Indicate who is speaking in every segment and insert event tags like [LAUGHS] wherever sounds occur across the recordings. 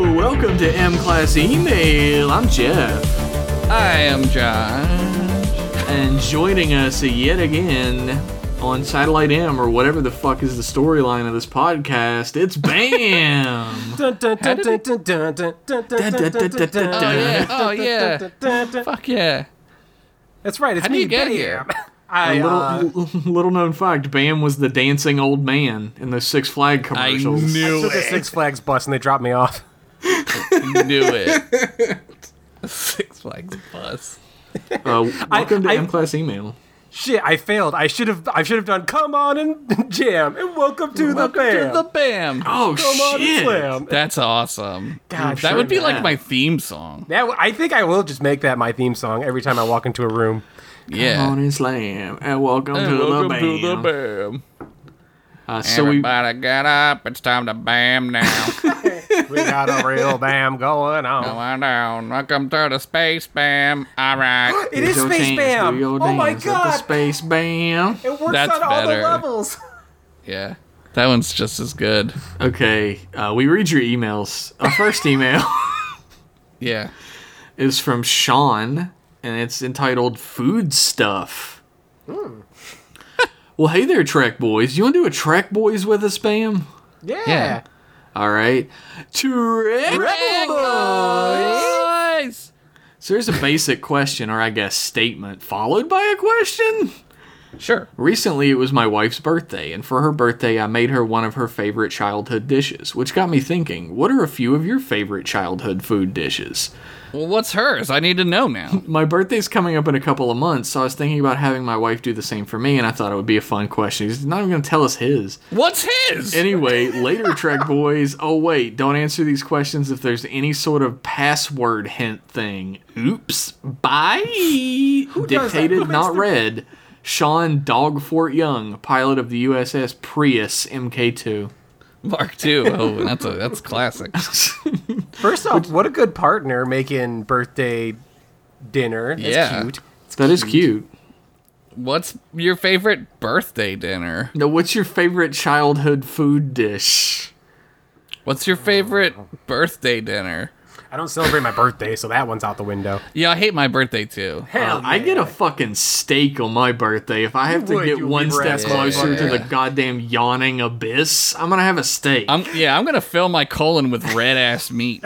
Speaker 1: to M Class Email. I'm Jeff,
Speaker 2: I am Josh.
Speaker 1: and joining us yet again on Satellite M or whatever the fuck is the storyline of this podcast, it's
Speaker 2: [LAUGHS]
Speaker 1: Bam.
Speaker 2: Oh yeah! Oh yeah!
Speaker 3: That's
Speaker 2: Fuck yeah!
Speaker 3: right. It's
Speaker 2: How do
Speaker 3: me,
Speaker 2: you get
Speaker 3: Bam.
Speaker 2: here?
Speaker 3: I,
Speaker 1: little,
Speaker 3: uh,
Speaker 1: little known fact: Bam was the dancing old man in those Six Flag commercials.
Speaker 2: knew
Speaker 3: took a Six Flags bus and they dropped me off.
Speaker 2: Knew it.
Speaker 1: [LAUGHS]
Speaker 2: Six Flags bus.
Speaker 1: Uh, welcome to
Speaker 3: I-
Speaker 1: M Class Email.
Speaker 3: Shit, I failed. I should have. I should have done. Come on and jam, and welcome to
Speaker 2: Welcome
Speaker 3: the band.
Speaker 2: to the bam.
Speaker 1: Oh
Speaker 3: Come on and
Speaker 1: shit!
Speaker 3: slam.
Speaker 2: That's awesome.
Speaker 3: Gosh,
Speaker 2: that would be
Speaker 1: sure,
Speaker 2: like
Speaker 1: man.
Speaker 2: my theme song.
Speaker 3: That w- I think I will just make that my theme song every time I walk into a room.
Speaker 1: Come on
Speaker 2: Yeah.
Speaker 1: and slam, and welcome,
Speaker 2: And
Speaker 1: to,
Speaker 2: welcome
Speaker 1: the
Speaker 2: to the
Speaker 1: Bam.
Speaker 2: bam.
Speaker 1: Uh, so we
Speaker 2: Everybody get up! It's time to
Speaker 1: [LAUGHS]
Speaker 2: bam now.
Speaker 3: We got a real bam going
Speaker 2: Come
Speaker 3: on.
Speaker 2: on down. Welcome to the space bam.
Speaker 1: [GASPS]
Speaker 2: All right.
Speaker 3: It is
Speaker 1: Your
Speaker 3: Space
Speaker 1: dance,
Speaker 3: Bam.
Speaker 1: do your
Speaker 3: Oh my
Speaker 1: dance at the
Speaker 3: god,
Speaker 1: space Bam.
Speaker 3: it works
Speaker 2: That's
Speaker 3: on all the
Speaker 2: better.
Speaker 3: levels.
Speaker 2: Yeah. That one's just as good.
Speaker 1: Okay, uh, we read your emails. Our first email [LAUGHS]
Speaker 2: Yeah.
Speaker 1: is from Sean, and it's entitled "Food Stuff." [LAUGHS] well, hey there, Trek Boys. You want to do a Trek Boys with us, Bam?
Speaker 3: Yeah.
Speaker 2: Yeah.
Speaker 1: All right, Trek Boys.
Speaker 2: Boys!
Speaker 1: So here's a basic question, or I guess statement, followed by a question.
Speaker 2: Sure.
Speaker 1: Recently, it was my wife's birthday, and for her birthday, I made her one of her favorite childhood dishes, which got me thinking what are a few of your favorite childhood food dishes?
Speaker 2: Well, what's hers? I need to know
Speaker 1: [LAUGHS]
Speaker 2: now.
Speaker 1: My birthday's coming up in a couple of months, so I was thinking about having my wife do the same for me, and I thought it would be a fun question. He's not even going to tell us his.
Speaker 2: What's his?
Speaker 3: [LAUGHS]
Speaker 1: Anyway, later, Trek Boys. Oh, wait, don't answer these questions if there's any sort of password hint thing. Oops. Bye.
Speaker 3: does that? Who
Speaker 1: Dictated,
Speaker 3: makes
Speaker 1: not
Speaker 3: the-
Speaker 1: read. Sean Dogfort Young, pilot of the USS Prius MK2.
Speaker 2: Mark two. Oh, that's a that's classic.
Speaker 3: First off, what a good partner making birthday dinner. That's
Speaker 2: Yeah.
Speaker 3: cute.
Speaker 1: That is cute.
Speaker 2: What's your favorite birthday dinner?
Speaker 1: Now, what's your favorite childhood food dish?
Speaker 2: What's your favorite birthday dinner?
Speaker 3: I don't celebrate my birthday, so that one's out the
Speaker 1: Um,
Speaker 3: window.
Speaker 2: Yeah, I hate my birthday too.
Speaker 1: Uh, I get a fucking steak on my birthday. If I have to
Speaker 3: would,
Speaker 1: get
Speaker 3: you
Speaker 1: one
Speaker 3: liberal
Speaker 1: step
Speaker 2: ass
Speaker 1: closer to the
Speaker 2: motherfucker.
Speaker 1: goddamn yawning abyss, I'm gonna have a steak.
Speaker 2: I'm yeah, I'm gonna fill my colon with red ass meat.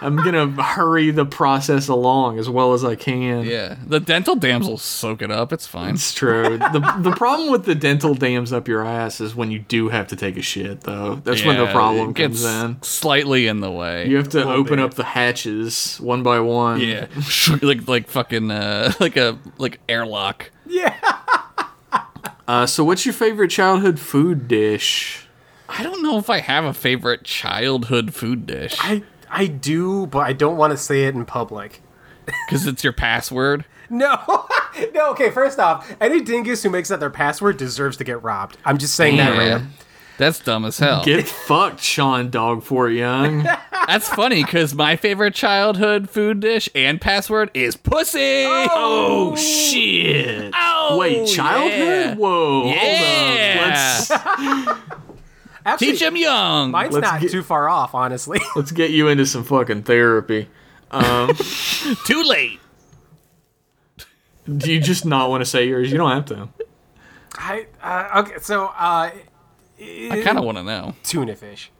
Speaker 1: I'm gonna hurry the process along as well as I can.
Speaker 2: Yeah. The dental dams will soak it up, it's fine.
Speaker 1: It's true. the The problem with the dental dams up your ass is when you do have to take a shit, though. That's when the
Speaker 2: Yeah,
Speaker 1: problem
Speaker 2: it gets
Speaker 1: comes in.
Speaker 2: Slightly in the way.
Speaker 1: You have to open
Speaker 3: bit.
Speaker 1: up the hatches one by one.
Speaker 2: Yeah. [LAUGHS] like like fucking uh [LAUGHS] like a like airlock.
Speaker 3: Yeah.
Speaker 1: Uh, so, what's your favorite childhood food dish?
Speaker 2: I don't know if I have a favorite childhood food dish
Speaker 3: I I do, but I don't want to say it in public.
Speaker 2: because it's your password.
Speaker 3: No. [LAUGHS] no, okay, first off, any dingus who makes that their password deserves to get robbed. I'm just saying that right
Speaker 2: Yeah.
Speaker 3: now.
Speaker 2: That's dumb as hell.
Speaker 1: Get fucked, Sean Dog Fort Young.
Speaker 2: That's funny because my favorite childhood food dish and password is pussy.
Speaker 1: Oh shit!
Speaker 2: Oh,
Speaker 1: Wait, childhood?
Speaker 2: yeah.
Speaker 1: Whoa!
Speaker 2: Yeah.
Speaker 1: Hold on. Let's
Speaker 3: Actually,
Speaker 2: Teach him young.
Speaker 3: mine's
Speaker 1: Let's
Speaker 3: not
Speaker 1: get-
Speaker 3: too far off, honestly. [LAUGHS]
Speaker 1: let's get you into some fucking therapy.
Speaker 2: Too late.
Speaker 1: Do you just not want to say yours? You don't have to.
Speaker 3: I uh, okay, so uh
Speaker 2: I kind of want to know.
Speaker 3: tuna fish.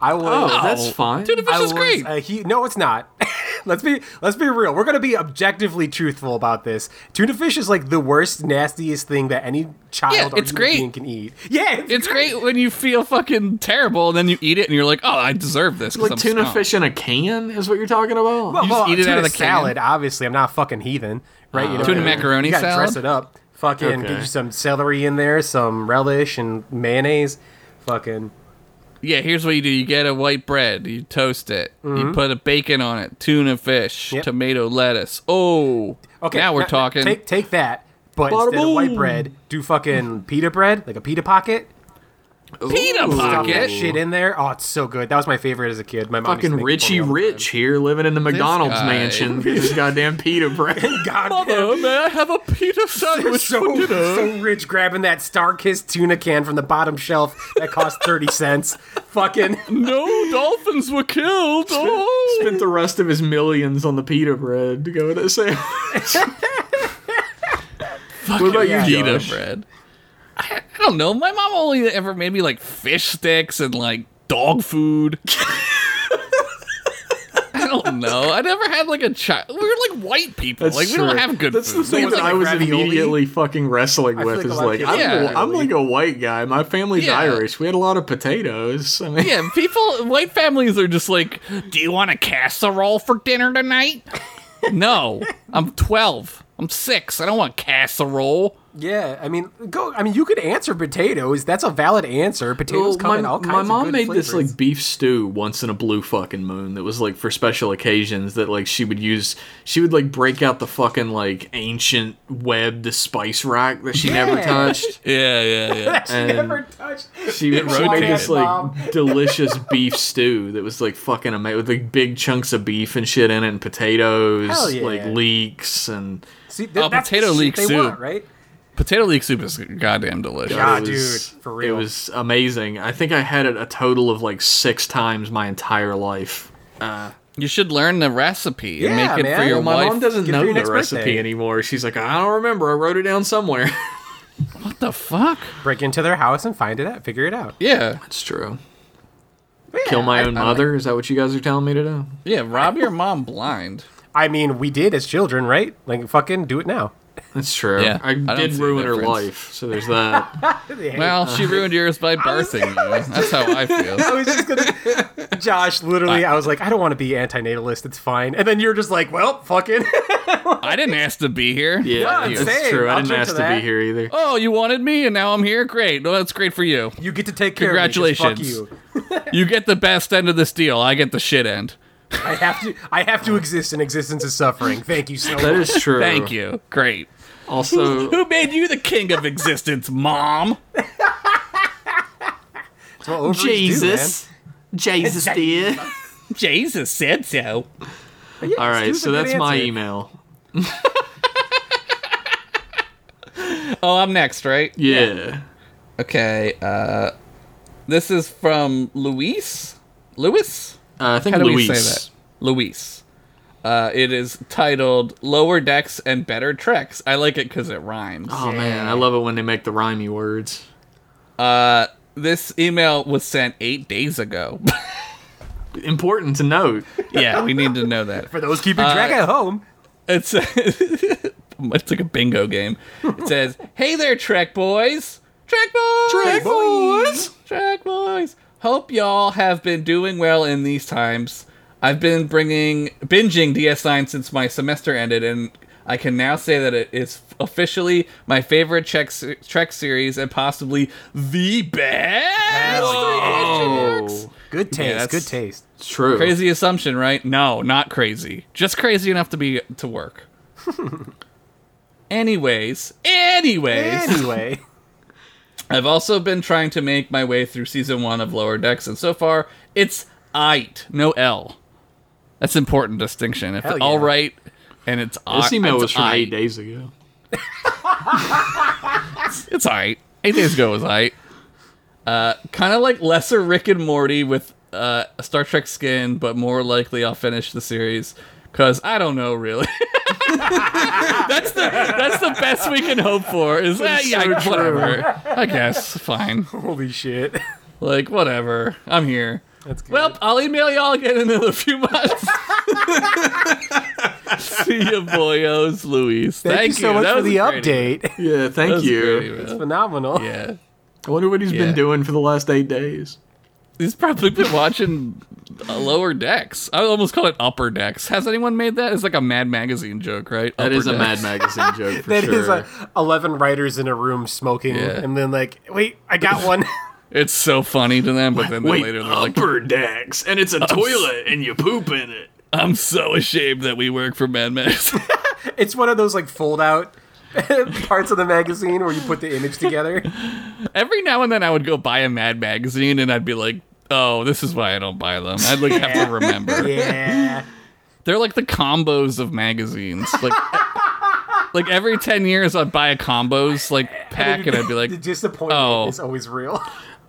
Speaker 3: I was
Speaker 1: Oh, that's fine.
Speaker 2: Dude,
Speaker 3: I
Speaker 2: this is
Speaker 3: was
Speaker 2: great.
Speaker 3: a hu- no, it's not. [LAUGHS] let's be let's be real. We're gonna be objectively truthful about this. Tuna fish is like the worst, nastiest thing that any child
Speaker 2: Yeah,
Speaker 3: or
Speaker 2: it's
Speaker 3: human
Speaker 2: great.
Speaker 3: being can eat. Yeah, it's,
Speaker 2: It's great when you feel fucking terrible and then you eat it and you're like, oh, I deserve this. 'cause
Speaker 1: like
Speaker 2: I'm
Speaker 1: tuna
Speaker 2: scum."
Speaker 1: fish in a can is what you're talking about.
Speaker 3: Well,
Speaker 2: You just
Speaker 3: well,
Speaker 2: eat it
Speaker 3: oh, tuna
Speaker 2: out of the can?
Speaker 3: salad. Obviously, I'm not a fucking heathen, right? You know,
Speaker 2: Tuna
Speaker 3: what I mean?
Speaker 2: macaroni
Speaker 3: you gotta
Speaker 2: salad?
Speaker 3: Dress it up. Fucking
Speaker 1: Okay.
Speaker 3: get you some celery in there, some relish and mayonnaise. Fucking
Speaker 2: Yeah, here's what you do: you get a white bread, you toast it, you put a bacon on it, tuna fish,
Speaker 3: Yep.
Speaker 2: tomato, lettuce. Oh,
Speaker 3: okay.
Speaker 2: Now we're talking.
Speaker 3: Take take that, but instead of
Speaker 1: Bada
Speaker 3: white
Speaker 1: boom.
Speaker 3: bread, do fucking pita bread, like a pita pocket.
Speaker 2: Peanut
Speaker 3: Stuff that
Speaker 2: Pocket.
Speaker 3: shit in there. Oh, it's so good. That was my favorite as a kid. My mom used to
Speaker 1: Fucking
Speaker 3: make it for me
Speaker 1: Richie
Speaker 3: all the
Speaker 1: Rich here living in the McDonald's [LAUGHS]
Speaker 2: guy.
Speaker 1: mansion. This goddamn pita bread.
Speaker 3: time. [LAUGHS] God
Speaker 2: Mother, may I have a
Speaker 1: [LAUGHS]
Speaker 2: pita
Speaker 3: damn.
Speaker 2: sandwich for
Speaker 3: So,
Speaker 2: dinner?
Speaker 3: so rich grabbing that Starkist tuna can from the bottom shelf
Speaker 1: [LAUGHS]
Speaker 3: that cost 30 cents. Fucking. [LAUGHS]
Speaker 2: No dolphins were killed. Oh.
Speaker 1: Spent the rest of his millions on the pita bread to go to that sandwich. [LAUGHS] what about you,
Speaker 2: pita
Speaker 1: Josh?
Speaker 2: bread. I, I don't know. My mom only ever made me like fish sticks and like dog food. [LAUGHS] I don't know. I never had like a child. We were like white people.
Speaker 1: That's
Speaker 2: like we don't
Speaker 1: true.
Speaker 2: have good
Speaker 1: That's
Speaker 2: food.
Speaker 1: the thing
Speaker 2: we
Speaker 1: that
Speaker 2: had,
Speaker 1: I
Speaker 2: like,
Speaker 1: was
Speaker 3: ravioli.
Speaker 1: immediately fucking wrestling
Speaker 3: feel
Speaker 1: with.
Speaker 3: like a
Speaker 1: Is
Speaker 3: lot of
Speaker 1: like
Speaker 3: people
Speaker 1: I'm,
Speaker 2: eat
Speaker 1: I'm like
Speaker 3: ravioli.
Speaker 1: a white guy. My family's
Speaker 2: Yeah.
Speaker 1: Irish. We had a lot of potatoes. I mean,
Speaker 2: yeah, people. White families are just like, do you want a casserole for dinner tonight? no, I'm 12. I'm six. I don't want casserole.
Speaker 3: Yeah, I mean, go. I mean, you could answer potatoes. That's a valid answer. Potatoes
Speaker 1: Well,
Speaker 3: come in all kinds
Speaker 1: my
Speaker 3: of
Speaker 1: mom
Speaker 3: good
Speaker 1: made this
Speaker 3: flavors.
Speaker 1: like beef stew once in a blue fucking moon that was like for special occasions that like she would use she would like break out the fucking like ancient webbed spice rack that she never
Speaker 3: Yeah.
Speaker 1: touched
Speaker 2: Yeah, yeah, yeah.
Speaker 3: [LAUGHS] She
Speaker 1: and-
Speaker 3: [LAUGHS] never touched.
Speaker 1: she would she made
Speaker 2: rotated.
Speaker 1: this like
Speaker 3: Mom.
Speaker 1: [LAUGHS] delicious beef stew that was like fucking amazing with like big chunks of beef and shit in it and potatoes
Speaker 3: Hell yeah.
Speaker 1: like leeks and
Speaker 3: See, th-
Speaker 2: Oh,
Speaker 3: that's
Speaker 2: potato
Speaker 3: the shit
Speaker 2: leek
Speaker 3: they
Speaker 2: soup.
Speaker 3: want, right?
Speaker 2: [LAUGHS] Potato leek soup is goddamn delicious.
Speaker 3: Yeah. Ah,
Speaker 1: It was-
Speaker 3: dude, for real.
Speaker 1: It was amazing. I think I had it a total of like six times my entire life.
Speaker 2: You should learn the recipe and
Speaker 3: Yeah,
Speaker 2: make it for
Speaker 3: man.
Speaker 2: your
Speaker 1: Well, my
Speaker 2: wife.
Speaker 1: mom doesn't
Speaker 3: Get
Speaker 1: know
Speaker 3: for your
Speaker 1: the
Speaker 3: next
Speaker 1: recipe
Speaker 3: birthday.
Speaker 1: anymore. She's like, I don't remember. I wrote it down somewhere. [LAUGHS]
Speaker 2: What the fuck?
Speaker 3: Break into their house and find it out, figure it out.
Speaker 2: Yeah,
Speaker 1: That's true.
Speaker 3: Yeah,
Speaker 1: Kill my
Speaker 3: I-
Speaker 1: own mother? Is that what you guys are telling me to do?
Speaker 2: yeah. Rob your mom blind.
Speaker 3: I mean, we did as children, right? Like, fucking do it now.
Speaker 1: That's true.
Speaker 2: Yeah,
Speaker 1: I,
Speaker 2: I don't
Speaker 1: did
Speaker 2: see a
Speaker 1: ruin her
Speaker 2: difference.
Speaker 1: life, so there's [LAUGHS] that.
Speaker 2: Well, she ruined yours by birthing you. That's how I feel. [LAUGHS]
Speaker 3: I was just gonna, Josh. Literally, I was like, I don't want to be antinatalist. It's fine. And then you're just like, well, [LAUGHS] fucking.
Speaker 2: I didn't ask to be here.
Speaker 1: Yeah,
Speaker 3: Yeah,
Speaker 1: that's
Speaker 3: same.
Speaker 1: true. I
Speaker 3: I'll
Speaker 1: didn't
Speaker 3: drink
Speaker 1: ask
Speaker 3: to
Speaker 1: to be
Speaker 3: that.
Speaker 1: here either.
Speaker 2: Oh, you wanted me, and now I'm here. Great. Well, that's great for you.
Speaker 3: you get to take care. Of me. Just
Speaker 2: Congratulations.
Speaker 3: fuck you.
Speaker 2: You get the best end of this deal. I get the shit end.
Speaker 3: I have to. I have to exist, and existence is suffering. Thank you so much.
Speaker 1: That [LAUGHS] is true.
Speaker 2: Thank you. Great.
Speaker 1: [LAUGHS] Also,
Speaker 2: Who made you the king of existence, mom?
Speaker 3: That's what ovaries do, man.
Speaker 1: Jesus, dear.
Speaker 2: Jesus said so.
Speaker 3: But yeah,
Speaker 1: All right,
Speaker 3: Stu's a
Speaker 1: so
Speaker 3: good
Speaker 1: that's my
Speaker 3: answer.
Speaker 1: email.
Speaker 2: Oh, I'm next, right?
Speaker 1: Yeah.
Speaker 2: Okay. Uh, this is from Luis. Lewis.
Speaker 1: Uh, I think
Speaker 2: How do
Speaker 1: Luis.
Speaker 2: we say that? Luis. Uh, it is titled Lower Decks and Better Treks. I like it because it rhymes.
Speaker 1: Oh man, I love it when they make the rhymey words.
Speaker 2: This email was sent eight
Speaker 1: [LAUGHS]
Speaker 2: days ago.
Speaker 1: Important to note.
Speaker 2: yeah, we need to know that.
Speaker 3: For those keeping track at home,
Speaker 2: It's, [LAUGHS] it's like a bingo game. It says, Hey there, Trek boys! Trek boys!
Speaker 1: Trek boys!
Speaker 2: Trek boys! Hope y'all have been doing well in these times. I've been bringing binging DS9 since my semester ended, and I can now say that it is officially my favorite Trek, se- Trek series and possibly the best.
Speaker 1: Oh,
Speaker 3: good taste.
Speaker 2: that's-
Speaker 3: good taste.
Speaker 1: it's true.
Speaker 2: Crazy assumption, right? No, not crazy. Just crazy enough to be to work. anyways, anyways,
Speaker 3: Anyway, [LAUGHS]
Speaker 2: I've also been trying to make my way through season one of Lower Decks, and so far it's it, no L. That's an important distinction. If
Speaker 3: Hell
Speaker 2: it's all
Speaker 3: yeah.
Speaker 2: right, and it's
Speaker 1: This
Speaker 2: I-
Speaker 1: email
Speaker 2: it's
Speaker 1: was from
Speaker 2: I-
Speaker 1: eight days ago.
Speaker 2: It's alright. Eight days ago was alright. Uh, kind of like lesser Rick and Morty with uh, a Star Trek skin, but more likely I'll finish the series because I don't know really. [LAUGHS] that's the that's the best we can hope for. Is that yeah whatever? I guess fine.
Speaker 3: holy shit. [LAUGHS]
Speaker 2: Like whatever. I'm here.
Speaker 3: That's good.
Speaker 2: Well, I'll email y'all again in another few months. [LAUGHS] See ya, boyos, Luis.
Speaker 3: thank, you so much
Speaker 2: That
Speaker 3: for
Speaker 2: was a
Speaker 3: the
Speaker 2: great email.
Speaker 3: update.
Speaker 1: Yeah,
Speaker 2: That
Speaker 1: thank
Speaker 2: was a great
Speaker 1: you.
Speaker 2: email.
Speaker 3: It's [LAUGHS] phenomenal.
Speaker 2: Yeah.
Speaker 1: I wonder what he's
Speaker 2: Yeah.
Speaker 1: been doing for the last eight days.
Speaker 2: He's probably been watching uh, Lower Decks. I almost call it Upper Decks. Has anyone made that? It's like a Mad Magazine joke, right?
Speaker 1: That is a
Speaker 2: Upper
Speaker 1: Mad
Speaker 2: Decks.
Speaker 1: Magazine [LAUGHS] joke for
Speaker 3: That is
Speaker 1: sure.
Speaker 3: a, 11 writers in a room smoking
Speaker 2: Yeah.
Speaker 3: and then like wait i got one
Speaker 2: It's so funny to them, but then they
Speaker 1: Wait, um,
Speaker 2: later they're like,
Speaker 1: upper decks, and it's a toilet, and you poop in it.
Speaker 2: "I'm so ashamed that we work for Mad Magazine."
Speaker 3: it's one of those like fold out parts of the magazine where you put the image together.
Speaker 2: Every now and then, I would go buy a Mad magazine, and I'd be like, "Oh, this is why I don't buy them." I'd like have to remember.
Speaker 3: Yeah.
Speaker 2: They're like the combos of magazines. Like, like every ten years, I'd buy a combos [LAUGHS] like pack, and I'd be like,
Speaker 3: the disappointment
Speaker 2: oh.
Speaker 3: is always real.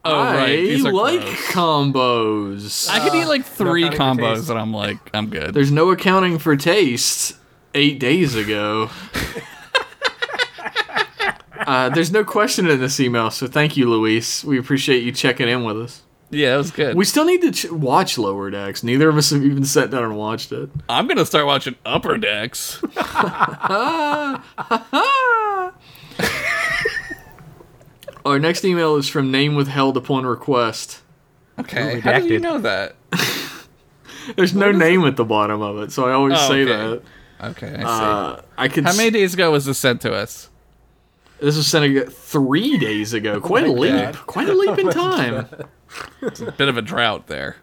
Speaker 2: "Oh,
Speaker 1: I
Speaker 2: right, these are
Speaker 1: like
Speaker 2: close."
Speaker 1: combos.
Speaker 2: I could eat like three
Speaker 3: not even taste.
Speaker 2: combos, and I'm like, I'm good.
Speaker 1: There's no accounting for taste. Eight days ago. uh, there's no question in this email, so thank you, Luis. We appreciate you checking in with us.
Speaker 2: yeah, it was good.
Speaker 1: We still need to ch- watch Lower Decks. Neither of us have even sat down and watched it.
Speaker 2: I'm gonna start watching Upper Decks.
Speaker 1: Our next email is from Name Withheld Upon Request.
Speaker 2: [LAUGHS] Okay,
Speaker 3: Ooh,
Speaker 2: how do you
Speaker 3: redacted.
Speaker 2: know that?
Speaker 1: There's no name at the bottom of it, so I always
Speaker 2: Oh,
Speaker 1: say
Speaker 2: okay.
Speaker 1: that.
Speaker 2: Okay, I see.
Speaker 1: Uh, I could.
Speaker 2: how many
Speaker 1: s-
Speaker 2: days ago was this sent to us?
Speaker 1: This was sent ag- three days ago. Quite
Speaker 2: Oh
Speaker 1: a leap.
Speaker 3: God.
Speaker 1: Quite a leap
Speaker 2: [LAUGHS]
Speaker 1: in time.
Speaker 2: Bit of a drought there.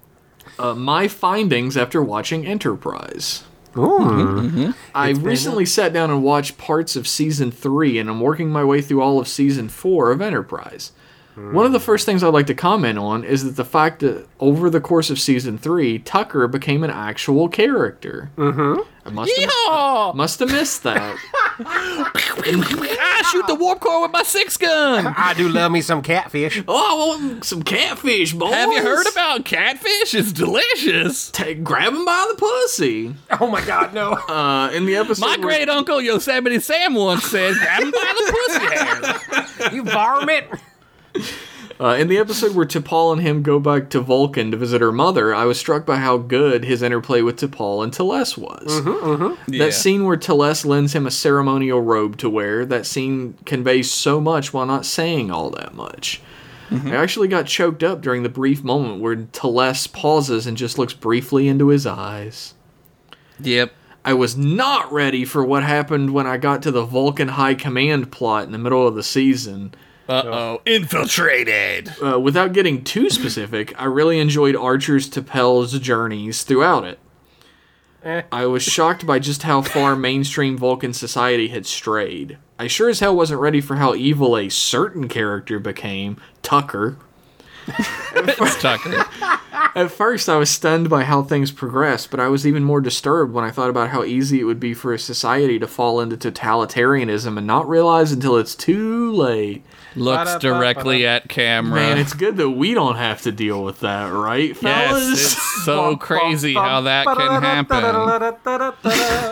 Speaker 1: Uh, my findings after watching Enterprise.
Speaker 3: Ooh.
Speaker 2: Hmm.
Speaker 1: I recently sat down and watched parts of season three, and I'm working my way through all of season four of Enterprise. One of the first things I'd like to comment on is that the fact that over the course of season three, Tucker became an actual character. Mm-hmm. I must have,
Speaker 2: [LAUGHS] Yeehaw!
Speaker 1: must have missed that.
Speaker 2: I Ah, shoot the warp core with my six gun.
Speaker 3: I do love me some catfish.
Speaker 1: oh, I want some catfish, boys.
Speaker 2: Have you heard about catfish? It's delicious.
Speaker 1: Take, grab him by the pussy.
Speaker 3: Oh my god, no.
Speaker 1: Uh, in the episode,
Speaker 2: [LAUGHS] My
Speaker 1: where-
Speaker 2: great uncle Yosemite Sam once said, "Grab him by [LAUGHS] the pussy hair."
Speaker 3: You varmint.
Speaker 1: Uh, in the episode where T'Pol and him go back to Vulcan to visit her mother, I was struck by how good his interplay with T'Pol and Teles was.
Speaker 2: Yeah.
Speaker 1: That scene where Teles lends him a ceremonial robe to wear, that scene conveys so much while not saying all that much. I actually got choked up during the brief moment where Teles pauses and just looks briefly into his eyes.
Speaker 2: Yep.
Speaker 1: I was not ready for what happened when I got to the Vulcan High Command plot in the middle of the season.
Speaker 2: Uh oh. Infiltrated. [LAUGHS]
Speaker 1: Uh, without getting too specific, I really enjoyed Archer's to Pel's journeys throughout it. I was shocked by just how far mainstream Vulcan society had strayed. I sure as hell wasn't ready for how evil a certain character became, Tucker.
Speaker 2: It's Tucker.
Speaker 1: At first, I was stunned by how things progressed, but I was even more disturbed when I thought about how easy it would be for a society to fall into totalitarianism and not realize until it's too late.
Speaker 2: Looks directly at camera.
Speaker 1: Man, it's good that we don't have to deal with that, right,
Speaker 2: yes,
Speaker 1: fellas?
Speaker 2: it's so crazy how that can happen.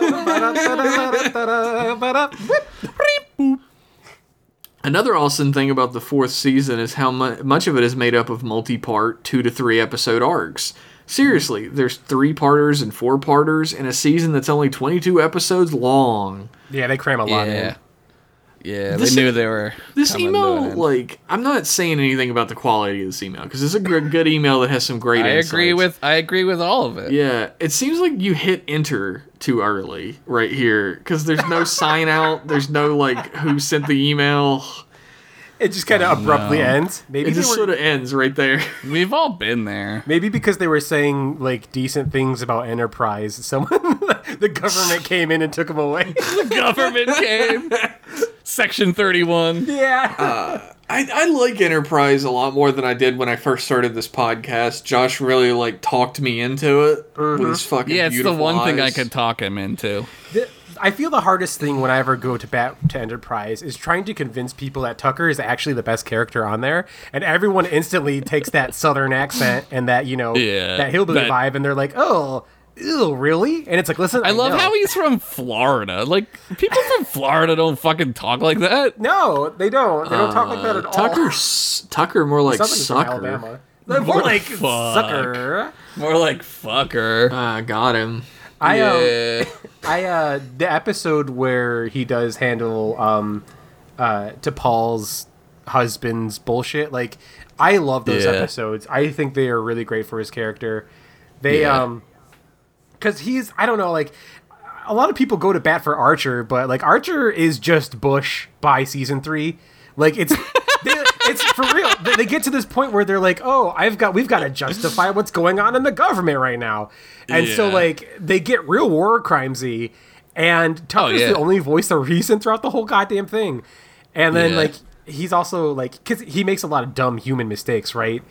Speaker 1: Another awesome thing about the fourth season is how mu- much of it is made up of multi part, two to three episode arcs. Seriously, there's three parters and four parters in a season that's only 22 episodes long.
Speaker 3: yeah, they cram a lot
Speaker 2: Yeah.
Speaker 3: in.
Speaker 2: Yeah,
Speaker 1: This-
Speaker 2: they knew they were.
Speaker 1: This
Speaker 2: coming to
Speaker 1: email,
Speaker 2: an end.
Speaker 1: like, I'm not saying anything about the quality of this email because it's a gr- good email that has some great
Speaker 2: I
Speaker 1: insights.
Speaker 2: agree with I agree with all of it.
Speaker 1: Yeah, it seems like you hit enter too early right here because there's no sign out, there's no, like, who sent the email.
Speaker 3: It just kind of abruptly ends. Maybe
Speaker 1: It
Speaker 3: they
Speaker 1: just
Speaker 3: were
Speaker 1: sort of ends right there.
Speaker 2: We've all
Speaker 1: [LAUGHS]
Speaker 2: been there.
Speaker 3: Maybe because they were saying like decent things about Enterprise, someone the government came in and took them away.
Speaker 2: The [LAUGHS] government came. Section 31.
Speaker 3: yeah,
Speaker 1: I, I like Enterprise a lot more than I did when I first started this podcast. Josh really like talked me into it with his
Speaker 3: Mm-hmm.
Speaker 1: fucking
Speaker 2: Yeah, it's the
Speaker 1: beautiful
Speaker 2: one thing I
Speaker 1: eyes.
Speaker 2: could talk him into.
Speaker 3: The- I feel the hardest thing when I ever go to bat to Enterprise is trying to convince people that Tucker is actually the best character on there, and everyone instantly takes that Southern accent and that you know
Speaker 2: Yeah,
Speaker 3: that hillbilly
Speaker 2: that-
Speaker 3: vibe, and they're like, "Oh, ew, really?" And it's like, "Listen, I,
Speaker 2: I love
Speaker 3: know.
Speaker 2: how he's from Florida. Like people from Florida don't fucking talk like that.
Speaker 3: No, they don't. They don't talk like
Speaker 2: Uh,
Speaker 3: that at
Speaker 1: Tucker
Speaker 3: all.
Speaker 1: s- Tucker more like
Speaker 3: Sounds like he's Oh. from
Speaker 1: sucker.
Speaker 3: Alabama. They're More like
Speaker 2: fuck?
Speaker 3: sucker.
Speaker 2: More like fucker.
Speaker 1: Ah, got him.
Speaker 3: I um,
Speaker 2: Yeah.
Speaker 3: I uh the episode where he does handle um uh to Paul's husband's bullshit, like I love those
Speaker 2: Yeah.
Speaker 3: episodes. I think they are really great for his character. They
Speaker 2: Yeah.
Speaker 3: um cuz he's I don't know like a lot of people go to bat for Archer, but like Archer is just Bush by season 3. Like it's they, it's for real. They, they get to this point where they're like, "Oh, I've got we've got to justify what's going on in the government right now." And so
Speaker 2: Yeah.
Speaker 3: like they get real war crimesy and Tucker's
Speaker 1: Oh,
Speaker 2: yeah.
Speaker 3: the only voice of reason throughout the whole goddamn thing. And then
Speaker 2: Yeah.
Speaker 3: like he's also like because he makes a lot of dumb human mistakes, right?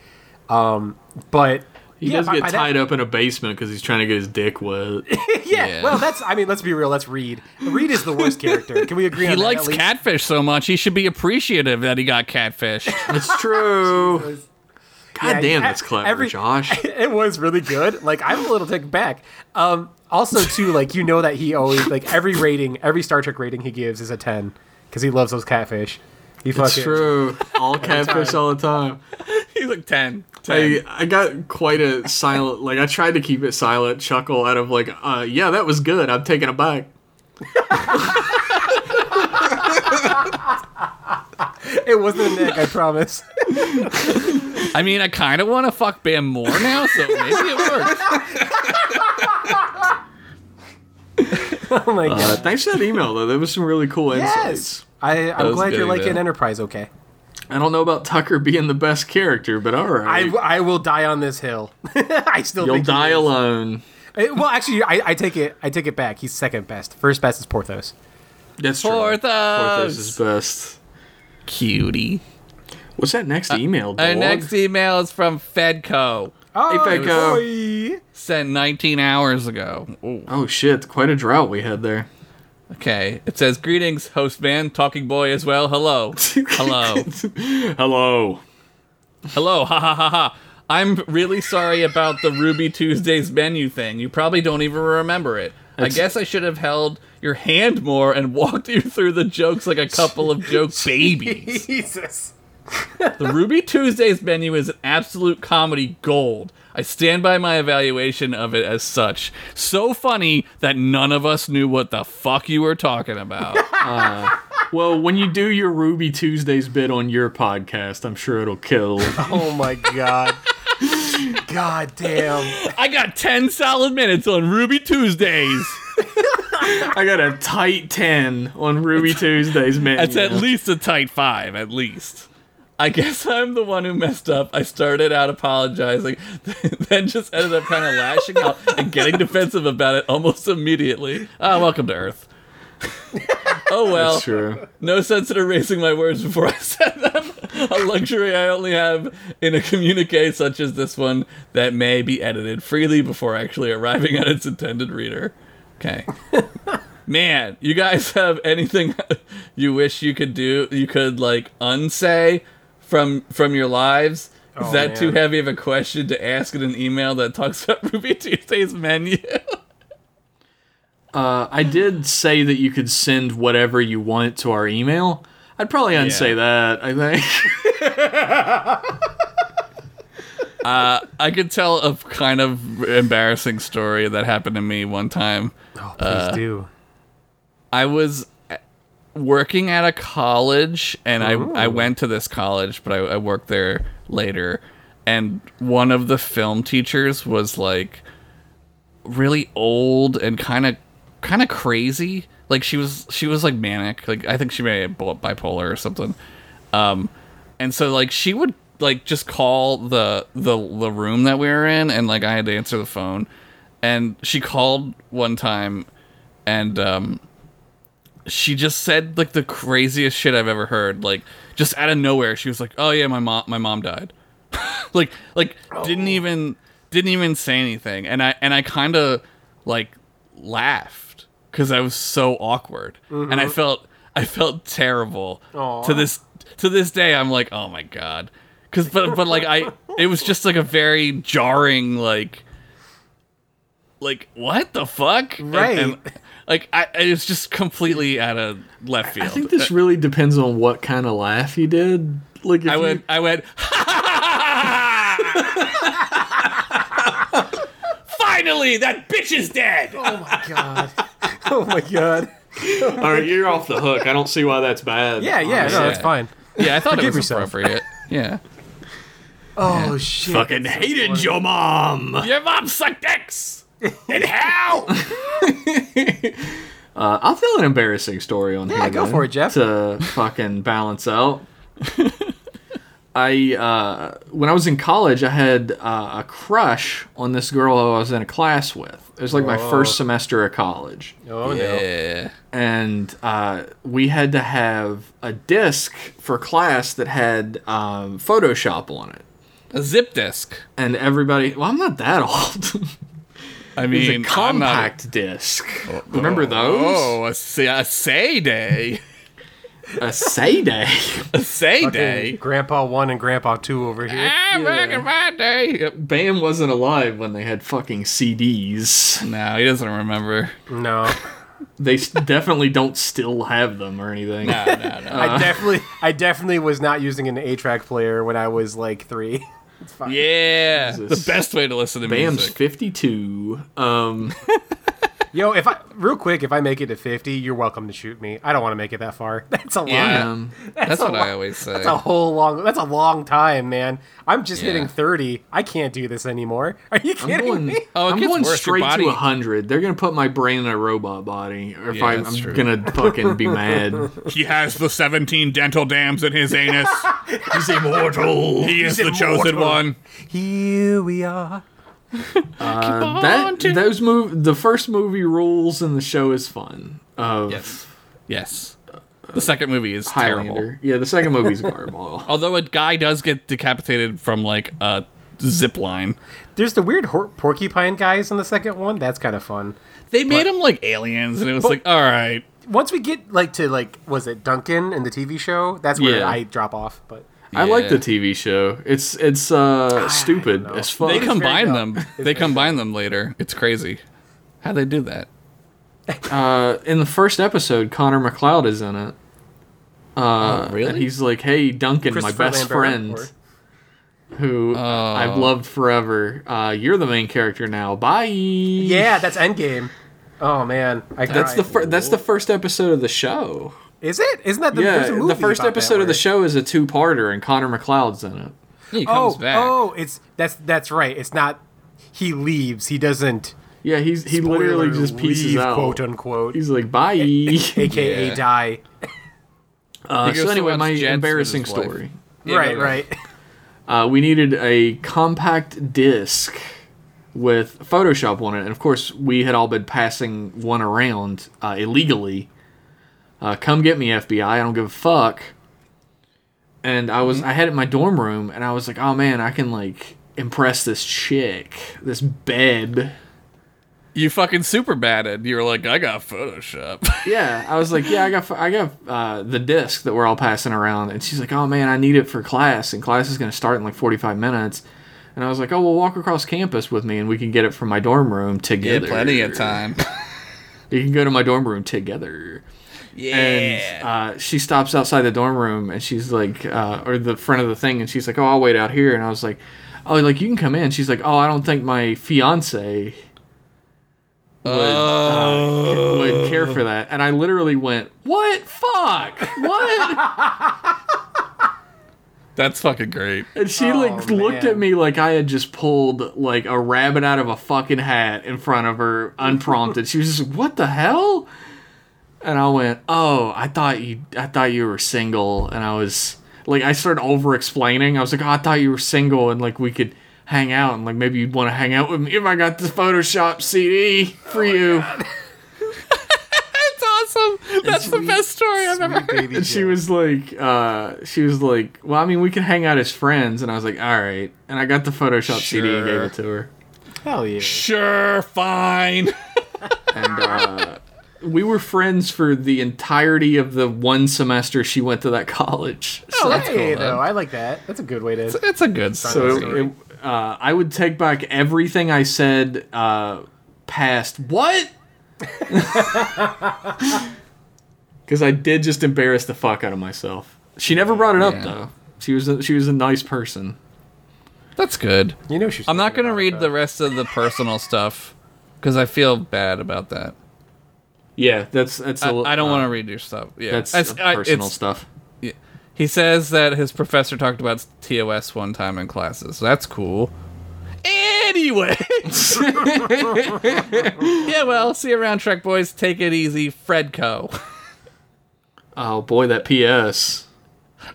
Speaker 3: Um, but
Speaker 1: He does get tied up in a basement because he's trying to get his dick wet.
Speaker 3: [LAUGHS] yeah,
Speaker 2: Yeah.
Speaker 3: well, that's I mean, let's be real. That's Reed. Reed is the worst character. Can we agree?
Speaker 2: He
Speaker 3: on that,
Speaker 2: likes
Speaker 3: at least?
Speaker 2: catfish so much, he should be appreciative that he got [LAUGHS] catfish.
Speaker 1: That's
Speaker 3: [LAUGHS]
Speaker 1: true. God
Speaker 3: Yeah,
Speaker 1: damn,
Speaker 3: e-
Speaker 1: that's clever,
Speaker 3: every- [LAUGHS]
Speaker 1: Josh.
Speaker 3: [LAUGHS] it was really good. Like I'm a little taken back. Um, also too, like you know that he always like every rating, every Star Trek rating he gives is a ten because he loves those catfish. He
Speaker 1: That's
Speaker 3: fucking
Speaker 1: true. All catfish
Speaker 3: time.
Speaker 1: all the time.
Speaker 2: He's like 10. 10.
Speaker 1: I, I got quite a silent, like, I tried to keep it silent chuckle out of, like, uh, yeah, that was good. I'm taking it back.
Speaker 3: It wasn't Nick, I promise.
Speaker 2: I mean, I kind of want to fuck Bam more now, [LAUGHS] so maybe it works.
Speaker 3: [LAUGHS] oh my god.
Speaker 1: Uh, thanks for that email, though. That was some really cool insights.
Speaker 3: yes. I, I'm
Speaker 2: was
Speaker 3: glad
Speaker 2: good
Speaker 3: you're liking
Speaker 2: email.
Speaker 3: Enterprise. Okay.
Speaker 1: I don't know about Tucker being the best character, but all
Speaker 3: I,
Speaker 1: right.
Speaker 3: w- I will die on this hill. [LAUGHS] I still
Speaker 1: You'll
Speaker 3: think he
Speaker 1: die
Speaker 3: is.
Speaker 1: alone.
Speaker 3: Eh, Well, actually, I, I take it. I take it back. He's second best. First best is Porthos.
Speaker 1: That's true. Porthos is
Speaker 2: Porthos.
Speaker 1: best.
Speaker 2: Cutie.
Speaker 1: What's that next email,
Speaker 2: Uh, Our
Speaker 1: dog?
Speaker 2: next email is from Fedco.
Speaker 3: Oh,
Speaker 1: Peko.
Speaker 3: boy.
Speaker 2: Sent 19 hours ago. Ooh.
Speaker 1: Oh, shit. Quite a drought we had there.
Speaker 2: Okay. It says, Greetings, host man, talking boy as well. [LAUGHS] Hello. Hello.
Speaker 1: [LAUGHS] Hello.
Speaker 2: Hello, ha ha ha ha. I'm really sorry about the Ruby Tuesdays menu thing. You probably don't even remember it. I guess I should have held your hand more and [LAUGHS] walked you through the jokes like a couple of joke babies.
Speaker 3: [LAUGHS] Jesus.
Speaker 2: The Ruby Tuesdays menu is an absolute comedy gold. I stand by my evaluation of it as such. So funny that none of us knew what the fuck you were talking about.
Speaker 1: Well, when you do your Ruby Tuesdays bit on your podcast, I'm sure it'll
Speaker 2: [LAUGHS]
Speaker 1: kill.
Speaker 3: Oh my god. god damn.
Speaker 2: I got 10 solid minutes on Ruby Tuesdays.
Speaker 1: I got a tight 10 on Ruby Tuesdays, man.
Speaker 2: That's at least a tight five, at least. I guess [LAUGHS] I'm the one who messed up. I started out apologizing, [LAUGHS] then just ended up kind of lashing out and getting defensive about it almost immediately. Ah, welcome to Earth. [LAUGHS] oh well,
Speaker 1: That's true.
Speaker 2: no sense in erasing my words before I [LAUGHS] said them. A luxury I only have in a communique such as this one that may be edited freely before actually arriving at its intended reader.
Speaker 3: [LAUGHS]
Speaker 2: Okay. Man, you guys have anything [LAUGHS] you wish you could do? You could like unsay from from your lives. Is
Speaker 3: Oh,
Speaker 2: that too
Speaker 3: man.
Speaker 2: heavy of a question to ask in an email that talks [LAUGHS] about Ruby Tuesday's menu?
Speaker 1: Uh, I did say that you could send whatever you want to our email. I'd probably unsay that, I think. [LAUGHS]
Speaker 2: I could tell a kind of embarrassing story that happened to me one time.
Speaker 3: Oh, please
Speaker 2: Uh.
Speaker 3: do.
Speaker 2: I was working at a college, and I, I went to this college, but I, I worked there later. And one of the film teachers was like really old and kind of kind of crazy. Like she was she was like manic. Like I think she may have bi- bipolar or something. Um, and so like she would like just call the the the room that we were in, and like I had to answer the phone. And she called one time, and um, she just said like the craziest shit I've ever heard. Like just out of nowhere, she was like, "Oh yeah, my mom, my mom died." [LAUGHS] like like
Speaker 3: Oh.
Speaker 2: didn't even didn't even say anything, and I and I kind of like laughed because I was so awkward, and I felt I felt terrible
Speaker 3: Mm-hmm. Aw.
Speaker 2: to this to this day. I'm like, oh my god, because but but like I it was just like a very jarring like like what the fuck And-
Speaker 3: Right.
Speaker 2: and, [LAUGHS] like I, it was just completely out of left field.
Speaker 1: I think this really depends on what kind of laugh you did. Like, if
Speaker 2: I
Speaker 1: you- [LAUGHS]
Speaker 2: went. I went. [LAUGHS] Finally, that bitch is dead.
Speaker 3: Oh my god. [LAUGHS] oh my god.
Speaker 1: all right, you're off the hook. I don't see why that's bad.
Speaker 3: Yeah, yeah, no,
Speaker 2: Oh, yeah.
Speaker 3: that's fine.
Speaker 2: Yeah, I thought it
Speaker 3: Forgive
Speaker 2: was
Speaker 3: yourself.
Speaker 2: appropriate. Yeah,
Speaker 3: Oh shit.
Speaker 1: Fucking hated your mom.
Speaker 2: your mom sucked dicks in hell.
Speaker 1: Uh, I'll tell an embarrassing story on here.
Speaker 3: go
Speaker 1: then,
Speaker 3: [LAUGHS] for it, Jeff.
Speaker 1: To fucking balance out. I uh, when I was in college, I had uh, a crush on this girl I was in a class with. It was like my first semester of college,
Speaker 2: [LAUGHS]
Speaker 3: Oh no.
Speaker 2: Yeah.
Speaker 1: and uh, we had to have a disc for class that had um, Photoshop on it.
Speaker 2: A zip disk.
Speaker 1: And everybody, well, I'm not that [LAUGHS] old.
Speaker 2: I
Speaker 1: It's
Speaker 2: mean,
Speaker 1: a
Speaker 2: I'm not-
Speaker 1: compact disc. Remember those?
Speaker 2: Oh, a, sa- a say day. Oh.
Speaker 1: A say day.
Speaker 2: A say day.
Speaker 3: Fucking Grandpa one and Grandpa two over here.
Speaker 2: Ah, back in my day. Yep.
Speaker 1: [LAUGHS] Bam wasn't alive when they had fucking CDs.
Speaker 2: No, he doesn't remember.
Speaker 3: No,
Speaker 1: They
Speaker 2: [LAUGHS]
Speaker 1: s- definitely don't still have them or anything.
Speaker 2: No, no, no.
Speaker 1: Uh.
Speaker 3: I definitely, I definitely was not using an A track player when I was like three. [LAUGHS]
Speaker 2: yeah.
Speaker 1: Jesus.
Speaker 2: The best way to listen to
Speaker 1: Bam's
Speaker 2: music.
Speaker 1: 52. Um,
Speaker 3: Yo, if I real quick, if I make it to fifty, you're welcome to shoot me. I don't want to make it that far. [LAUGHS] That's a long.
Speaker 2: Yeah.
Speaker 1: um,
Speaker 2: That's,
Speaker 3: a
Speaker 2: what
Speaker 3: lot.
Speaker 2: I always say.
Speaker 3: That's a whole long. That's a long time, man. I'm just
Speaker 2: Yeah.
Speaker 3: hitting thirty. I can't do this anymore. [LAUGHS] Are you
Speaker 1: I'm
Speaker 3: kidding
Speaker 1: going,
Speaker 3: me?
Speaker 2: Oh, [LAUGHS] it
Speaker 1: I'm
Speaker 2: gets
Speaker 1: going
Speaker 2: worse. Your
Speaker 1: straight
Speaker 2: body-
Speaker 1: to 100. They're going to put my brain in a robot body. Or if
Speaker 2: Yeah,
Speaker 1: I, I'm
Speaker 2: that's true.
Speaker 1: going to fucking be mad.
Speaker 2: [LAUGHS] [LAUGHS] He has the 17 dental dams in his
Speaker 3: [LAUGHS]
Speaker 2: anus.
Speaker 1: He's immortal.
Speaker 2: He is
Speaker 3: the chosen one. Here we are. Uh,
Speaker 1: that, those move, the first movie rules and the show is fun. Of
Speaker 2: Yes. Yes. The second movie is terrible.
Speaker 1: Highlander. Yeah, the second movie's garble.
Speaker 2: Although a guy does get decapitated from like a zip line.
Speaker 3: There's the weird hor- porcupine guys in the second one. That's kind of fun.
Speaker 2: They made him like aliens, and it was like, all right.
Speaker 3: Once we get like to like, was it Duncan in the TV show? That's where
Speaker 1: Yeah.
Speaker 3: I drop off. But
Speaker 1: I like the
Speaker 2: Yeah.
Speaker 1: TV show. It's it's uh, stupid
Speaker 3: know.
Speaker 1: as fuck.
Speaker 2: They
Speaker 3: It's come- very
Speaker 2: combine
Speaker 3: dumb.
Speaker 2: them.
Speaker 3: It's
Speaker 2: They
Speaker 3: very
Speaker 2: combine them later. It's crazy. How they do that?
Speaker 1: uh, in the first episode, Connor McLeod is in it. Uh,
Speaker 2: Oh, really?
Speaker 1: And he's like, "Hey, Duncan, my
Speaker 3: Christopher
Speaker 1: best
Speaker 3: Lambert,
Speaker 1: friend, who
Speaker 3: Oh.
Speaker 1: I've loved forever. Uh, you're the main character now. Bye."
Speaker 3: Yeah, that's Endgame. Oh man, I
Speaker 1: That's the
Speaker 3: cried.
Speaker 1: fir- that's the first episode of the show.
Speaker 3: Is it? Isn't that the,
Speaker 1: Yeah,
Speaker 3: there's a movie
Speaker 1: the first
Speaker 3: about that
Speaker 1: episode of the
Speaker 3: where-
Speaker 1: show is a two-parter, and Connor McLeod's in it.
Speaker 2: He comes
Speaker 3: Oh,
Speaker 2: back.
Speaker 3: oh, it's that's that's right. It's not. He leaves. He doesn't.
Speaker 1: Yeah, he's he literally
Speaker 3: spoiler,
Speaker 1: just pieces
Speaker 3: leave,
Speaker 1: out.
Speaker 3: quote unquote,
Speaker 1: He's like, "Bye." [LAUGHS]
Speaker 3: aka
Speaker 2: Yeah.
Speaker 3: die.
Speaker 1: Uh,
Speaker 2: goes
Speaker 1: so
Speaker 2: to
Speaker 1: anyway,
Speaker 2: watch
Speaker 1: my
Speaker 2: Jets with his
Speaker 1: embarrassing
Speaker 2: wife.
Speaker 1: story.
Speaker 2: Yeah,
Speaker 3: right,
Speaker 2: no, no.
Speaker 3: right.
Speaker 1: Uh, we needed a compact disc with Photoshop on it, and of course, we had all been passing one around uh, illegally. Uh, come get me, FBI! I don't give a fuck. And I
Speaker 2: Mm-hmm.
Speaker 1: was, I had it in my dorm room, and I was like, oh man, I can like impress this chick, this bed.
Speaker 2: You fucking super batted. You were like, I got Photoshop. [LAUGHS]
Speaker 1: Yeah, I was like, yeah, I got, I got uh, the disc that we're all passing around, and she's like, oh man, I need it for class, and class is gonna start in like forty five minutes, and I was like, oh well, walk across campus with me, and we can get it from my dorm room
Speaker 2: yeah,
Speaker 1: together.
Speaker 2: plenty of time.
Speaker 1: You can go to my dorm room together.
Speaker 2: [LAUGHS] yeah.
Speaker 1: And uh, she stops outside the dorm room, and she's like, uh, or the front of the thing, and she's like, oh, I'll wait out here, and I was like, oh, like you can come in. She's like, oh, I don't think my fiance
Speaker 2: oh.
Speaker 1: uh, would care for that. And I literally went, What? Fuck!
Speaker 2: [LAUGHS]
Speaker 1: What?
Speaker 2: That's fucking great.
Speaker 1: and she
Speaker 3: Oh,
Speaker 1: like looked at
Speaker 3: man.
Speaker 1: me like I had just pulled like a rabbit out of a fucking hat in front of her
Speaker 3: [LAUGHS]
Speaker 1: unprompted. she was just like, What the hell? And I went, Oh, I thought you I thought you were single and I was like I started over explaining. I was like, Oh, I thought you were single and like we could hang out and like maybe you'd want to hang out with me if I got the Photoshop
Speaker 3: [LAUGHS]
Speaker 1: CD for
Speaker 3: Oh
Speaker 1: you.
Speaker 2: That's [LAUGHS] awesome. That's the
Speaker 3: sweet-
Speaker 2: best story I've ever
Speaker 3: Sweet
Speaker 2: heard.
Speaker 3: [LAUGHS] baby
Speaker 1: And she
Speaker 3: Jane.
Speaker 1: was like, uh, she was like, well, I mean, we can hang out as friends. And I was like, all right. And I got the Photoshop CD and gave
Speaker 2: Sure.
Speaker 1: it to her.
Speaker 3: Hell yeah.
Speaker 2: Sure, [LAUGHS] fine.
Speaker 1: And uh, we were friends for the entirety of the one semester she went to that college.
Speaker 3: Oh,
Speaker 1: So,
Speaker 3: that's
Speaker 2: cool,
Speaker 3: hey,
Speaker 2: though.
Speaker 3: though. I like that. That's a good way to.
Speaker 2: It's a good story.
Speaker 1: so
Speaker 3: cool.
Speaker 1: it, uh, I would take back everything I said uh, past what? [LAUGHS] Because I did just embarrass the fuck out of myself. She never brought it up
Speaker 2: Yeah.
Speaker 1: though. She was a, she was a nice person.
Speaker 2: That's good.
Speaker 3: You know, she's.
Speaker 2: I'm not going to
Speaker 3: about
Speaker 2: read
Speaker 3: that.
Speaker 2: the rest of the personal stuff because I feel bad about that.
Speaker 1: Yeah, that's that's.
Speaker 2: I,
Speaker 1: a li-
Speaker 2: I don't
Speaker 1: uh,
Speaker 2: want to read your stuff. Yeah,
Speaker 1: That's
Speaker 2: That's- I- it's-
Speaker 1: personal stuff.
Speaker 2: He says that his professor talked about TOS one time in classes. So that's cool. Anyway. [LAUGHS] yeah, well, see you around, Trek Boys. Take it easy, Fredco.
Speaker 1: Oh boy, that PS.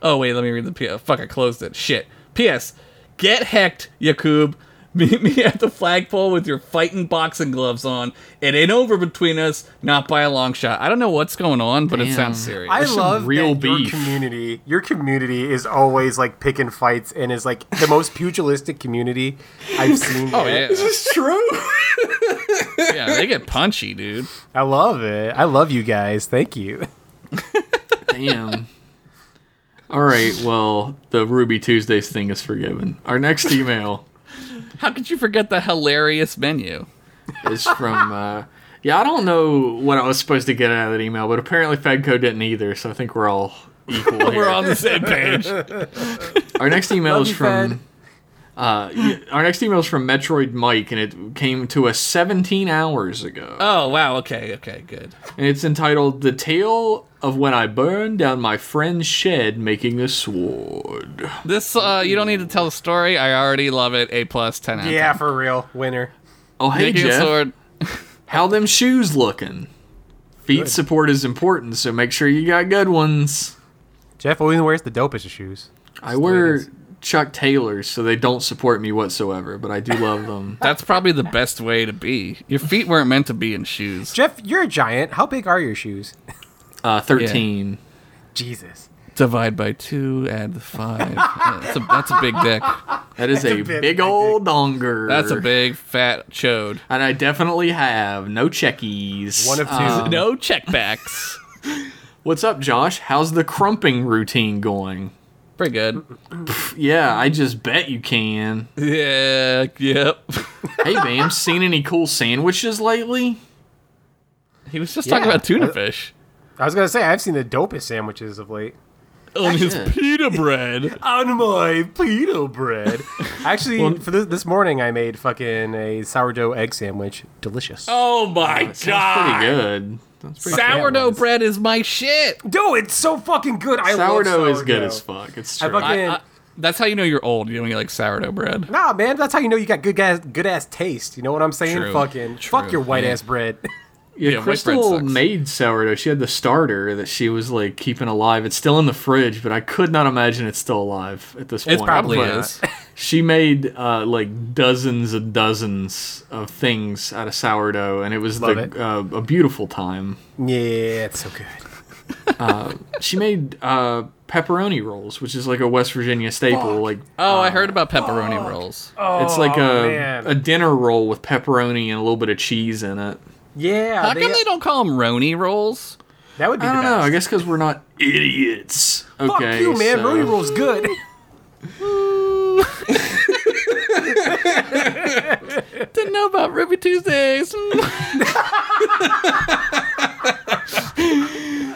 Speaker 2: Oh wait, let me read the P. Fuck, I closed it. Shit. P.S. Get hecked, Yakub. [LAUGHS] Meet me at the flagpole with your fighting boxing gloves on. It ain't over between us, not by a long shot. I don't know what's going on, but it
Speaker 1: Damn.
Speaker 2: sounds serious.
Speaker 3: I
Speaker 1: There's some
Speaker 3: love
Speaker 1: real
Speaker 3: that
Speaker 1: beef.
Speaker 3: your community. Your community is always like picking fights and is like the most pugilistic community I've seen.
Speaker 2: oh
Speaker 3: yet.
Speaker 2: yeah,
Speaker 1: This is true.
Speaker 2: yeah. They get punchy, dude.
Speaker 3: I love it. I love you guys. Thank you.
Speaker 1: Damn. All right. Well, the Ruby Tuesdays thing is forgiven. Our next email
Speaker 2: How could you forget the hilarious menu?
Speaker 1: is from. Uh, yeah, I don't know what I was supposed to get out of that email, but apparently Fedco didn't either. So I think we're all
Speaker 2: [LAUGHS]
Speaker 1: equal. here.
Speaker 2: We're on the same page.
Speaker 1: Our
Speaker 2: [LAUGHS]
Speaker 1: next email
Speaker 3: Love
Speaker 1: is
Speaker 3: you, Fed.
Speaker 1: from. Uh, y- our next email is from Metroid Mike, and it came to us 17 hours ago.
Speaker 2: Oh wow. Okay. Okay. Good.
Speaker 1: and it's entitled "The Tale of When I Burned Down My Friend's Shed Making a Sword."
Speaker 2: This uh, you don't need to tell the story. I already love it. A plus ten. Out of
Speaker 3: [LAUGHS] Yeah, for real. Winner.
Speaker 1: Oh,
Speaker 2: 10.
Speaker 1: hey
Speaker 2: Making a
Speaker 1: Jeff,
Speaker 2: sword.
Speaker 1: how them shoes looking? Feet support is important, so make sure you got good ones.
Speaker 3: Jeff always wears the dopest of shoes.
Speaker 1: I wear Chuck Taylors, so they don't support me whatsoever, but I do love
Speaker 2: [LAUGHS]
Speaker 1: them.
Speaker 2: That's probably the best way to be. Your feet weren't meant to be in shoes.
Speaker 3: Jeff, you're a giant. How big are your shoes?
Speaker 1: Uh, Thirteen.
Speaker 3: [LAUGHS] Jesus.
Speaker 2: Divide by two, add the [LAUGHS] five. Yeah, that's, a, that's a big dick.
Speaker 1: That is a,
Speaker 3: a bit
Speaker 1: big
Speaker 3: big.
Speaker 1: old donger.
Speaker 2: That's a big fat chode.
Speaker 1: And I definitely have no checkies. Uh,
Speaker 3: One of two.
Speaker 2: no checkbacks.
Speaker 1: What's up, Josh? How's the crumping routine going?
Speaker 2: Pretty good.
Speaker 1: Yeah, I just bet you can.
Speaker 2: Yeah. Yep.
Speaker 1: hey, Bam, [LAUGHS] seen any cool sandwiches lately?
Speaker 2: He was just
Speaker 1: Yeah.
Speaker 2: talking about tuna fish
Speaker 3: I was gonna say I've seen the dopest sandwiches of late.
Speaker 2: on his
Speaker 1: Yeah.
Speaker 2: pita bread.
Speaker 3: On my pita bread. [LAUGHS] Actually, for this, this morning I made fucking a sourdough egg sandwich. Delicious.
Speaker 2: Oh my
Speaker 1: That's
Speaker 2: god.
Speaker 1: pretty good. That's pretty
Speaker 3: that
Speaker 2: Sourdough
Speaker 3: was.
Speaker 2: bread is my shit.
Speaker 3: Dude, it's so fucking good. I love
Speaker 1: sourdough is good
Speaker 3: sourdough.
Speaker 1: as fuck. It's
Speaker 3: I
Speaker 1: true.
Speaker 3: fucking
Speaker 2: I- I- that's how you know you're old. You know when you like sourdough bread.
Speaker 3: nah, man. That's how you know you got good ass good ass taste. You know what I'm saying?
Speaker 2: True.
Speaker 3: Fucking
Speaker 2: True.
Speaker 3: fuck your white
Speaker 2: Yeah.
Speaker 3: ass bread. [LAUGHS]
Speaker 1: yeah,
Speaker 2: yeah, white bread
Speaker 1: Crystal
Speaker 2: sucks.
Speaker 1: made sourdough. She had the starter that she was like keeping alive. It's still in the fridge, but I could not imagine it's still alive at this point.
Speaker 3: probably
Speaker 1: But
Speaker 3: is. [LAUGHS]
Speaker 1: She made uh, like dozens and dozens of things out of sourdough, and it was
Speaker 3: Love
Speaker 1: the,
Speaker 3: it.
Speaker 1: Uh, a beautiful time.
Speaker 3: yeah, it's so good.
Speaker 1: She made uh, pepperoni rolls, which is like a West Virginia staple. Like
Speaker 2: Oh, I heard about pepperoni rolls.
Speaker 1: it's like
Speaker 3: Oh,
Speaker 1: a
Speaker 3: man.
Speaker 1: a dinner roll with pepperoni and a little bit of cheese in it.
Speaker 3: Yeah,
Speaker 2: How
Speaker 3: they-
Speaker 2: come they don't call them Roni rolls?
Speaker 3: that would be
Speaker 1: I
Speaker 3: the
Speaker 1: don't
Speaker 3: best.
Speaker 1: know. I guess because we're not idiots.
Speaker 3: Fuck
Speaker 1: okay,
Speaker 3: you, man.
Speaker 1: so-
Speaker 3: Rooney Rule's good.
Speaker 2: [LAUGHS] Didn't know about Ruby Tuesdays.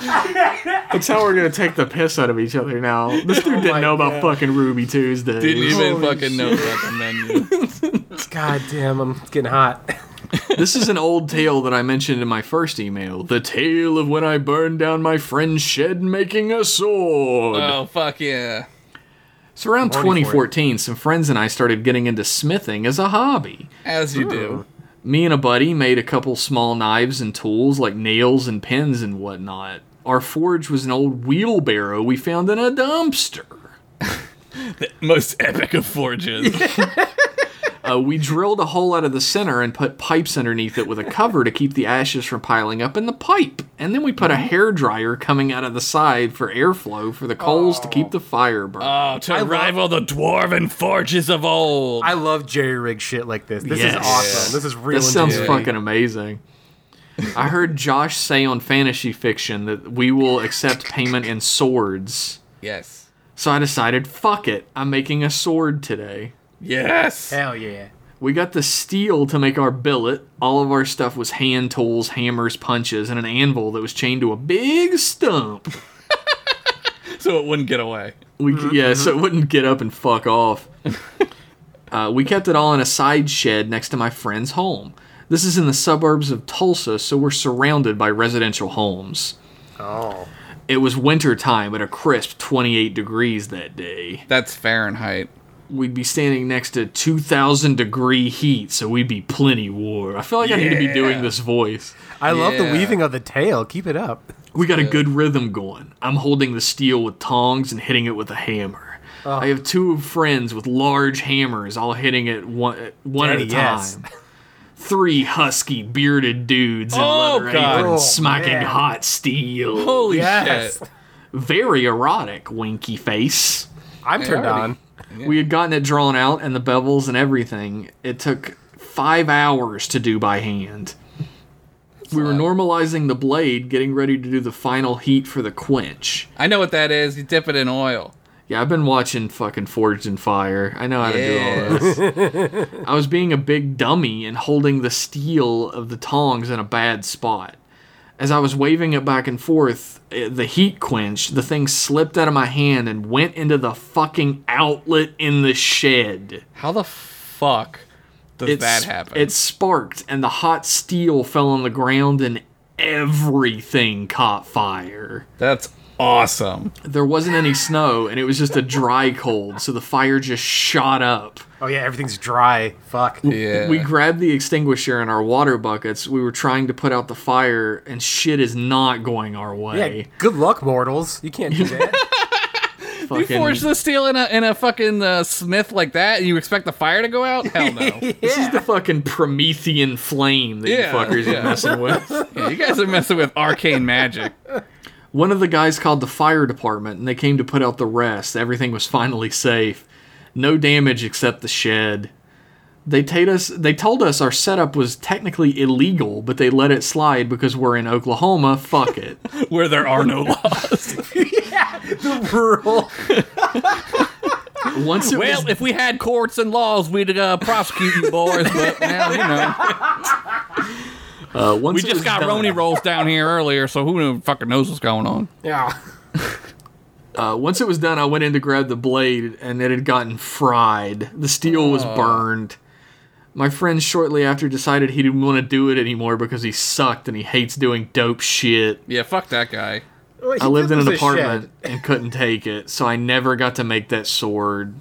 Speaker 1: That's how we're gonna take the piss out of each other now. This dude didn't
Speaker 3: my
Speaker 1: know about
Speaker 3: God.
Speaker 1: fucking Ruby Tuesday.
Speaker 2: Oh Didn't even
Speaker 3: Holy
Speaker 2: fucking know about the menu.
Speaker 3: [LAUGHS] God damn, I'm it's getting hot.
Speaker 1: [LAUGHS] This is an old tale that I mentioned in my first email. The tale of when I burned down my friend's shed making a sword.
Speaker 2: Oh fuck yeah!
Speaker 1: So around
Speaker 3: horny for it.
Speaker 1: 2014, some friends and I started getting into smithing as a hobby.
Speaker 2: As you do.
Speaker 1: Me and a buddy made a couple small knives and tools like nails and pins and whatnot. Our forge was an old wheelbarrow we found in a dumpster.
Speaker 2: Most epic of forges.
Speaker 1: Uh, we drilled a hole out of the center and put pipes underneath it with a cover to keep the ashes from piling up in the pipe. And then we put a hair dryer coming out of the side for airflow for the coals to keep the fire burning.
Speaker 2: [LAUGHS] Oh, to rival the dwarven forges of old.
Speaker 3: I love Jerry Rig shit like this. This
Speaker 1: Yes.
Speaker 3: is awesome. This is real.
Speaker 1: That sounds
Speaker 3: engineering.
Speaker 1: fucking amazing. I heard Josh say on Fantasy Fiction that we will accept payment in swords.
Speaker 2: yes.
Speaker 1: So I decided, fuck it, I'm making a sword today.
Speaker 2: Yes.
Speaker 3: Hell yeah.
Speaker 1: We got the steel to make our billet. All of our stuff was hand tools, hammers, punches, and an anvil that was chained to a big stump.
Speaker 2: So it wouldn't get away.
Speaker 1: We yeah, so it wouldn't get up and fuck off. uh, we kept it all in a side shed next to my friend's home. This is in the suburbs of Tulsa, so we're surrounded by residential homes.
Speaker 3: Oh.
Speaker 1: It was winter time at a crisp 28 degrees that day.
Speaker 2: That's Fahrenheit.
Speaker 1: We'd be standing next to 2,000 degree heat, so we'd be plenty warm. I feel like I need to be
Speaker 2: Yeah.
Speaker 1: doing this voice.
Speaker 3: I love the
Speaker 2: Yeah.
Speaker 3: weaving of the tail. Keep it up.
Speaker 1: We got a good rhythm going. I'm holding the steel with tongs and hitting it with a hammer.
Speaker 3: Ah.
Speaker 1: I have two friends with large hammers, all hitting it one, one at a
Speaker 3: Daddy, yes.
Speaker 1: time. Three husky, bearded dudes in
Speaker 2: Oh,
Speaker 1: leather
Speaker 2: God. Oh.
Speaker 1: aprons
Speaker 3: Oh,
Speaker 1: smacking
Speaker 3: man.
Speaker 1: hot steel.
Speaker 2: Holy
Speaker 3: Yes.
Speaker 2: shit!
Speaker 1: Very erotic, winky face.
Speaker 3: I'm turned
Speaker 2: already-
Speaker 3: on.
Speaker 1: We had gotten it drawn out and the bevels and everything. It took five hours to do by hand. we were
Speaker 2: lot.
Speaker 1: normalizing the blade, getting ready to do the final heat for the quench.
Speaker 2: I know what that is. You dip it in oil.
Speaker 1: Yeah, I've been watching fucking Forged in Fire. I know how to do all
Speaker 2: Yeah.
Speaker 1: this. I was being a big dummy and holding the steel of the tongs in a bad spot. As I was waving it back and forth, eh, the heat quenched, the thing slipped out of my hand and went into the fucking outlet in the shed.
Speaker 2: How the fuck does
Speaker 1: It
Speaker 2: that
Speaker 1: sp-
Speaker 2: happen?
Speaker 1: It sparked, and the hot steel fell on the ground, and everything caught fire.
Speaker 2: That's awesome.
Speaker 1: There wasn't any snow, and it was just a dry cold, so the fire just shot up.
Speaker 3: Oh yeah, everything's dry. Fuck.
Speaker 2: Yeah.
Speaker 1: We grabbed the extinguisher and our water buckets. We were trying to put out the fire, and shit is not going our way.
Speaker 3: Yeah, good luck, mortals. You can't
Speaker 1: [LAUGHS]
Speaker 3: do that.
Speaker 2: you
Speaker 1: Fucking-
Speaker 2: forge the steel in a in a fucking uh, smith like that, and you expect the fire to go out? Hell no. [LAUGHS]
Speaker 1: this is the fucking Promethean flame that
Speaker 2: Yeah,
Speaker 1: you fuckers
Speaker 2: yeah.
Speaker 1: are messing
Speaker 3: [LAUGHS]
Speaker 1: with.
Speaker 2: Yeah, you guys are messing with arcane magic.
Speaker 1: One of the guys called the fire department, and they came to put out the rest. Everything was finally safe. No damage except the shed. They told us they told us our setup was technically illegal, but they let it slide because we're in Oklahoma. Fuck
Speaker 2: [LAUGHS]
Speaker 1: it.
Speaker 2: [LAUGHS] Where there are no laws.
Speaker 3: yeah, the rural.
Speaker 1: Once it was
Speaker 2: [LAUGHS] Well, if we had courts and laws, we'd uh, prosecute you boys, but now, you know.
Speaker 1: uh, once
Speaker 2: [LAUGHS] We
Speaker 1: it
Speaker 2: just
Speaker 1: was
Speaker 2: got
Speaker 1: done-
Speaker 2: Roni rolls down here earlier, so who knew- fucking knows what's going on?
Speaker 3: Yeah.
Speaker 1: Uh, once it was done, I went in to grab the blade, and it had gotten fried. The steel was burned. My friend shortly after decided he didn't want to do it anymore because he sucked and he hates doing dope shit.
Speaker 2: Yeah, fuck that guy.
Speaker 3: Well, he
Speaker 1: I lived
Speaker 3: did
Speaker 1: in an
Speaker 3: lose a
Speaker 1: apartment
Speaker 3: shed.
Speaker 1: and couldn't take it, so I never got to make that sword.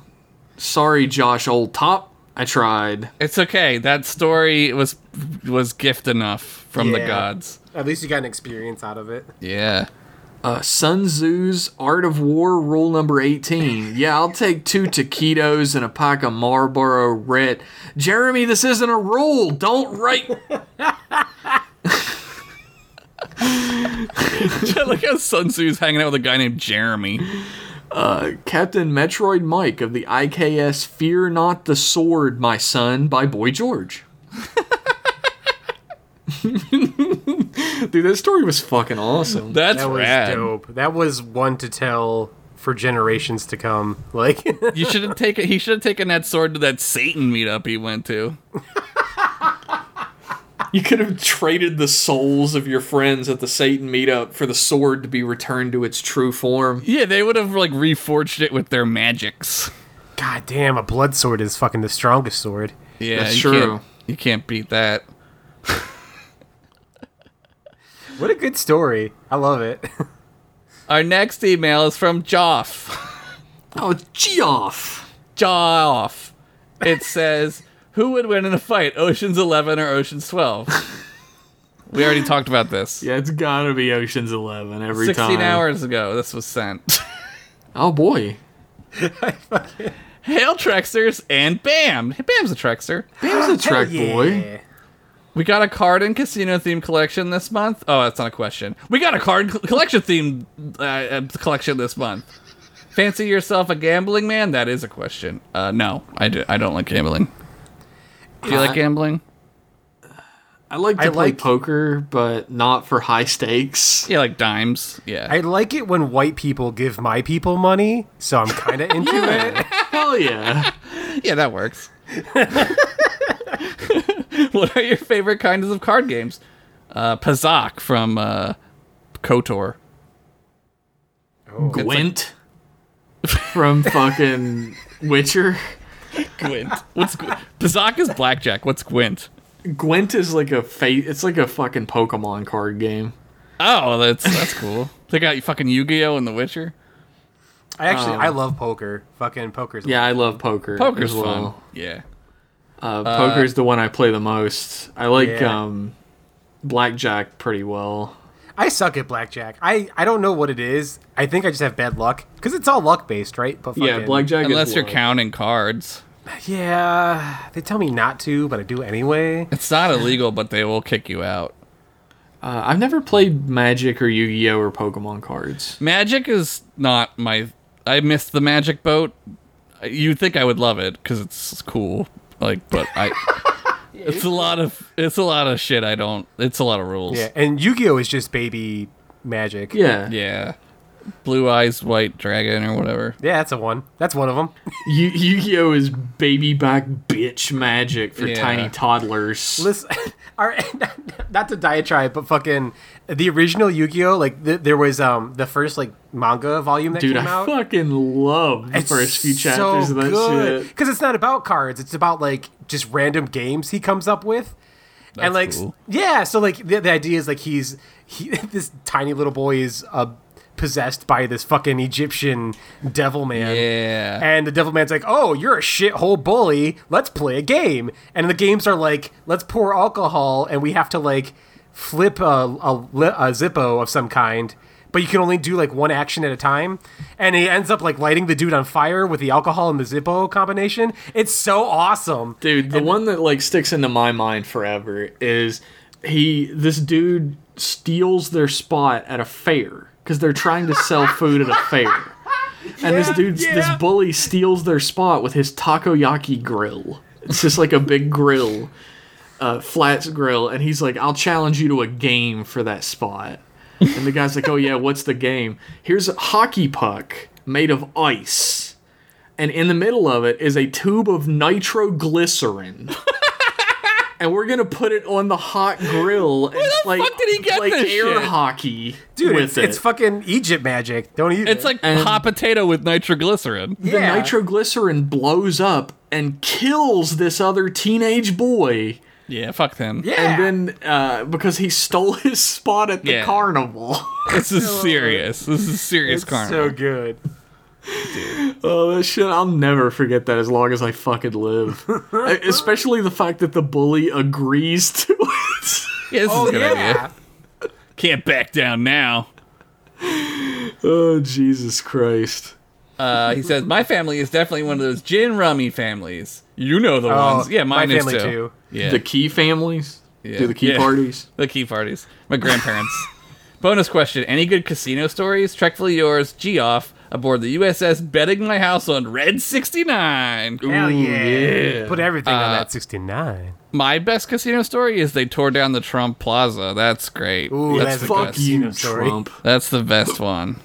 Speaker 1: Sorry, Josh, old top. I tried.
Speaker 2: It's okay. That story was was gift enough from the
Speaker 3: Yeah.
Speaker 2: gods.
Speaker 3: At least you got an experience out of it.
Speaker 2: Yeah.
Speaker 1: Uh, Sun Tzu's Art of War, rule number 18. Yeah, I'll take two taquitos and a pack of Marlboro Red. Jeremy, this isn't a rule. Don't write.
Speaker 2: [LAUGHS] Look how Sun Tzu's hanging out with a guy named Jeremy.
Speaker 1: Captain Metroid Mike of the IKS Fear Not the Sword, My Son by Boy George. [LAUGHS] Dude, that story was fucking awesome.
Speaker 2: That's
Speaker 3: That was
Speaker 2: rad.
Speaker 3: dope. That was one to tell for generations to come. Like, [LAUGHS]
Speaker 2: You should have taken. He should have taken that sword to that Satan meetup he went to.
Speaker 1: You could have traded the souls of your friends at the Satan meetup for the sword to be returned to its true form.
Speaker 2: Yeah, they would have like reforged it with their magics.
Speaker 3: god damn, a blood sword is fucking the strongest sword.
Speaker 2: Yeah,
Speaker 1: That's
Speaker 2: you
Speaker 1: true.
Speaker 2: Can't, you can't beat that.
Speaker 3: What a good story. I love it.
Speaker 2: Our next email is from Joff.
Speaker 1: Oh, Geoff.
Speaker 2: Joff. It says, "Who would win in a fight, Ocean's Eleven or Ocean's 12? We already talked about this.
Speaker 1: Yeah, it's gotta be Ocean's Eleven every
Speaker 2: 16
Speaker 1: time.
Speaker 2: hours ago, this was sent.
Speaker 1: Oh boy,
Speaker 2: Hail Trexters and Bam. Bam's a Trexter.
Speaker 1: Bam's a track boy.
Speaker 3: Yeah.
Speaker 2: We got a card and casino theme collection this month. Oh, that's not a question. We got a card and collection theme uh, uh, collection this month. Fancy yourself a gambling man? That is a question. Uh, no, I, do, I don't like gambling. Do you like gambling?
Speaker 1: I like to
Speaker 3: I
Speaker 1: play
Speaker 3: like-
Speaker 1: poker, but not for high stakes.
Speaker 2: Yeah, like dimes. Yeah.
Speaker 3: I like it when white people give my people money, so I'm
Speaker 1: [LAUGHS]
Speaker 3: kind of into it.
Speaker 1: Hell yeah.
Speaker 2: yeah, that works. [LAUGHS] what are your favorite kinds of card games? Uh, Pazak from uh, KOTOR.
Speaker 1: Gwent [LAUGHS] from fucking Witcher.
Speaker 2: Gwent. What's Gw- Pazak is blackjack. What's Gwent?
Speaker 1: Gwent is like a fa- it's like a fucking Pokemon card game.
Speaker 2: Oh, that's that's cool. They got fucking Yu-Gi-Oh and The Witcher.
Speaker 3: I actually, I love poker. Fucking poker's
Speaker 1: Um, Yeah, I love poker.
Speaker 2: Poker's
Speaker 1: as
Speaker 2: fun.
Speaker 1: well.
Speaker 2: Yeah.
Speaker 1: Uh, poker's the one I play the most. I like
Speaker 3: Yeah.
Speaker 1: um blackjack pretty well.
Speaker 3: I suck at blackjack. I, I don't know what it is. I think I just have bad luck because it's all luck based, right? But
Speaker 1: yeah,
Speaker 3: fucking-
Speaker 1: blackjack.
Speaker 2: Unless
Speaker 1: is
Speaker 2: you're
Speaker 1: low.
Speaker 2: counting cards.
Speaker 3: Yeah, they tell me not to, but I
Speaker 1: [LAUGHS]
Speaker 3: do anyway.
Speaker 2: It's not illegal, but they will kick you out.
Speaker 1: Uh, I've never played Magic or Yu Gi Oh or Pokemon cards.
Speaker 2: Magic is not my. I missed the magic boat. You'd think I would love it because it's cool, like, but
Speaker 3: [LAUGHS]
Speaker 2: I. it's a lot of it's a lot of shit. I don't. It's a lot of rules.
Speaker 3: Yeah, and Yu Gi Oh is just baby magic.
Speaker 1: Yeah,
Speaker 2: Yeah. Blue eyes, white dragon, or whatever.
Speaker 3: Yeah, that's a one. That's one of them.
Speaker 1: Yu Gi Oh is baby back bitch magic for
Speaker 2: Yeah.
Speaker 1: tiny toddlers.
Speaker 3: Listen, [LAUGHS] our, not to diatribe, but fucking the original Yu-Gi-Oh, like th- there was um the first like manga volume that
Speaker 1: Dude,
Speaker 3: came
Speaker 1: I
Speaker 3: out.
Speaker 1: fucking love the first few chapters of that shit.
Speaker 3: because it's not about cards; it's about like just random games he comes up with,
Speaker 2: That's
Speaker 3: and like s-
Speaker 2: cool.
Speaker 3: yeah. So like the, the idea is like he's he [LAUGHS] this tiny little boy is uh, possessed by this fucking Egyptian devil man.
Speaker 2: Yeah.
Speaker 3: And the devil man's like, "Oh, you're a shithole bully. Let's play a game." And the games are like, "Let's pour alcohol, and we have to like flip a, a, li- a Zippo of some kind." But you can only do like one action at a time, and he ends up like lighting the dude on fire with the alcohol and the Zippo combination. It's so awesome.
Speaker 1: Dude, the one that like sticks into my mind forever is he this dude steals their spot at a fair cuz they're trying to sell food at a fair. And this
Speaker 3: Yeah,
Speaker 1: dude, this
Speaker 3: yeah.
Speaker 1: bully steals their spot with his takoyaki grill. It's just like a big grill, uh, flats grill, and he's like, "I'll challenge you to a game for that spot." And the guy's like, "Oh yeah, what's the game? Here's a hockey puck made of ice, and in the middle of it is a tube of
Speaker 2: [LAUGHS]
Speaker 1: nitroglycerin." And we're gonna put it on the hot grill and play,
Speaker 2: fuck did he get
Speaker 1: play
Speaker 2: this
Speaker 1: air
Speaker 2: shit?
Speaker 1: hockey
Speaker 3: Dude,
Speaker 1: with
Speaker 3: it's,
Speaker 1: it.
Speaker 3: it's fucking Egypt magic. Don't eat
Speaker 2: It's
Speaker 3: it.
Speaker 2: like
Speaker 1: And-
Speaker 2: hot potato with nitroglycerin.
Speaker 1: the
Speaker 3: Yeah.
Speaker 1: nitroglycerin blows up and kills this other teenage boy
Speaker 2: Yeah, fuck them.
Speaker 3: yeah.
Speaker 1: and then uh, because he stole [LAUGHS] his spot at the
Speaker 2: Yeah.
Speaker 1: carnival [LAUGHS]
Speaker 2: This is serious. This is serious
Speaker 3: uh, it's
Speaker 2: carnival.
Speaker 3: so good.
Speaker 1: oh that shit i'll never forget that as long as i fucking
Speaker 2: [LAUGHS]
Speaker 1: live E- especially the fact that the bully agrees to [LAUGHS] it
Speaker 2: yeah, this is a
Speaker 3: Oh
Speaker 2: good idea.
Speaker 3: yeah.
Speaker 2: Can't back down now.
Speaker 1: oh jesus christ
Speaker 2: Uh, he says, "My family is definitely one of those gin rummy families. You know the
Speaker 3: Oh,
Speaker 2: ones. Yeah,
Speaker 3: my
Speaker 2: mine is
Speaker 3: family
Speaker 2: too.
Speaker 3: too.
Speaker 2: Yeah,
Speaker 1: the key families
Speaker 2: yeah.
Speaker 1: do the key
Speaker 2: Yeah.
Speaker 1: parties
Speaker 2: The key parties. My grandparents. [LAUGHS] Bonus question: Any good casino stories? Trekfully yours. G off aboard the USS betting my house on Red 69.
Speaker 3: Hell
Speaker 1: Ooh,
Speaker 3: yeah.
Speaker 1: yeah.
Speaker 3: Put everything on that sixty nine.
Speaker 2: My best casino story is they tore down the Trump Plaza. That's great. [LAUGHS]
Speaker 3: Ooh,
Speaker 2: that's,
Speaker 3: that's a
Speaker 2: the
Speaker 1: fuck
Speaker 3: good
Speaker 2: best.
Speaker 1: you
Speaker 3: casino story.
Speaker 1: trump
Speaker 2: That's the best one.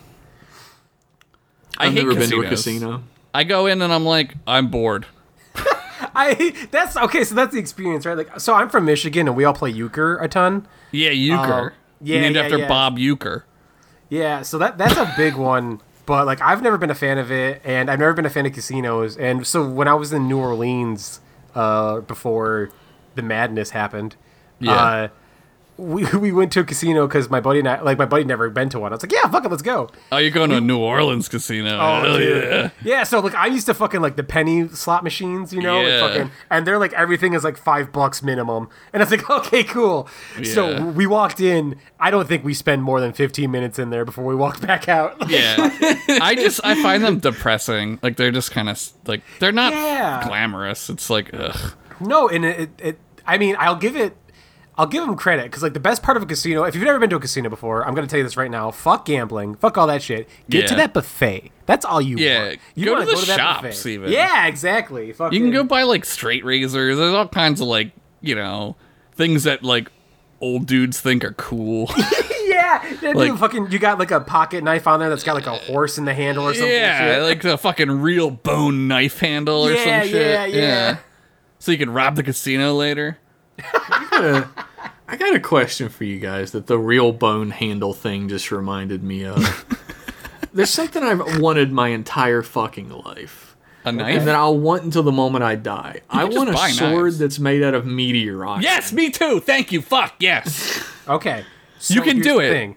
Speaker 2: I
Speaker 1: i've
Speaker 2: hate
Speaker 1: never been to a
Speaker 2: casinos.
Speaker 1: casino
Speaker 2: I go in and I'm like, I'm bored.
Speaker 3: I [LAUGHS] that's okay. So that's the experience, right? Like, so I'm from Michigan, and we all play euchre a ton.
Speaker 2: Yeah, Euchre.
Speaker 3: Oh, yeah,
Speaker 2: named
Speaker 3: yeah,
Speaker 2: after
Speaker 3: yeah.
Speaker 2: Bob Euchre.
Speaker 3: Yeah, so that that's a big [LAUGHS] one. But like, I've never been a fan of it, and I've never been a fan of casinos. And so when I was in New Orleans uh, before the madness happened,
Speaker 2: Yeah.
Speaker 3: uh, we [LAUGHS] we went to a casino because my buddy and I, like my buddy, never been to one. I was like, yeah, fuck it, let's go.
Speaker 2: Oh, you're going to a New Orleans casino.
Speaker 3: Oh,
Speaker 2: Hell
Speaker 3: dude.
Speaker 2: yeah.
Speaker 3: Yeah, so like I used to fucking like the penny slot machines, you know,
Speaker 2: Yeah.
Speaker 3: like fucking, and they're like everything is like five bucks minimum, and I was like, [LAUGHS] okay, cool.
Speaker 2: Yeah.
Speaker 3: So we walked in. I don't think we spend more than fifteen minutes in there before we walked [LAUGHS] back out.
Speaker 2: Yeah. I just, I find them depressing. Like, they're just kind of, like, they're not
Speaker 3: Yeah.
Speaker 2: glamorous. It's like, ugh.
Speaker 3: no, and it, it, it, I mean, I'll give it, I'll give them credit because like the best part of a casino. If you've never been to a casino before, I'm gonna tell you this right now. Fuck gambling. Fuck all that shit. Get to
Speaker 2: Yeah.
Speaker 3: that buffet. That's all you
Speaker 2: Yeah,
Speaker 3: want. You
Speaker 2: go to
Speaker 3: wanna
Speaker 2: the
Speaker 3: that
Speaker 2: shops even.
Speaker 3: Yeah, exactly. Fucking,
Speaker 2: You can go buy, like, straight razors. There's all kinds of, like, you know, things that, like, old dudes think are
Speaker 3: [LAUGHS]
Speaker 2: cool.
Speaker 3: Yeah, yeah,
Speaker 2: Like-
Speaker 3: dude, fucking, you got like a pocket knife on there that's got like a horse in the handle or something.
Speaker 2: yeah. Like, the fucking real bone knife handle or
Speaker 3: Yeah,
Speaker 2: some shit.
Speaker 3: yeah, yeah.
Speaker 2: So you can rob the casino later.
Speaker 1: I got a question for you guys that the real bone handle thing just reminded me
Speaker 2: [LAUGHS]
Speaker 1: of. There's something I've wanted my entire fucking life.
Speaker 2: A
Speaker 1: And
Speaker 2: knife?
Speaker 1: that I'll want until the moment I die. I
Speaker 2: could just
Speaker 1: want a
Speaker 2: buy
Speaker 1: sword
Speaker 2: knives.
Speaker 1: that's made out of meteorite.
Speaker 2: Yes, me too. Thank you. Fuck, yes.
Speaker 3: Okay, so
Speaker 2: You can
Speaker 3: here's
Speaker 2: do
Speaker 3: the
Speaker 2: it.
Speaker 3: Thing.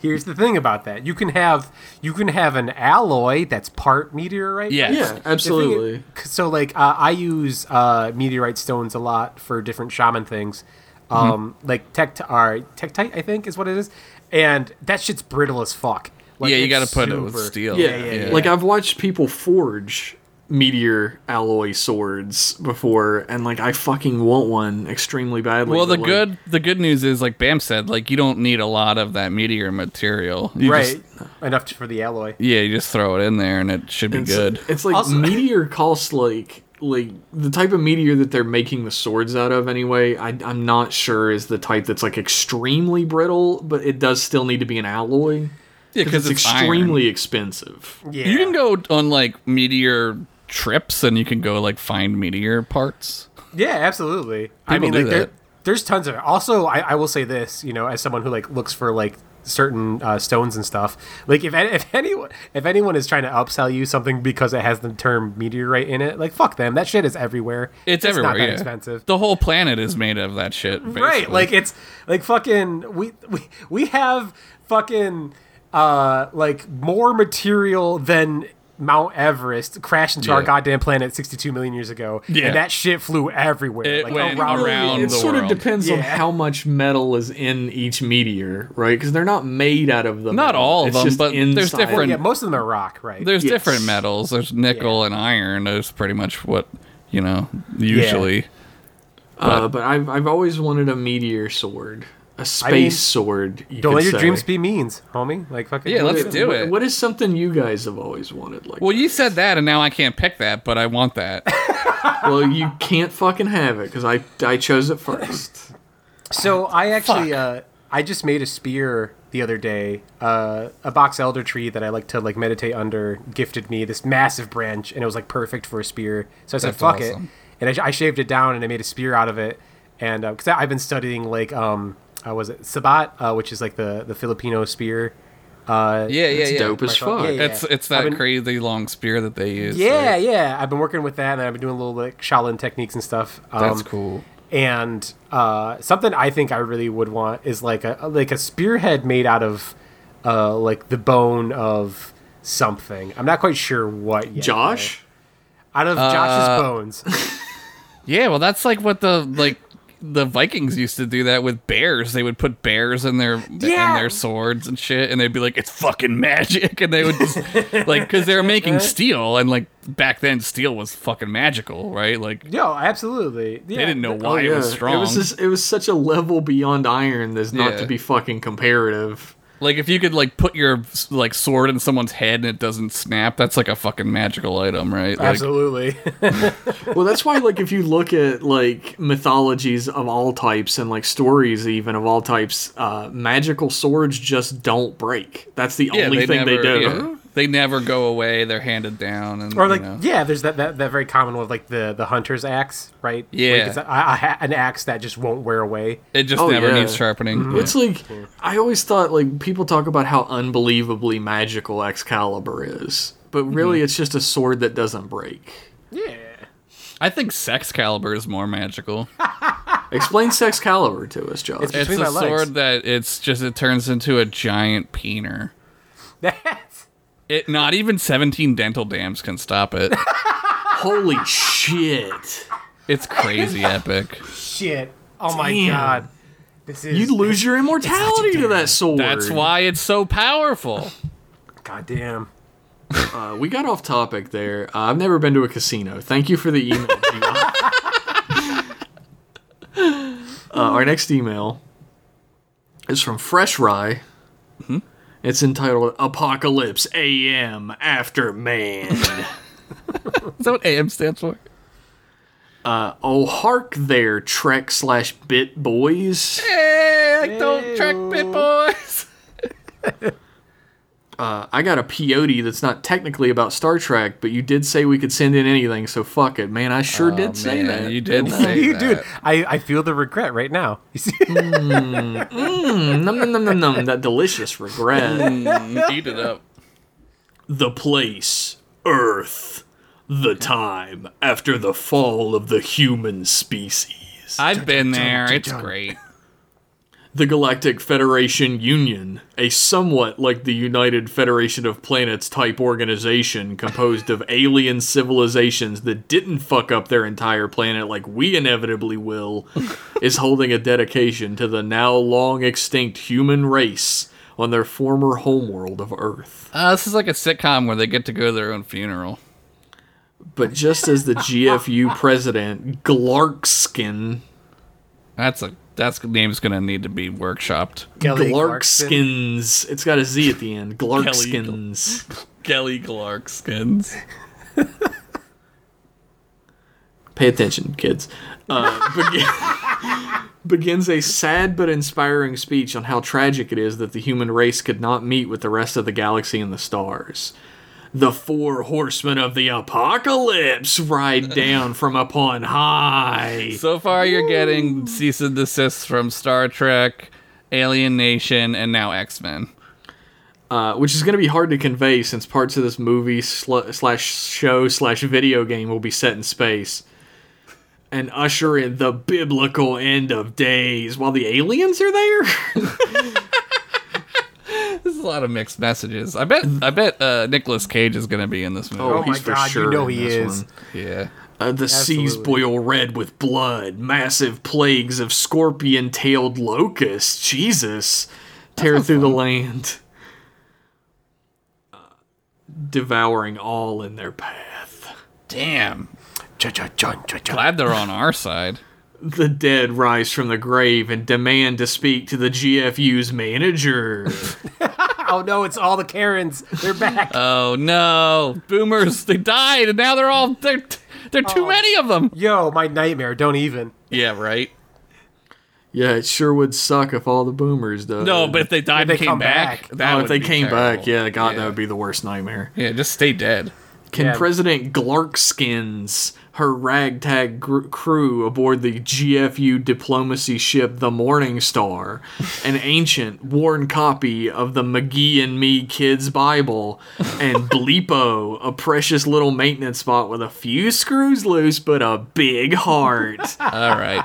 Speaker 3: Here's the thing about that: you can have you can have an alloy that's part meteorite.
Speaker 2: Yes.
Speaker 1: Yeah, absolutely.
Speaker 3: So like, uh, I use uh, meteorite stones a
Speaker 2: Mm-hmm.
Speaker 3: lot for different shaman things, um, like tect or tectite, I think is what it is, and that shit's brittle as fuck. Like,
Speaker 2: yeah, you
Speaker 3: it's
Speaker 2: got to put it with
Speaker 3: super-
Speaker 2: steel.
Speaker 1: Yeah,
Speaker 3: yeah, yeah.
Speaker 1: Like I've watched people forge meteor alloy swords before, and like I fucking want one extremely badly.
Speaker 2: Well, the
Speaker 1: but, like,
Speaker 2: good the good news is, like Bam said, like you don't need a lot of that meteor material. You
Speaker 3: right?
Speaker 2: Just,
Speaker 3: Enough for the alloy.
Speaker 2: yeah, you just throw it in there and it should be
Speaker 1: it's,
Speaker 2: good.
Speaker 1: It's like
Speaker 3: Also-
Speaker 1: meteor costs like like the type of meteor that they're making the swords out of anyway. I, I'm not sure is the type that's like extremely brittle, but it does still need to be an alloy.
Speaker 2: Yeah,
Speaker 1: Because
Speaker 2: because
Speaker 1: it's,
Speaker 2: it's,
Speaker 1: extremely expensive.
Speaker 3: Yeah,
Speaker 2: Iron. You can go on like meteor trips and you can go like find meteor parts.
Speaker 3: Yeah, absolutely. I
Speaker 2: People
Speaker 3: mean,
Speaker 2: do
Speaker 3: like, there,
Speaker 2: that.
Speaker 3: there's tons of it. Also, I, I will say this, you know, as someone who like looks for like certain uh, stones and stuff, like if an- [LAUGHS] if anyone if anyone is trying to upsell you something because it has the term meteorite in it, like fuck them. That shit is everywhere.
Speaker 2: It's, everywhere.
Speaker 3: Not that
Speaker 2: yeah.
Speaker 3: expensive.
Speaker 2: The whole planet is made of that shit.
Speaker 3: Right,
Speaker 2: basically.
Speaker 3: like it's like fucking we we we have fucking uh like more material than Mount Everest crashed into our
Speaker 2: Yeah.
Speaker 3: goddamn planet 62 million years ago,
Speaker 2: Yeah.
Speaker 3: and that shit flew everywhere,
Speaker 2: It
Speaker 3: like
Speaker 2: went
Speaker 3: around,
Speaker 2: around.
Speaker 1: it
Speaker 2: the
Speaker 1: sort
Speaker 2: world.
Speaker 1: of depends on
Speaker 3: Yeah.
Speaker 1: how much metal is in each meteor, right? Because they're not made out of them.
Speaker 2: Not all of them, but there's different-
Speaker 3: Yeah, most of them are rock, right?
Speaker 2: There's
Speaker 1: Yes.
Speaker 2: different metals. There's nickel and iron. There's pretty much what you know usually.
Speaker 1: Uh, but I've I've always wanted a meteor sword, a space
Speaker 3: mean,
Speaker 1: sword. you
Speaker 3: Don't
Speaker 1: could
Speaker 3: let your
Speaker 1: say.
Speaker 3: dreams be means, homie. Like fucking
Speaker 2: Yeah, let's
Speaker 1: What-
Speaker 2: do
Speaker 1: what-
Speaker 2: it.
Speaker 1: What is something you guys have always wanted? Like,
Speaker 2: Well, you said that, and now I can't pick that, but I want
Speaker 3: [LAUGHS]
Speaker 2: that.
Speaker 1: well, you can't fucking have it because I I chose it first.
Speaker 3: So I actually, uh, I just made a spear the other day. Uh, a box elder tree that I like to like meditate under gifted me this massive branch, and it was like perfect for a spear. So I said,
Speaker 2: That's
Speaker 3: "Fuck
Speaker 2: awesome.
Speaker 3: it," and I, sh- I shaved it down and I made a spear out of it. And because I've been studying like, um, uh, was it sabat, uh, which is like the the Filipino spear. Uh,
Speaker 2: Yeah, yeah,
Speaker 1: It's
Speaker 2: yeah.
Speaker 1: dope as
Speaker 3: Marshall,
Speaker 1: fuck.
Speaker 3: yeah, yeah.
Speaker 2: It's it's that
Speaker 3: I've been-
Speaker 2: crazy long spear that they use.
Speaker 3: Yeah,
Speaker 2: right?
Speaker 3: yeah. I've been working with that, and I've been doing little like Shaolin techniques and stuff. Um,
Speaker 2: that's cool.
Speaker 3: and uh, something I think I really would want is like a like a spearhead made out of uh, like the bone of something. I'm not quite sure what yet.
Speaker 1: Josh,
Speaker 3: though. out of
Speaker 2: Uh,
Speaker 3: Josh's bones.
Speaker 2: Yeah, well, that's like what the like the Vikings used to do that with bears. They would put bears in their in
Speaker 3: Yeah.
Speaker 2: their swords and shit, and they'd be like, "It's fucking magic," [LAUGHS] and they would just like because they were making steel, and like back then, steel was fucking magical, right? Like
Speaker 3: No, absolutely. Yeah.
Speaker 2: they didn't know
Speaker 1: Oh,
Speaker 2: why
Speaker 1: yeah.
Speaker 2: it was strong.
Speaker 1: It was just, it was such a level beyond iron. There's not
Speaker 2: Yeah.
Speaker 1: to be fucking comparative.
Speaker 2: like if you could like put your like sword in someone's head and it doesn't snap, that's like a fucking magical item, right? Like,
Speaker 3: Absolutely. [LAUGHS]
Speaker 1: well that's why like if you look at like mythologies of all types and like stories even of all types uh magical swords just don't break that's the
Speaker 2: yeah,
Speaker 1: only
Speaker 2: they
Speaker 1: thing
Speaker 2: never,
Speaker 1: they do
Speaker 2: yeah. they never go away. They're handed down, and
Speaker 3: or
Speaker 2: you
Speaker 3: like
Speaker 2: know.
Speaker 3: yeah, there's that, that that very common one of like the the hunter's axe, right?
Speaker 2: Yeah.
Speaker 3: like it's a, a, ha an axe that just won't wear away.
Speaker 2: it just
Speaker 1: Oh,
Speaker 2: never
Speaker 1: yeah.
Speaker 2: needs sharpening.
Speaker 3: Mm-hmm.
Speaker 2: Yeah.
Speaker 1: It's like I always thought like people talk about how unbelievably magical Excalibur is, but really
Speaker 2: Mm-hmm.
Speaker 1: it's just a sword that doesn't break.
Speaker 3: Yeah.
Speaker 2: I think sex caliber is more
Speaker 3: [LAUGHS]
Speaker 2: magical.
Speaker 1: Explain Sexcalibur to us, Josh.
Speaker 3: It's-
Speaker 2: It's
Speaker 3: Between
Speaker 2: a
Speaker 3: my legs.
Speaker 2: sword that it's just it turns into a giant peener.
Speaker 3: [LAUGHS] That's
Speaker 2: It not even seventeen dental dams can stop it.
Speaker 3: [LAUGHS]
Speaker 1: Holy shit!
Speaker 2: It's crazy epic.
Speaker 3: shit. Oh my
Speaker 1: Damn.
Speaker 3: god. This is
Speaker 1: You'd lose your immortality to that sword.
Speaker 2: That's why it's so powerful.
Speaker 3: goddamn.
Speaker 1: Uh, we got off topic there. Uh, I've never been to a casino. Thank you for the email. Gina.
Speaker 2: [LAUGHS]
Speaker 1: uh, our next email is from Fresh Rye.
Speaker 2: Mm-hmm.
Speaker 1: It's entitled Apocalypse AM After Man.
Speaker 2: [LAUGHS] Is that what AM stands for?
Speaker 1: oh, hark there, Trek slash Bit Boys.
Speaker 2: Hey, I don't track bit [LAUGHS] boys.
Speaker 1: I got a peyote that's not technically about Star Trek, but you did say we could send in anything, so fuck it. Man, I sure did say
Speaker 2: Oh, man,
Speaker 1: that.
Speaker 2: you
Speaker 3: [LAUGHS]
Speaker 2: did say
Speaker 3: you
Speaker 2: that.
Speaker 3: dude I, I feel the regret right now [LAUGHS] you see
Speaker 1: Num, num, num, num, num, that delicious regret.
Speaker 2: [LAUGHS] Mm, Eat it up.
Speaker 1: The place, Earth, the time after the fall of the human species.
Speaker 3: [LAUGHS]
Speaker 2: I've been there. It's great.
Speaker 1: The Galactic Federation Union, a somewhat like the United Federation of Planets type organization composed of alien civilizations that didn't fuck up their entire planet like we inevitably will, is holding a dedication to the now long extinct human race. on their former homeworld of Earth.
Speaker 2: Uh, this is like a sitcom where they get to go to their own funeral.
Speaker 1: But just as the GFU president, Glarkskin,
Speaker 2: That's a that's name's gonna need to be workshopped.
Speaker 3: Kelly Clarkson.
Speaker 1: Glarkskins, it's got a Z at the end, Glarkskins.
Speaker 2: Kelly Clarkskins.
Speaker 1: pay attention, kids. Uh, begin- [LAUGHS] begins a sad but inspiring speech on how tragic it is that the human race could not meet with the rest of the galaxy and the stars. The four horsemen of the apocalypse ride down from upon high.
Speaker 2: So far, you're getting cease and desist from Star Trek, Alien Nation, and now X Men.
Speaker 1: Uh, which is going to be hard to convey since parts of this movie sl- slash show slash video game will be set in space and usher in the biblical end of days while the aliens are there. [LAUGHS]
Speaker 2: This is a lot of mixed messages. I bet I bet uh, Nicolas Cage is gonna be in this movie.
Speaker 1: Oh,
Speaker 3: Oh my
Speaker 1: he's for
Speaker 3: God, you
Speaker 1: sure
Speaker 3: know
Speaker 1: in
Speaker 3: he
Speaker 1: this
Speaker 3: is.
Speaker 1: one.
Speaker 2: Yeah.
Speaker 1: Uh, the seas
Speaker 3: Absolutely.
Speaker 1: boil red with blood. Massive plagues of scorpion-tailed locusts. Jesus, tear through the land, Uh, devouring all in their path.
Speaker 2: Damn.
Speaker 3: Cha-cha-chun-cha-chun.
Speaker 2: Glad they're on our side.
Speaker 1: The dead rise from the grave and demand to speak to the GFU's manager.
Speaker 2: [LAUGHS]
Speaker 3: Oh no, it's all the Karens. They're back.
Speaker 2: Oh no, boomers! They died, and now they're all they're they're too many of them.
Speaker 3: Yo, my nightmare. Don't even.
Speaker 2: Yeah, right.
Speaker 1: yeah, it sure would suck if all the boomers died.
Speaker 2: No, but if they died,
Speaker 3: they
Speaker 2: and came
Speaker 3: come
Speaker 2: back.
Speaker 3: back.
Speaker 2: That
Speaker 1: Oh, if
Speaker 2: would
Speaker 1: they
Speaker 2: be
Speaker 1: came back,
Speaker 2: terrible.
Speaker 1: yeah, God,
Speaker 2: Yeah.
Speaker 1: that would be the worst nightmare.
Speaker 2: yeah, just
Speaker 1: [LAUGHS]
Speaker 2: stay dead.
Speaker 1: Can
Speaker 3: Yeah.
Speaker 1: President Glarkskins, her ragtag gr- crew aboard the GFU diplomacy ship the Morning Star, [LAUGHS] an ancient, worn copy of the McGee and Me Kids Bible, and Bleepo, a precious little maintenance spot with a few screws loose but a big heart,
Speaker 2: All right.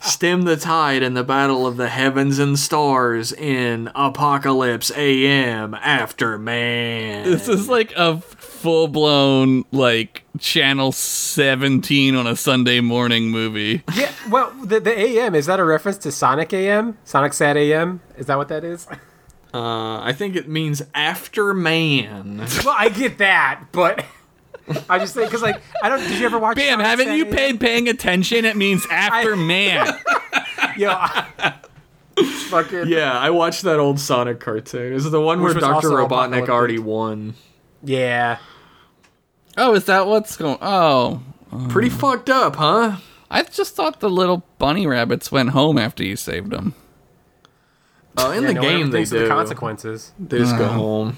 Speaker 1: stem the tide in the battle of the heavens and stars in Apocalypse AM Aftermath?
Speaker 2: This is like a full blown like channel 17 on a Sunday morning movie.
Speaker 3: Yeah. Well, the, the AM is that a reference to Sonic AM? Sonic Sad AM? Is that what that is?
Speaker 1: Uh, I think it means after man.
Speaker 3: [LAUGHS] Well, I get that, [LAUGHS] but I just think because like I don't. Did you ever watch?
Speaker 2: Bam,
Speaker 3: Sonic
Speaker 2: haven't you
Speaker 3: Saturday? [LAUGHS]
Speaker 2: paid paying attention? It means after
Speaker 3: I- [LAUGHS]
Speaker 2: man.
Speaker 3: Yo, I, [LAUGHS] fucking yeah.
Speaker 1: yeah, I watched that old Sonic cartoon. Is it the one where
Speaker 3: Which was
Speaker 1: Doctor
Speaker 3: also
Speaker 1: Robotnik
Speaker 3: apocalyptic.
Speaker 1: already won?
Speaker 2: Oh, is that what's going? Oh,
Speaker 1: Pretty fucked up, huh?
Speaker 2: I just thought the little bunny rabbits went home after you saved them.
Speaker 1: Uh, in
Speaker 3: Yeah,
Speaker 1: the
Speaker 3: no one ever
Speaker 1: game, they
Speaker 3: thinks of
Speaker 1: do.
Speaker 3: the consequences.
Speaker 1: they just go home.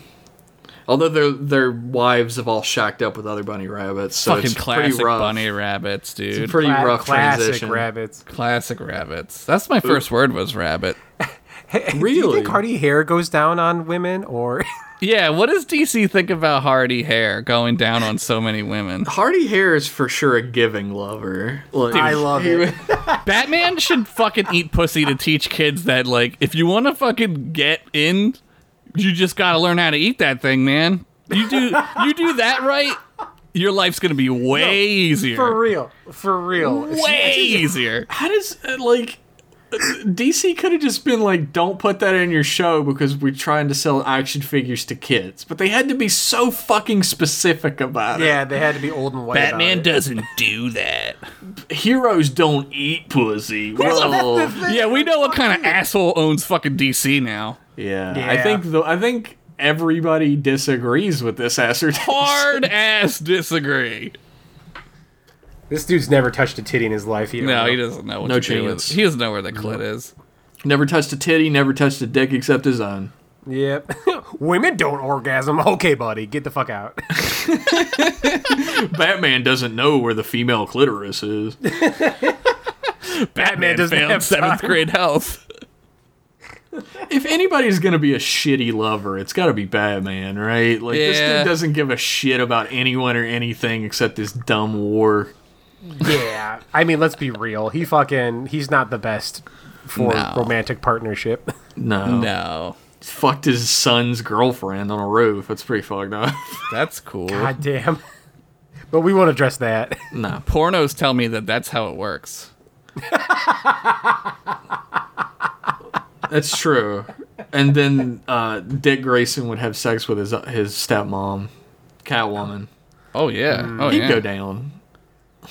Speaker 1: Although their their wives have all shacked up with other bunny rabbits, so
Speaker 2: Fucking
Speaker 1: it's
Speaker 2: classic
Speaker 1: pretty rough.
Speaker 2: bunny rabbits, dude.
Speaker 1: Pretty
Speaker 3: Cla-
Speaker 1: rough
Speaker 3: classic
Speaker 1: transition.
Speaker 3: rabbits.
Speaker 2: classic rabbits. That's my first word was rabbit.
Speaker 3: Do you
Speaker 1: Really?
Speaker 3: think Hardy hair goes down on women, or [LAUGHS]
Speaker 2: Yeah, what does DC think about Hardy hair going down on so many women?
Speaker 1: Hardy Hare is for sure a giving lover. Like,
Speaker 3: I love it.
Speaker 2: Batman should fucking eat pussy to teach kids that like if you want to fucking get in, you just got to learn how to eat that thing, man. You do you do that right, your life's going to be way easier.
Speaker 3: for real? For real?
Speaker 2: way easier.
Speaker 1: [LAUGHS] How does uh, like uh, DC could have just been like, "Don't put that in your show because we're trying to sell action figures to kids," but they had to be so fucking specific about
Speaker 3: Yeah, they had to be old and white. about
Speaker 2: Batman
Speaker 3: [LAUGHS] it.
Speaker 2: doesn't do that.
Speaker 1: it. Heroes don't eat
Speaker 2: [LAUGHS]
Speaker 1: pussy. Well,
Speaker 2: yeah, we know what kind of asshole owns fucking DC now.
Speaker 1: yeah, I
Speaker 3: Yeah.
Speaker 1: think the, I think everybody disagrees with this assertion.
Speaker 2: [LAUGHS] Hard ass disagree.
Speaker 3: This dude's never touched a titty in his life. You
Speaker 2: No,
Speaker 3: know?
Speaker 2: he doesn't know what
Speaker 1: No
Speaker 2: to do with-
Speaker 1: chance.
Speaker 2: He doesn't know where the clit is.
Speaker 1: Never touched a titty, never touched a dick except his own.
Speaker 3: Yep. [LAUGHS] women don't orgasm. [LAUGHS] Okay, buddy, get the fuck out. [LAUGHS]
Speaker 1: Batman doesn't know where the female clitoris
Speaker 2: [LAUGHS]
Speaker 1: is.
Speaker 2: Batman
Speaker 3: doesn't
Speaker 2: failed
Speaker 3: have
Speaker 2: seventh grade health.
Speaker 1: if anybody's gonna be a shitty lover, it's gotta be Batman, right? Like this
Speaker 2: Yeah.
Speaker 1: dude doesn't give a shit about anyone or anything except this dumb war.
Speaker 3: Yeah, I mean, let's be real. He fucking he's not the best for
Speaker 2: No.
Speaker 3: romantic partnership. [LAUGHS] Oh.
Speaker 1: No.
Speaker 2: No,
Speaker 1: Fucked his son's girlfriend on a roof. That's pretty fucked up. [LAUGHS]
Speaker 2: that's cool.
Speaker 3: God damn. But we won't address that.
Speaker 1: no.
Speaker 2: Pornos tell me that that's how it works.
Speaker 1: That's true. and then uh, Dick Grayson would have sex with his uh, his stepmom, Catwoman.
Speaker 2: Oh yeah. Oh
Speaker 3: Mm.
Speaker 1: He'd
Speaker 2: yeah.
Speaker 1: go down.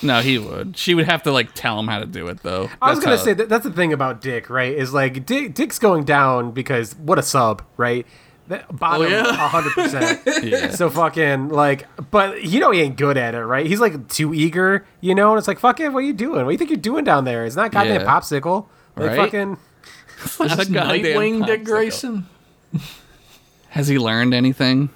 Speaker 2: No, he would. She would have to like tell him how to do it though.
Speaker 3: I
Speaker 2: That's
Speaker 3: was gonna
Speaker 2: how-
Speaker 3: say that that's the thing about Dick, right? Is like Dick, Dick's going down because what a sub, right? That bottom
Speaker 1: yeah.
Speaker 3: hundred
Speaker 2: Oh, [LAUGHS] Yeah.
Speaker 3: percent. So fucking like, but you know he ain't good at it, right? He's like too eager, you know. And it's like, fuck it, what are you doing? What do you think you're doing down there? It's not goddamn
Speaker 2: Yeah.
Speaker 3: popsicle. Like
Speaker 2: Right?
Speaker 3: fucking
Speaker 2: Not a
Speaker 1: Just
Speaker 2: goddamn
Speaker 1: Nightwing Dick
Speaker 2: popsicle.
Speaker 1: Grayson.
Speaker 2: Has he learned anything?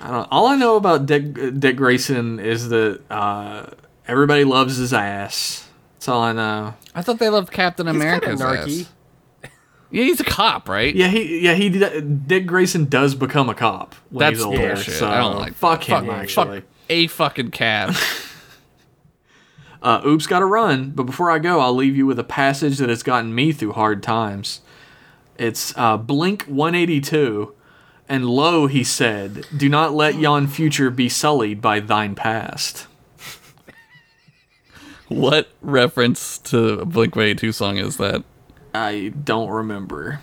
Speaker 1: I don't. All I know about Dick Dick Grayson is that uh, everybody loves his ass. That's all I know.
Speaker 2: I thought they loved Captain
Speaker 3: he's kind of
Speaker 2: America's
Speaker 3: narky.
Speaker 2: ass. Yeah, he's a cop, right?
Speaker 1: Yeah, he yeah he did- Dick Grayson does become a cop when
Speaker 2: That's
Speaker 1: he's older.
Speaker 2: bullshit.
Speaker 1: So
Speaker 2: I don't like
Speaker 1: fuck
Speaker 2: that.
Speaker 1: him
Speaker 2: fuck
Speaker 1: actually.
Speaker 2: a fucking [LAUGHS] cab.
Speaker 1: Uh, Oops, gotta run. But before I go, I'll leave you with a passage that has gotten me through hard times. It's uh, Blink 182, and lo, he said, Do not let yon future be sullied by thine past.
Speaker 2: what reference to Blink Way Two song is that?
Speaker 1: I don't remember.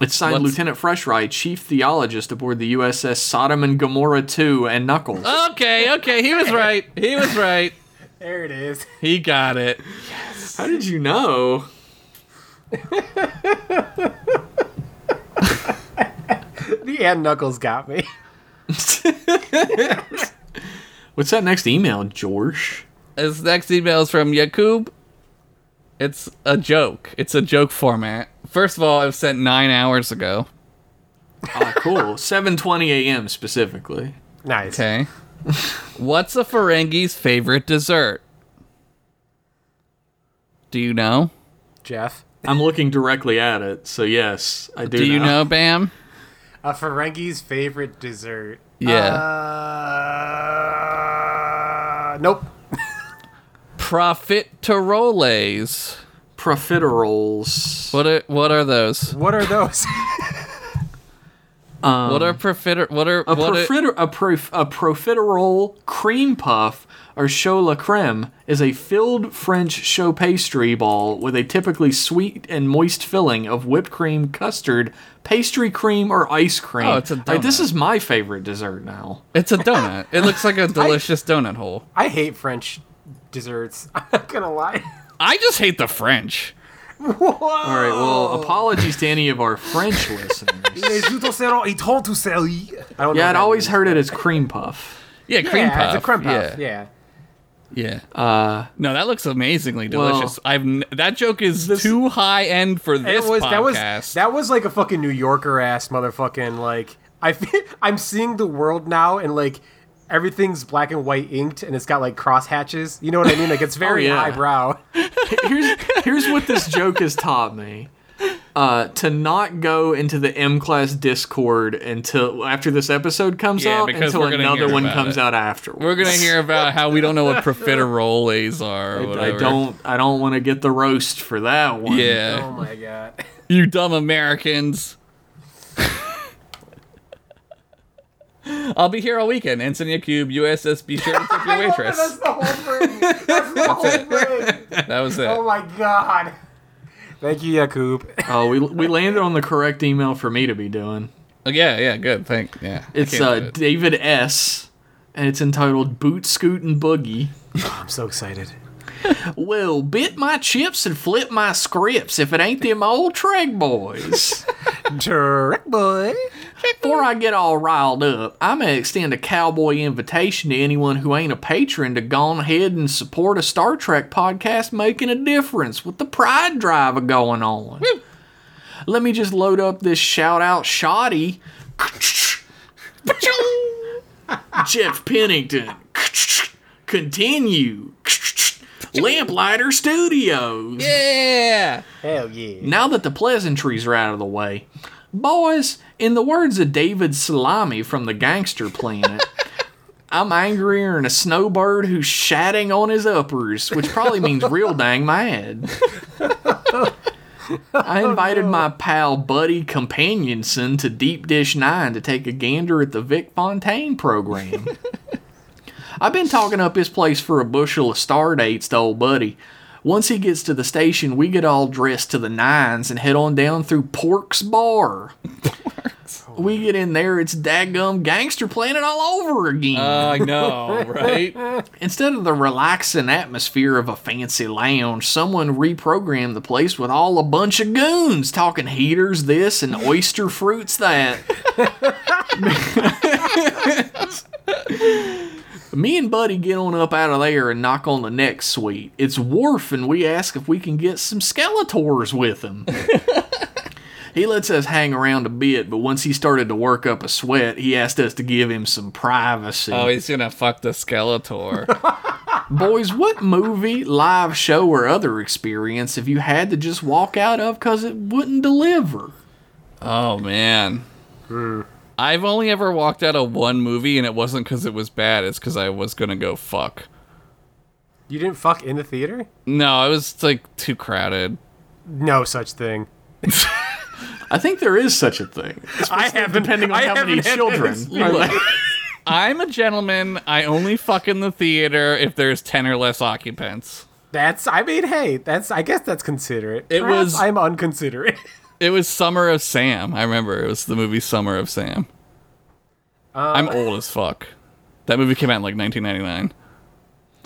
Speaker 1: It's signed
Speaker 2: What's-
Speaker 1: Lieutenant Freshry, Chief Theologist aboard the USS Sodom and Gomorrah 2 and Knuckles.
Speaker 2: [LAUGHS] Okay, okay, he was right. He was right.
Speaker 3: There it is. [LAUGHS]
Speaker 2: He got it.
Speaker 1: How did you know?
Speaker 3: The and knuckles got me. [LAUGHS]
Speaker 1: What's that next email, George?
Speaker 2: His next email is from Yakub. It's a joke. It's a joke format. First of all, it was sent nine hours ago.
Speaker 1: Ah,
Speaker 2: [LAUGHS]
Speaker 1: cool. 7:20 a.m. specifically.
Speaker 3: Nice. [LAUGHS]
Speaker 2: Okay. What's a Ferengi's favorite dessert? Do you know?
Speaker 3: Jeff,
Speaker 1: I'm looking directly at it, so yes, I do.
Speaker 2: Do you know, Bam?
Speaker 3: a Ferengi's favorite dessert.
Speaker 2: Yeah.
Speaker 3: Uh, nope.
Speaker 2: Profiteroles.
Speaker 1: profiteroles?
Speaker 2: What are what are those?
Speaker 3: What are those? [LAUGHS]
Speaker 2: what
Speaker 3: Um,
Speaker 2: are profiter what are
Speaker 1: A,
Speaker 2: what are,
Speaker 1: profiter- a, prof- a profiterole cream puff or chaud la creme is a filled French chaud pastry ball with a typically sweet and moist filling of whipped cream, custard, pastry cream, or ice cream.
Speaker 2: Oh, it's a
Speaker 1: Like, this
Speaker 2: donut.
Speaker 1: is my favorite dessert now.
Speaker 2: It's a donut. It looks
Speaker 3: [LAUGHS]
Speaker 2: like a delicious donut hole.
Speaker 3: I hate French desserts. [LAUGHS] I'm not gonna lie.
Speaker 2: I just hate the French.
Speaker 3: Whoa.
Speaker 1: All right, well, apologies to any of our [LAUGHS] French listeners.
Speaker 3: Les utensiles et tant tout ça. I don't know
Speaker 1: Yeah,
Speaker 3: what
Speaker 1: I'd
Speaker 3: that
Speaker 1: always
Speaker 3: means.
Speaker 1: heard it as cream puff.
Speaker 2: Yeah, cream
Speaker 3: yeah,
Speaker 2: puff.
Speaker 3: It's a creme puff. Yeah.
Speaker 2: Yeah. yeah. no, that looks amazingly
Speaker 1: well-
Speaker 2: delicious. I've n- that joke is too high end for
Speaker 3: It
Speaker 2: this
Speaker 3: was
Speaker 2: podcast.
Speaker 3: that was that was like a fucking New Yorker ass motherfucking like I feel, [LAUGHS] I'm seeing the world now and like everything's black and white inked and it's got like cross hatches. You know what I mean? Like it's very
Speaker 1: yeah.
Speaker 3: highbrow.
Speaker 1: here's here's what this joke has taught me. Uh, to not go into the M class Discord until after this episode comes
Speaker 2: Yeah,
Speaker 1: out,
Speaker 2: because
Speaker 1: until
Speaker 2: we're gonna
Speaker 1: another
Speaker 2: hear
Speaker 1: one
Speaker 2: about
Speaker 1: comes
Speaker 2: it.
Speaker 1: out afterwards.
Speaker 2: We're gonna hear about how we don't know what profiteroles are. Or
Speaker 1: I
Speaker 2: whatever.
Speaker 1: don't. I don't want to get the roast for that one.
Speaker 2: Yeah,
Speaker 3: Oh my god.
Speaker 2: you dumb Americans. I'll be here all weekend. Ensign Cube, USS. Be sure to tip your
Speaker 3: That's
Speaker 2: waitress.
Speaker 3: the whole thing. That's the whole thing.
Speaker 2: That was
Speaker 3: Oh
Speaker 2: it.
Speaker 3: my god. Thank you, Yakub.
Speaker 1: Oh, we we landed on the correct email for me to be doing.
Speaker 2: Oh, Yeah, yeah, good. Thank. Yeah, I
Speaker 1: It's
Speaker 2: can't
Speaker 1: uh,
Speaker 2: do it.
Speaker 1: David S. And it's entitled Boot Scoot and Boogie.
Speaker 3: [LAUGHS] I'm so excited.
Speaker 1: Well, bit my chips and flip my scripts if it ain't them old Treg boys.
Speaker 3: Direct boy.
Speaker 1: Before I get all riled up, I'm going to extend a cowboy invitation to anyone who ain't a patron to go ahead and support a Star Trek podcast making a difference with the Pride Drive a going on. Let me just load up this shout out shoddy. Jeff Pennington. Continue. Lamplighter Studios.
Speaker 2: Yeah.
Speaker 3: Hell yeah.
Speaker 1: Now that the pleasantries are out of the way, boys, in the words of David Salami from the Gangster Planet, I'm angrier than a snowbird who's shatting on his uppers, which probably means real dang mad. I invited my pal Buddy Companionson to Deep Dish 9 to take a gander at the Vic Fontaine program. I've been talking up his place for a bushel of star dates to old Buddy. Once he gets to the station, we get all dressed to the nines and head on down through Pork's Bar. we get in there, it's daggum gangster planet all over again.
Speaker 2: I know, right?
Speaker 1: Instead of the relaxing atmosphere of a fancy lounge, someone reprogrammed the place with all a bunch of goons talking heaters this and oyster fruits that. [LAUGHS] Me and Buddy get on up out of there and knock on the next suite. It's Worf, and we ask if we can get some Skeletors with him. he lets us hang around a bit, but once he started to work up a sweat, he asked us to give him some privacy.
Speaker 2: Oh, he's gonna fuck the Skeletor.
Speaker 1: Boys, what movie, live show, or other experience have you had to just walk out of because it wouldn't deliver?
Speaker 2: oh man. I've only ever walked out of one movie, and it wasn't because it was bad. It's because I was gonna go fuck.
Speaker 3: You didn't fuck in the theater?
Speaker 2: No, it was like too crowded.
Speaker 3: No such thing.
Speaker 1: I think there is such a thing.
Speaker 3: I haven't.
Speaker 1: Depending on
Speaker 3: I
Speaker 1: how many
Speaker 3: haven't had
Speaker 1: children.
Speaker 3: this.
Speaker 1: are like-
Speaker 2: I'm a gentleman. I only fuck in the theater if there's ten or less occupants.
Speaker 3: That's. I mean, hey, that's. I guess that's considerate.
Speaker 2: It
Speaker 3: Perhaps
Speaker 2: was-
Speaker 3: I'm unconsiderate.
Speaker 2: It was Summer of Sam. I remember it was the movie Summer of Sam. I'm old as fuck. That movie came out in like 1999.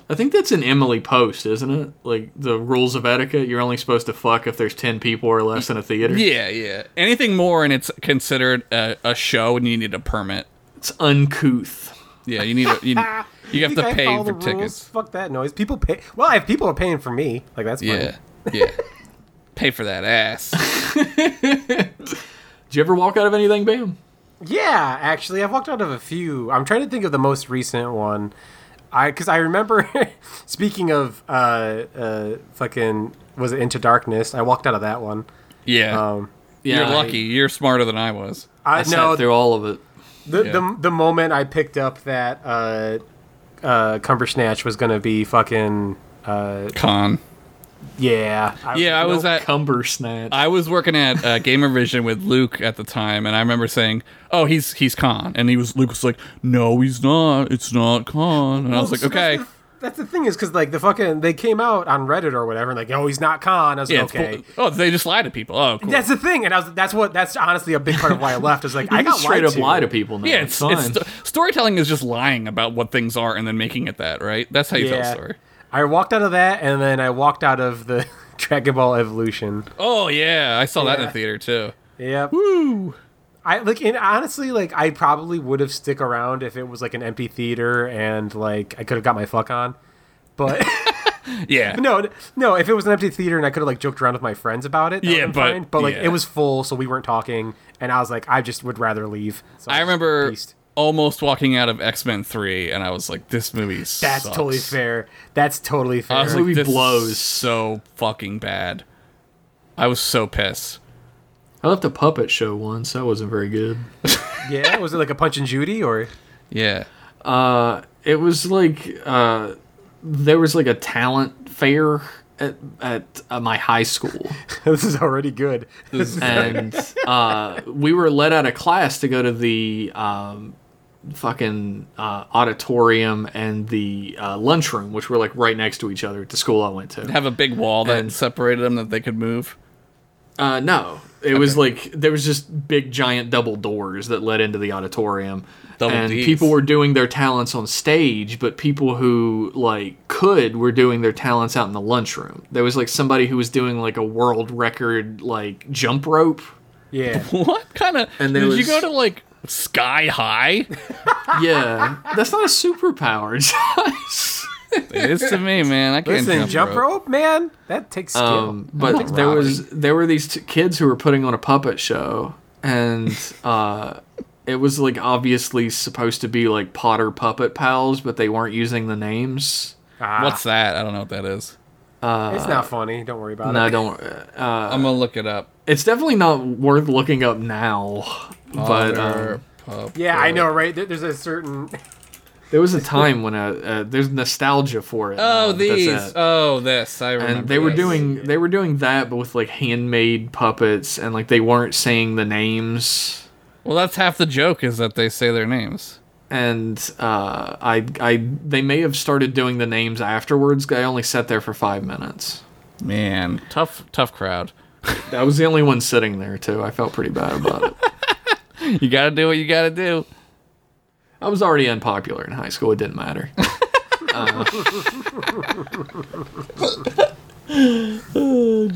Speaker 1: I think that's an Emily Post, isn't it? Like the rules of etiquette. You're only supposed to fuck if there's 10 people or less in a theater.
Speaker 2: Yeah, yeah. Anything more and it's considered a, a show, and you need a permit.
Speaker 1: It's uncouth.
Speaker 2: Yeah, you need a, you, [LAUGHS] you have
Speaker 3: Think
Speaker 2: to
Speaker 3: I
Speaker 2: pay for
Speaker 3: follow the rules?
Speaker 2: tickets.
Speaker 3: Fuck that noise. People pay. Well, if people are paying for me, like that's fine.
Speaker 2: Yeah, yeah. pay for that [LAUGHS] ass.
Speaker 1: Did you ever walk out of anything, Bam?
Speaker 3: Yeah, actually, I've walked out of a few. I'm trying to think of the most recent one. I because I remember [LAUGHS] speaking of uh, uh, fucking was it Into Darkness? I walked out of that one.
Speaker 2: Yeah,
Speaker 3: Um,
Speaker 1: Yeah,
Speaker 2: you're lucky. You're smarter than I was.
Speaker 1: I,
Speaker 3: I
Speaker 1: I sat
Speaker 3: know
Speaker 1: through all of it.
Speaker 3: the,
Speaker 2: yeah.
Speaker 3: the the moment I picked up that uh, uh, Cumber Snatch was gonna be fucking uh,
Speaker 2: Con.
Speaker 3: yeah
Speaker 2: Yeah, I was
Speaker 3: no-
Speaker 2: at
Speaker 1: Cumber snatch.
Speaker 2: I was working at uh, Gamer Vision with Luke at the time, and I remember saying, "Oh, he's he's Khan," and he was Luke was like, "No, he's not. It's not Khan." And I was
Speaker 3: Well,
Speaker 2: like,
Speaker 3: Oh, so
Speaker 2: "Okay,
Speaker 3: That's the, that's the thing is because like the fucking they came out on Reddit or whatever and like oh he's not Khan. I was
Speaker 2: yeah, it's
Speaker 3: like okay.
Speaker 2: bull- oh, they just lie to people. Oh, cool.
Speaker 3: That's the thing, and I was, that's what that's honestly a big part of why I left. Is like I
Speaker 1: I
Speaker 3: got
Speaker 1: straight
Speaker 3: lied
Speaker 1: up
Speaker 3: to.
Speaker 1: lie to people now.
Speaker 2: yeah, it's,
Speaker 1: fine.
Speaker 2: it's sto- storytelling is just lying about what things are and then making it that right. That's how you tell a
Speaker 3: Yeah.
Speaker 2: story.
Speaker 3: I walked out of that, and then I walked out of the [LAUGHS] Dragon Ball Evolution.
Speaker 2: Oh yeah, I saw that in the
Speaker 3: Yeah.
Speaker 2: theater too.
Speaker 3: Yep. Woo. I like and honestly, like I probably would have stick around if it was like an empty theater and like I could have got my fuck on.
Speaker 2: [LAUGHS]
Speaker 3: But [LAUGHS]
Speaker 2: Yeah,
Speaker 3: no, no, if it was an empty theater and I could have like joked around with my friends about it, that
Speaker 2: Yeah,
Speaker 3: would've been
Speaker 2: but-
Speaker 3: fine. but like
Speaker 2: yeah.
Speaker 3: it was full, so we weren't talking, and I was like, I just would rather leave. So
Speaker 2: I
Speaker 3: just
Speaker 2: remember
Speaker 3: peaced.
Speaker 2: almost walking out of X Men Three, and I was like, "This movie
Speaker 3: That's
Speaker 2: sucks.
Speaker 3: totally fair. That's totally fair.
Speaker 2: I was like,
Speaker 1: movie
Speaker 2: this is
Speaker 1: blows."
Speaker 2: so fucking bad. I was so pissed.
Speaker 1: I left a puppet show once. That wasn't very good.
Speaker 3: yeah, was it like a Punch and Judy or? [LAUGHS]
Speaker 2: Yeah.
Speaker 1: It was like uh, there was like a talent fair at, at uh, my high school.
Speaker 3: this is already good.
Speaker 2: This is-
Speaker 1: and uh, we were let out of class to go to the um, fucking uh, auditorium and the uh, lunchroom, which were like right next to each other at the school I went to.
Speaker 2: have a big wall that
Speaker 1: And-
Speaker 2: separated them that they could move. [LAUGHS]
Speaker 1: Uh, no, it was like there was just big giant double doors that led into the auditorium.
Speaker 2: Double
Speaker 1: and
Speaker 2: Ds.
Speaker 1: people were doing their talents on stage, but people who like could were doing their talents out in the lunchroom. There was like somebody who was doing like a world record like jump rope.
Speaker 3: [LAUGHS] Yeah.
Speaker 2: What kind of?
Speaker 1: And
Speaker 2: did
Speaker 1: there
Speaker 2: you
Speaker 1: was-
Speaker 2: go to like sky high?
Speaker 1: Yeah, that's not a superpower. [LAUGHS] it's-
Speaker 2: it is
Speaker 1: [LAUGHS]
Speaker 2: to me, man. I can't
Speaker 3: Listen,
Speaker 2: jump,
Speaker 3: jump
Speaker 2: rope.
Speaker 3: rope, man. That takes skill.
Speaker 1: Um, but
Speaker 2: like
Speaker 1: there
Speaker 2: Robin.
Speaker 1: was there were these two kids who were putting on a puppet show, and uh, it was like obviously supposed to be like Potter Puppet Pals, but they weren't using the names.
Speaker 3: Ah,
Speaker 2: What's that? I don't know what that is.
Speaker 3: it's not funny. Don't worry about
Speaker 1: No, I
Speaker 3: it.
Speaker 1: don't. Uh,
Speaker 2: I'm gonna look it up.
Speaker 1: it's definitely not worth looking up
Speaker 2: Oh,
Speaker 1: now. But um,
Speaker 2: Other pub-
Speaker 3: Yeah, I know, right? There- There's a certain. [LAUGHS]
Speaker 1: there was a time when I, uh, there's nostalgia for it. now,
Speaker 2: Oh,
Speaker 1: but that's
Speaker 2: these.
Speaker 1: it.
Speaker 2: Oh, this. I remember.
Speaker 1: and they were
Speaker 2: this.
Speaker 1: doing they were doing that, but with like handmade puppets, and like they weren't saying the names.
Speaker 2: Well, that's half the joke is that they say their names.
Speaker 1: and uh, I, I, they may have started doing the names afterwards. I only sat there for five minutes.
Speaker 2: Man, tough, tough crowd.
Speaker 1: I was the only one sitting there too. I felt pretty bad about it.
Speaker 2: You gotta do what you gotta do.
Speaker 1: I was already unpopular in high school. It didn't matter. Uh,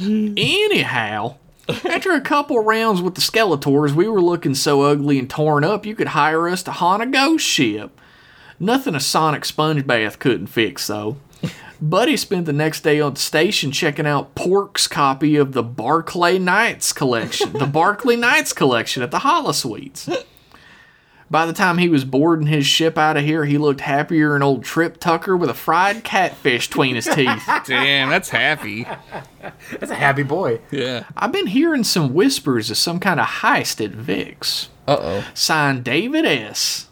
Speaker 1: Anyhow, after a couple rounds with the Skeletors, we were looking so ugly and torn up, you could hire us to haunt a ghost ship. Nothing a sonic sponge bath couldn't fix, though. Buddy spent the next day on the station checking out Pork's copy of the Barclay Knights collection, the Barclay Knights collection at the Hollow Suites. By the time he was boarding his ship out of here, he looked happier than old Trip Tucker with a fried catfish between his
Speaker 3: [LAUGHS]
Speaker 1: teeth.
Speaker 2: Damn, that's happy.
Speaker 3: That's a happy boy.
Speaker 2: Yeah.
Speaker 1: I've been hearing some whispers of some kind of heist at Vic's.
Speaker 2: Uh oh.
Speaker 1: Signed David
Speaker 3: [LAUGHS]
Speaker 1: S.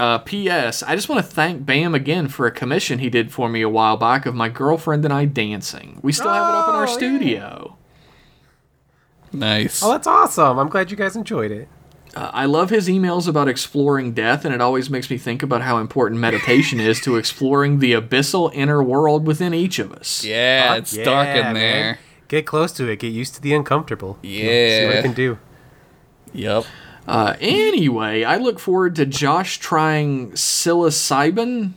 Speaker 1: uh, P.S. I just want to thank Bam again for a commission he did for me a while back of my girlfriend and I dancing. We still have it up in
Speaker 3: Oh,
Speaker 1: our
Speaker 3: yeah.
Speaker 1: studio.
Speaker 2: Nice.
Speaker 3: Oh, that's awesome. I'm glad you guys enjoyed it.
Speaker 1: Uh, I love his emails about exploring death, and it always makes me think about how important meditation is to exploring the abyssal inner world within each of us.
Speaker 2: Yeah,
Speaker 3: Fuck
Speaker 2: it's dark
Speaker 3: yeah,
Speaker 2: in there.
Speaker 3: man. Get close to it. Get used to the uncomfortable. See what
Speaker 2: Yeah.
Speaker 3: I can do.
Speaker 2: Yep.
Speaker 1: Uh, anyway, I look forward to Josh trying psilocybin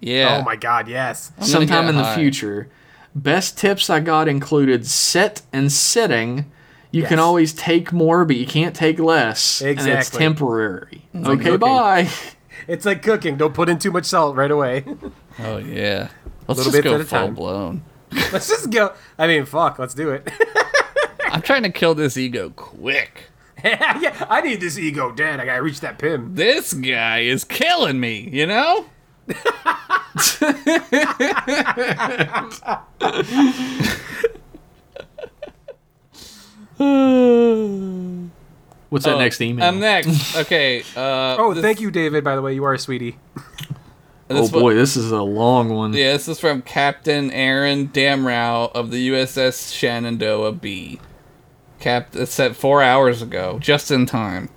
Speaker 2: Yeah.
Speaker 3: Oh my god, yes.
Speaker 2: I'm gonna
Speaker 1: sometime
Speaker 2: get
Speaker 1: in the
Speaker 2: high.
Speaker 1: future. Best tips I got included set and sitting. You can
Speaker 3: Yes.
Speaker 1: always take more, but you can't take less. And it's
Speaker 3: Exactly.
Speaker 1: temporary. okay,
Speaker 2: cooking.
Speaker 1: bye.
Speaker 3: [LAUGHS] It's like cooking. Don't put in too much salt right away. [LAUGHS]
Speaker 2: Oh yeah. Let's
Speaker 3: Little
Speaker 2: just
Speaker 3: bits
Speaker 2: go
Speaker 3: at a
Speaker 2: full
Speaker 3: time.
Speaker 2: blown.
Speaker 3: let's just go. I mean, fuck, let's do it. [LAUGHS]
Speaker 2: I'm trying to kill this ego quick.
Speaker 3: yeah, I need this ego dead. I gotta reach that pim.
Speaker 2: This guy is killing me. You [LAUGHS] know.
Speaker 1: What's
Speaker 2: Oh,
Speaker 1: that next email?
Speaker 2: I'm next. Okay. Uh,
Speaker 3: [LAUGHS] Oh,
Speaker 2: this-
Speaker 3: thank you, David, by the way. You are a sweetie.
Speaker 1: oh
Speaker 2: this one-
Speaker 1: boy, this is a long one.
Speaker 2: Yeah, this is from Captain Aaron Damrow of the USS Shenandoah B. Cap, it's set four hours ago, just in time.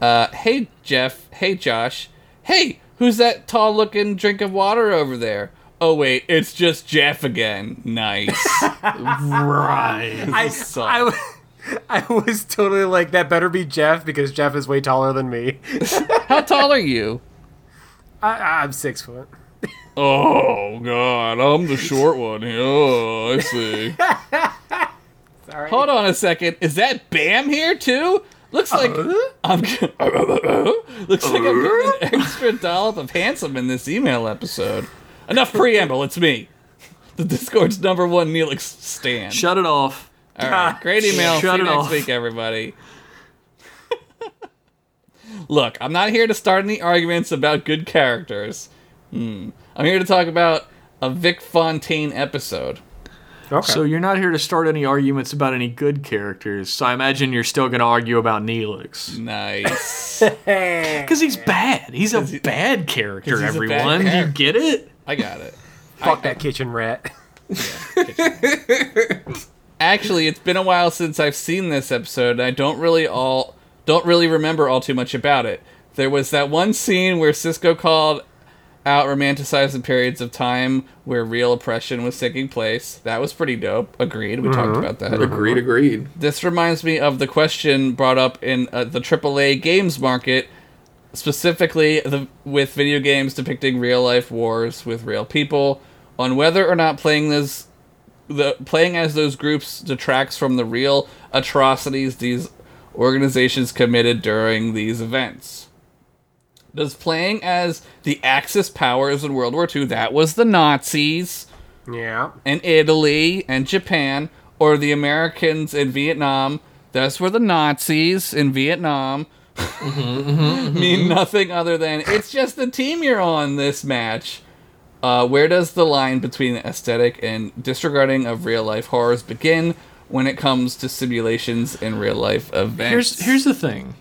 Speaker 2: Uh, hey Jeff, hey Josh, hey, who's that tall-looking drink of water over there? Oh wait, it's just Jeff again.
Speaker 1: [LAUGHS]
Speaker 2: Nice.
Speaker 3: [LAUGHS]
Speaker 1: Right.
Speaker 3: I,
Speaker 2: suck.
Speaker 3: I, w- [LAUGHS] I was totally like, that better be Jeff because Jeff is way taller than me. [LAUGHS]
Speaker 2: How tall are you?
Speaker 3: I, I'm six foot.
Speaker 2: Oh god, I'm the short one. here. Oh, I see.
Speaker 3: Sorry.
Speaker 2: Hold on a second. Is that Bam here too? Looks like I'm. g- [LAUGHS] looks like I'm getting an extra dollop of handsome in this email episode. Enough preamble. It's me, the Discord's number one Neelix stand.
Speaker 1: Shut it off.
Speaker 2: All right, great email.
Speaker 1: Shut
Speaker 2: See you
Speaker 1: it
Speaker 2: next
Speaker 1: off.
Speaker 2: week, everybody. [LAUGHS] Look, I'm not here to start any arguments about good characters. Hmm. I'm here to talk about a Vic Fontaine episode.
Speaker 3: Okay.
Speaker 1: So you're not here to start any arguments about any good characters, so I imagine you're still going to argue about Neelix. [LAUGHS]
Speaker 2: Nice.
Speaker 3: Hey.
Speaker 1: Because he's bad. He's a bad character,
Speaker 2: 'Cause he's a bad
Speaker 1: everyone. Do you
Speaker 2: character.
Speaker 1: get it?
Speaker 2: I got it.
Speaker 3: Fuck that kitchen rat.
Speaker 2: actually it's been a while since i've seen this episode and i don't really all don't really remember all too much about it there was that one scene where cisco called out romanticizing periods of time where real oppression was taking place that was pretty dope agreed we
Speaker 1: Mm-hmm.
Speaker 2: talked about that
Speaker 1: Agreed, agreed.
Speaker 2: this reminds me of the question brought up in uh, the AAA games market, specifically the, with video games depicting real life wars with real people, on whether or not playing this, the playing as those groups detracts from the real atrocities these organizations committed during these events. Does playing as the Axis powers in World War II, that was the Nazis,
Speaker 3: Yeah.
Speaker 2: and Italy and Japan, or the Americans in Vietnam. Those were the Nazis in Vietnam. [LAUGHS] mean nothing other than it's just the team you're on this match. Uh, where does the line between aesthetic and disregarding of real life horrors begin when it comes to simulations and real life events?
Speaker 1: Here's here's the thing.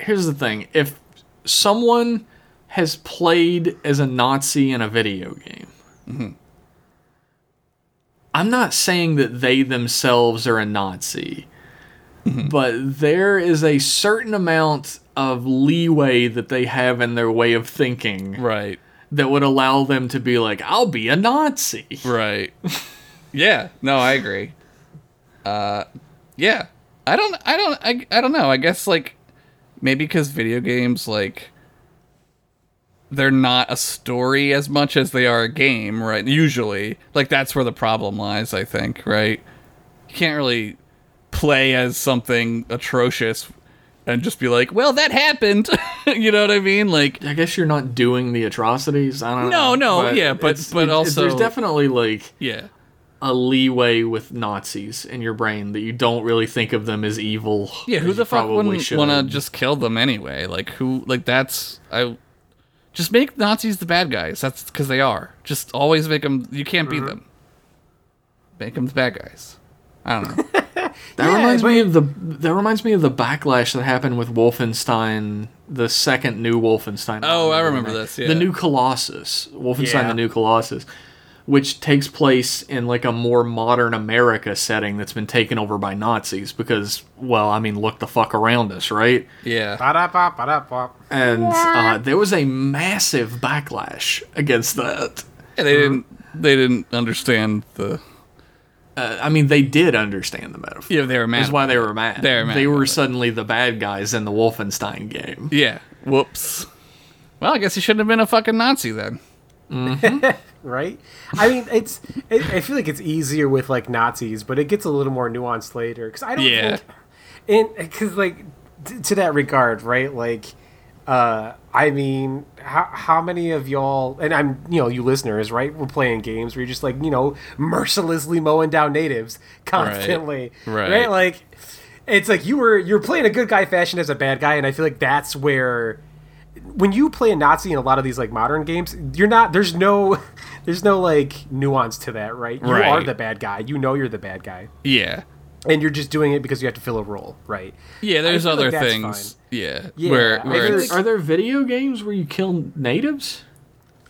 Speaker 1: Here's the thing. If someone has played as a Nazi in a video game,
Speaker 2: Mm-hmm.
Speaker 1: I'm not saying that they themselves are a Nazi,
Speaker 2: Mm-hmm.
Speaker 1: but there is a certain amount of leeway that they have in their way of thinking
Speaker 2: right.
Speaker 1: that would allow them to be like, I'll be a Nazi.
Speaker 2: Right. yeah. No, I agree. Uh, yeah. I don't. I don't. I, I. don't know. I guess like maybe because video games like they're not a story as much as they are a game, right? Usually, like that's where the problem lies. I think. Right. You can't really play as something atrocious and just be like, well, that happened. [LAUGHS] you know what I mean? Like.
Speaker 1: I guess you're not doing the atrocities. I don't
Speaker 2: No,
Speaker 1: know.
Speaker 2: no, yeah, but-
Speaker 1: it's-
Speaker 2: but
Speaker 1: it's- there's
Speaker 2: also-
Speaker 1: definitely like
Speaker 2: Yeah.
Speaker 1: a leeway with Nazis in your brain that you don't really think of them as evil.
Speaker 2: Yeah, who
Speaker 1: as
Speaker 2: the
Speaker 1: you
Speaker 2: fuck
Speaker 1: probably
Speaker 2: wouldn't
Speaker 1: should.
Speaker 2: want to just kill them anyway? Like who? Like that's I. Just make Nazis the bad guys. That's because they are. Just always make them. You can't
Speaker 3: Mm-hmm.
Speaker 2: beat them. Make them the bad guys. I don't know.
Speaker 1: That
Speaker 3: Yeah,
Speaker 1: reminds
Speaker 3: but-
Speaker 1: me of the that reminds me of the backlash that happened with Wolfenstein, the second new Wolfenstein.
Speaker 2: Oh, I
Speaker 1: the
Speaker 2: remember
Speaker 1: name.
Speaker 2: this, yeah.
Speaker 1: The new Colossus, Wolfenstein:
Speaker 3: Yeah.
Speaker 1: The New Colossus, which takes place in like a more modern America setting that's been taken over by Nazis. Because, well, I mean, look the fuck around us, right?
Speaker 2: yeah.
Speaker 3: Ba-da-ba, ba-da-ba.
Speaker 1: And uh, there was a massive backlash against that.
Speaker 2: Yeah, they didn't.
Speaker 3: Mm-hmm.
Speaker 2: They didn't understand the.
Speaker 1: Uh, I mean, they did understand the metaphor.
Speaker 2: Yeah, they were mad.
Speaker 1: Is why they
Speaker 2: about
Speaker 1: were mad.
Speaker 2: They were mad
Speaker 1: They
Speaker 2: about
Speaker 1: were
Speaker 2: it.
Speaker 1: suddenly the bad guys in the Wolfenstein game.
Speaker 2: it. Yeah. Whoops. Well, I guess he shouldn't have been a fucking Nazi then.
Speaker 3: right? I mean, it's. It, I feel like it's easier with like Nazis, but it gets a little more nuanced later because I don't
Speaker 2: Yeah.
Speaker 3: think, and because like t- to that regard, right? Like, uh, I mean, how how many of y'all and I'm you know you listeners, right? We're playing games where you're just like you know mercilessly mowing down natives constantly,
Speaker 2: Right.
Speaker 3: right? Like, it's like you were you're playing a good guy fashion as a bad guy, and I feel like that's where when you play a Nazi in a lot of these like modern games, you're not there's no [LAUGHS] there's no like nuance to that, right? You are
Speaker 2: Right.
Speaker 3: the bad guy. You know you're the bad guy.
Speaker 2: Yeah.
Speaker 3: And you're just doing it because you have to fill a role, right?
Speaker 2: Yeah. There's
Speaker 3: feel like
Speaker 2: other
Speaker 3: that's
Speaker 2: things. Yeah,
Speaker 3: Yeah,
Speaker 2: Where
Speaker 3: I
Speaker 2: where
Speaker 3: feel
Speaker 2: it's,
Speaker 1: Are,
Speaker 3: like-
Speaker 1: are there video games where you kill natives?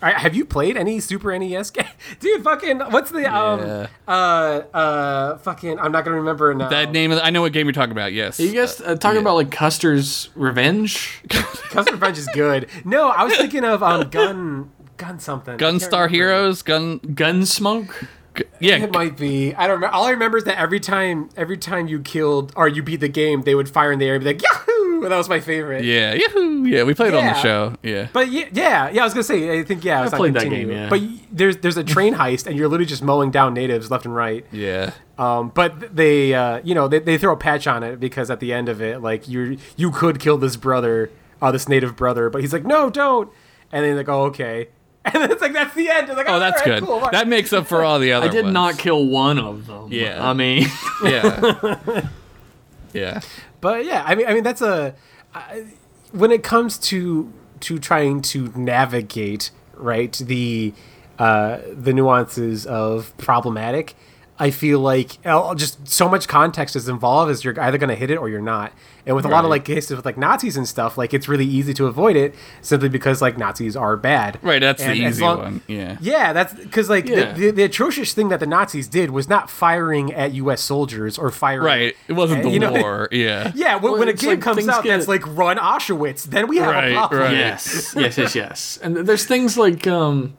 Speaker 3: I, have you played any Super [LAUGHS] NES game? Dude, fucking what's the
Speaker 2: Yeah.
Speaker 3: um uh uh fucking I'm not gonna remember now.
Speaker 2: that name. Of the, I know what game you're talking about. Yes.
Speaker 1: Are you guys uh, talking about like Custer's Revenge?
Speaker 2: [LAUGHS]
Speaker 3: Customer Punch is good. No, I was thinking of um gun gun something. I can't
Speaker 2: Uh, Gunstar
Speaker 3: remember.
Speaker 2: Heroes, Gun,
Speaker 1: Gunsmoke?
Speaker 2: gu- yeah,
Speaker 3: It might be. I don't remember. All I remember is that every time, every time you killed or you beat the game, they would fire in the air and be like, "Yahoo!" And that was my favorite.
Speaker 2: yeah, yahoo, yeah. We played it on the
Speaker 3: Yeah.
Speaker 2: show, yeah,
Speaker 3: But yeah, yeah, yeah. I was gonna say. I think yeah. I, was on
Speaker 1: played that
Speaker 3: continue.
Speaker 1: game, yeah.
Speaker 3: But y- there's there's a train heist, and you're literally just mowing down natives left and right.
Speaker 2: yeah,
Speaker 3: Um, but they, uh, you know, they, they throw a patch on it because at the end of it, like you you could kill this brother, uh, this native brother, but he's like, no, don't. And then like, oh, okay. [LAUGHS] And then it's like that's the end. It's like,
Speaker 2: Oh, that's
Speaker 3: all right,
Speaker 2: good.
Speaker 3: cool, all right.
Speaker 2: That makes up for all the other.
Speaker 1: I did
Speaker 2: ones.
Speaker 1: not kill one of them.
Speaker 2: Yeah.
Speaker 1: I mean,
Speaker 2: Yeah, yeah,
Speaker 3: but yeah, I mean, I mean that's a I- when it comes to to trying to navigate right the uh, the nuances of problematic. I feel like oh, just so much context is involved is you're either going to hit it or you're not. And with a lot of
Speaker 2: Right.
Speaker 3: like cases with like Nazis and stuff, like it's really easy to avoid it simply because like Nazis are bad.
Speaker 2: right. That's
Speaker 3: And
Speaker 2: the
Speaker 3: as
Speaker 2: easy
Speaker 3: long-
Speaker 2: one. Yeah,
Speaker 3: yeah, that's because like
Speaker 1: Yeah.
Speaker 3: the, the, the atrocious thing that the Nazis did was not firing at U.S. soldiers or firing
Speaker 2: right. It wasn't
Speaker 3: Uh,
Speaker 2: the
Speaker 3: you know-
Speaker 2: war. yeah,
Speaker 3: yeah, when,
Speaker 1: Well,
Speaker 3: when a
Speaker 1: it's
Speaker 3: game
Speaker 1: like
Speaker 3: comes
Speaker 1: things
Speaker 3: out
Speaker 1: get-
Speaker 3: that's like run Auschwitz, then we have
Speaker 2: Right,
Speaker 3: a
Speaker 2: [LAUGHS]
Speaker 3: problem.
Speaker 2: right.
Speaker 1: yes, yes, yes, yes. And th- there's things like um,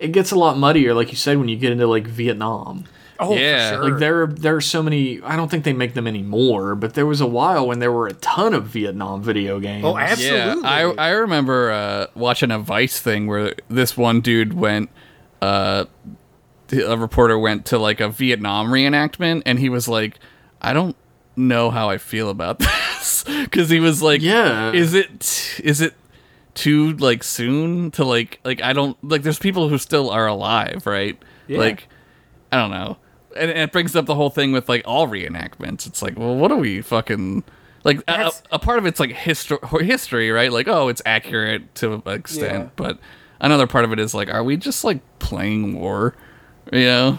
Speaker 1: it gets a lot muddier, like you said, when you get into like Vietnam.
Speaker 3: Oh,
Speaker 2: Yeah,
Speaker 3: for sure.
Speaker 2: like
Speaker 1: Like there, are, there are so many. I don't think they make them anymore, but there was a while when there were a ton of Vietnam video games.
Speaker 3: oh, absolutely.
Speaker 2: Yeah, I I remember uh, watching a Vice thing where this one dude went. Uh, the- a reporter went to like a Vietnam reenactment, and he was like, "I don't know how I feel about [LAUGHS] this," because he was like,
Speaker 1: Yeah.
Speaker 2: is it is it too like soon to like like I don't like there's people who still are alive, right? Like I don't know. And, and it brings up the whole thing with like all reenactments. It's like, well, what are we fucking like? A,
Speaker 3: That's-
Speaker 2: a part of it's like history, history, right? Like, oh, it's accurate to an extent,
Speaker 3: Yeah.
Speaker 2: but another part of it is like, are we just like playing war? You know?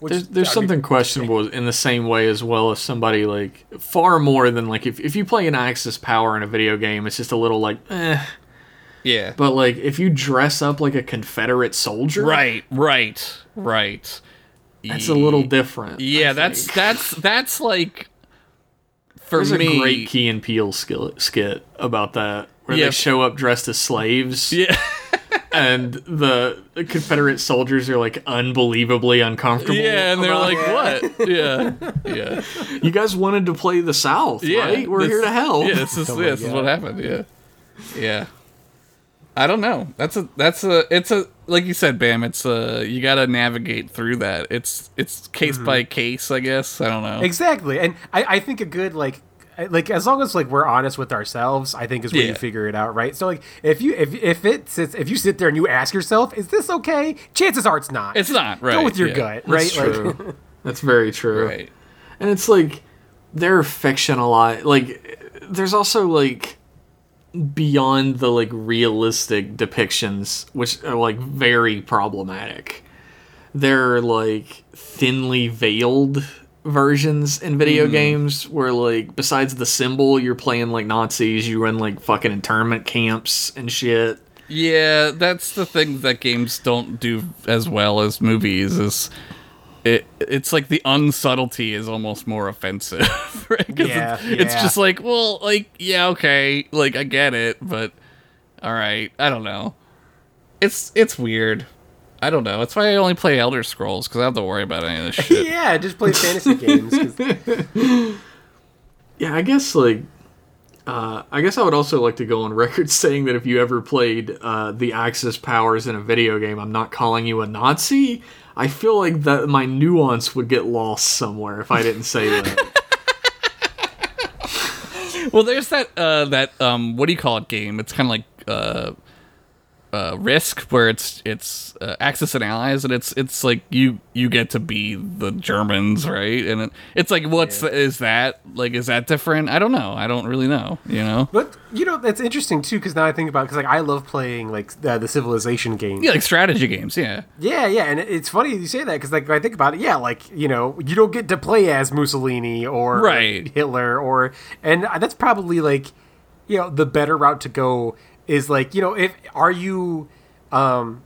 Speaker 3: Which-
Speaker 1: There's, there's
Speaker 3: I mean,
Speaker 1: something questionable in the same way as well as somebody like far more than like if, if you play an Axis power in a video game, it's just a little like, eh.
Speaker 2: Yeah.
Speaker 1: But like if you dress up like a Confederate soldier,
Speaker 2: right, right, right.
Speaker 1: That's a little different. I
Speaker 2: Yeah, that's
Speaker 1: think.
Speaker 2: that's that's like for
Speaker 1: there's
Speaker 2: me.
Speaker 1: a great Key and Peele skillet, skit about that where
Speaker 2: Yeah.
Speaker 1: they show up dressed as slaves.
Speaker 2: Yeah. [LAUGHS]
Speaker 1: and the Confederate soldiers are like unbelievably uncomfortable.
Speaker 2: Yeah, and they're
Speaker 1: about-
Speaker 2: like, what? Yeah, yeah,
Speaker 1: "You guys wanted to play the South,
Speaker 2: yeah.
Speaker 1: right? We're
Speaker 2: this-
Speaker 1: here to help."
Speaker 2: Yeah,
Speaker 3: [LAUGHS]
Speaker 2: this is
Speaker 3: Oh my
Speaker 2: yeah, this is
Speaker 3: God.
Speaker 2: what happened. Yeah, yeah. I don't know. That's a that's a it's a like you said, Bam. It's uh you gotta navigate through that. It's it's case
Speaker 3: Mm-hmm.
Speaker 2: by case, I guess. I don't know.
Speaker 3: Exactly, and I, I think a good like I- like as long as like we're honest with ourselves, I think is where
Speaker 2: Yeah.
Speaker 3: you figure it out, right? So like if you if if it sits if you sit there and you ask yourself, is this okay? Chances are it's not.
Speaker 2: It's not right.
Speaker 3: go with your
Speaker 2: yeah.
Speaker 3: gut, right?
Speaker 1: That's
Speaker 3: Like-
Speaker 1: true. That's very true.
Speaker 2: Right.
Speaker 1: And it's like they're fictionalized. Like there's also like beyond the like realistic depictions, which are like very problematic. They're like thinly veiled versions in video games where like besides the symbol you're playing like Nazis, you run like fucking internment camps and shit.
Speaker 2: Yeah, that's the thing that games don't do as well as movies is it it's like the unsubtlety is almost more offensive. [LAUGHS] right? 'Cause
Speaker 3: Yeah,
Speaker 2: it's, it's
Speaker 3: yeah.
Speaker 2: just like, well, like yeah, okay, like I get it, but all right, I don't know. It's it's weird. I don't know. That's why I only play Elder Scrolls cuz I don't have to worry about any of
Speaker 3: [LAUGHS]
Speaker 2: this shit.
Speaker 3: [LAUGHS] yeah, just play fantasy games. 'cause-
Speaker 1: Yeah, I guess like uh, I guess I would also like to go on [LAUGHS] record saying that if you ever played uh, the Axis powers in a video game, I'm not calling you a Nazi. I feel like that my nuance would get lost somewhere if I didn't say that.
Speaker 2: Well, there's that uh, that um, what do you call it game? It's kind of like uh, uh, Risk, where it's it's uh, Axis and Allies, and it's it's like you you get to be the Germans, right? And it, it's like what's is that like is that different? I don't know. I don't really know. You know?
Speaker 3: But you know that's interesting too, because now I think about because like I love playing like uh, the Civilization game.
Speaker 2: Yeah, like strategy
Speaker 1: [LAUGHS]
Speaker 2: games. Yeah.
Speaker 3: Yeah, yeah, and it- it's funny you say that because like when I think about it, yeah, like you know you don't get to play as Mussolini or
Speaker 2: Right.
Speaker 3: Hitler or, and that's probably like, you know, the better route to go is like you know if are you, um,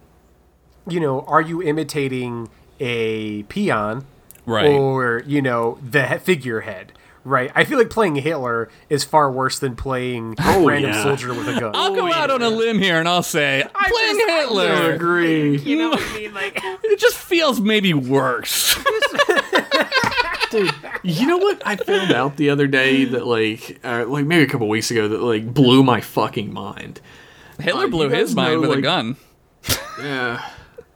Speaker 3: you know, are you imitating a peon,
Speaker 2: Right.
Speaker 3: or you know the he- figurehead, right? I feel like playing Hitler is far worse than playing
Speaker 2: Oh,
Speaker 3: a random
Speaker 1: yeah.
Speaker 3: soldier with a gun.
Speaker 2: I'll go out on a limb here and I'll say playing
Speaker 3: just- I
Speaker 2: Hitler.
Speaker 3: just-
Speaker 1: agree,
Speaker 2: [LAUGHS]
Speaker 3: you know what I mean? Like.
Speaker 2: It just feels maybe
Speaker 1: [LAUGHS]
Speaker 2: worse.
Speaker 1: dude. You know what? I found out the other day that like uh, like maybe a couple weeks ago that like blew my fucking mind.
Speaker 2: Hitler
Speaker 1: you
Speaker 2: blew his
Speaker 1: guys
Speaker 2: mind
Speaker 1: know,
Speaker 2: with a
Speaker 1: like-
Speaker 2: gun.
Speaker 1: Yeah.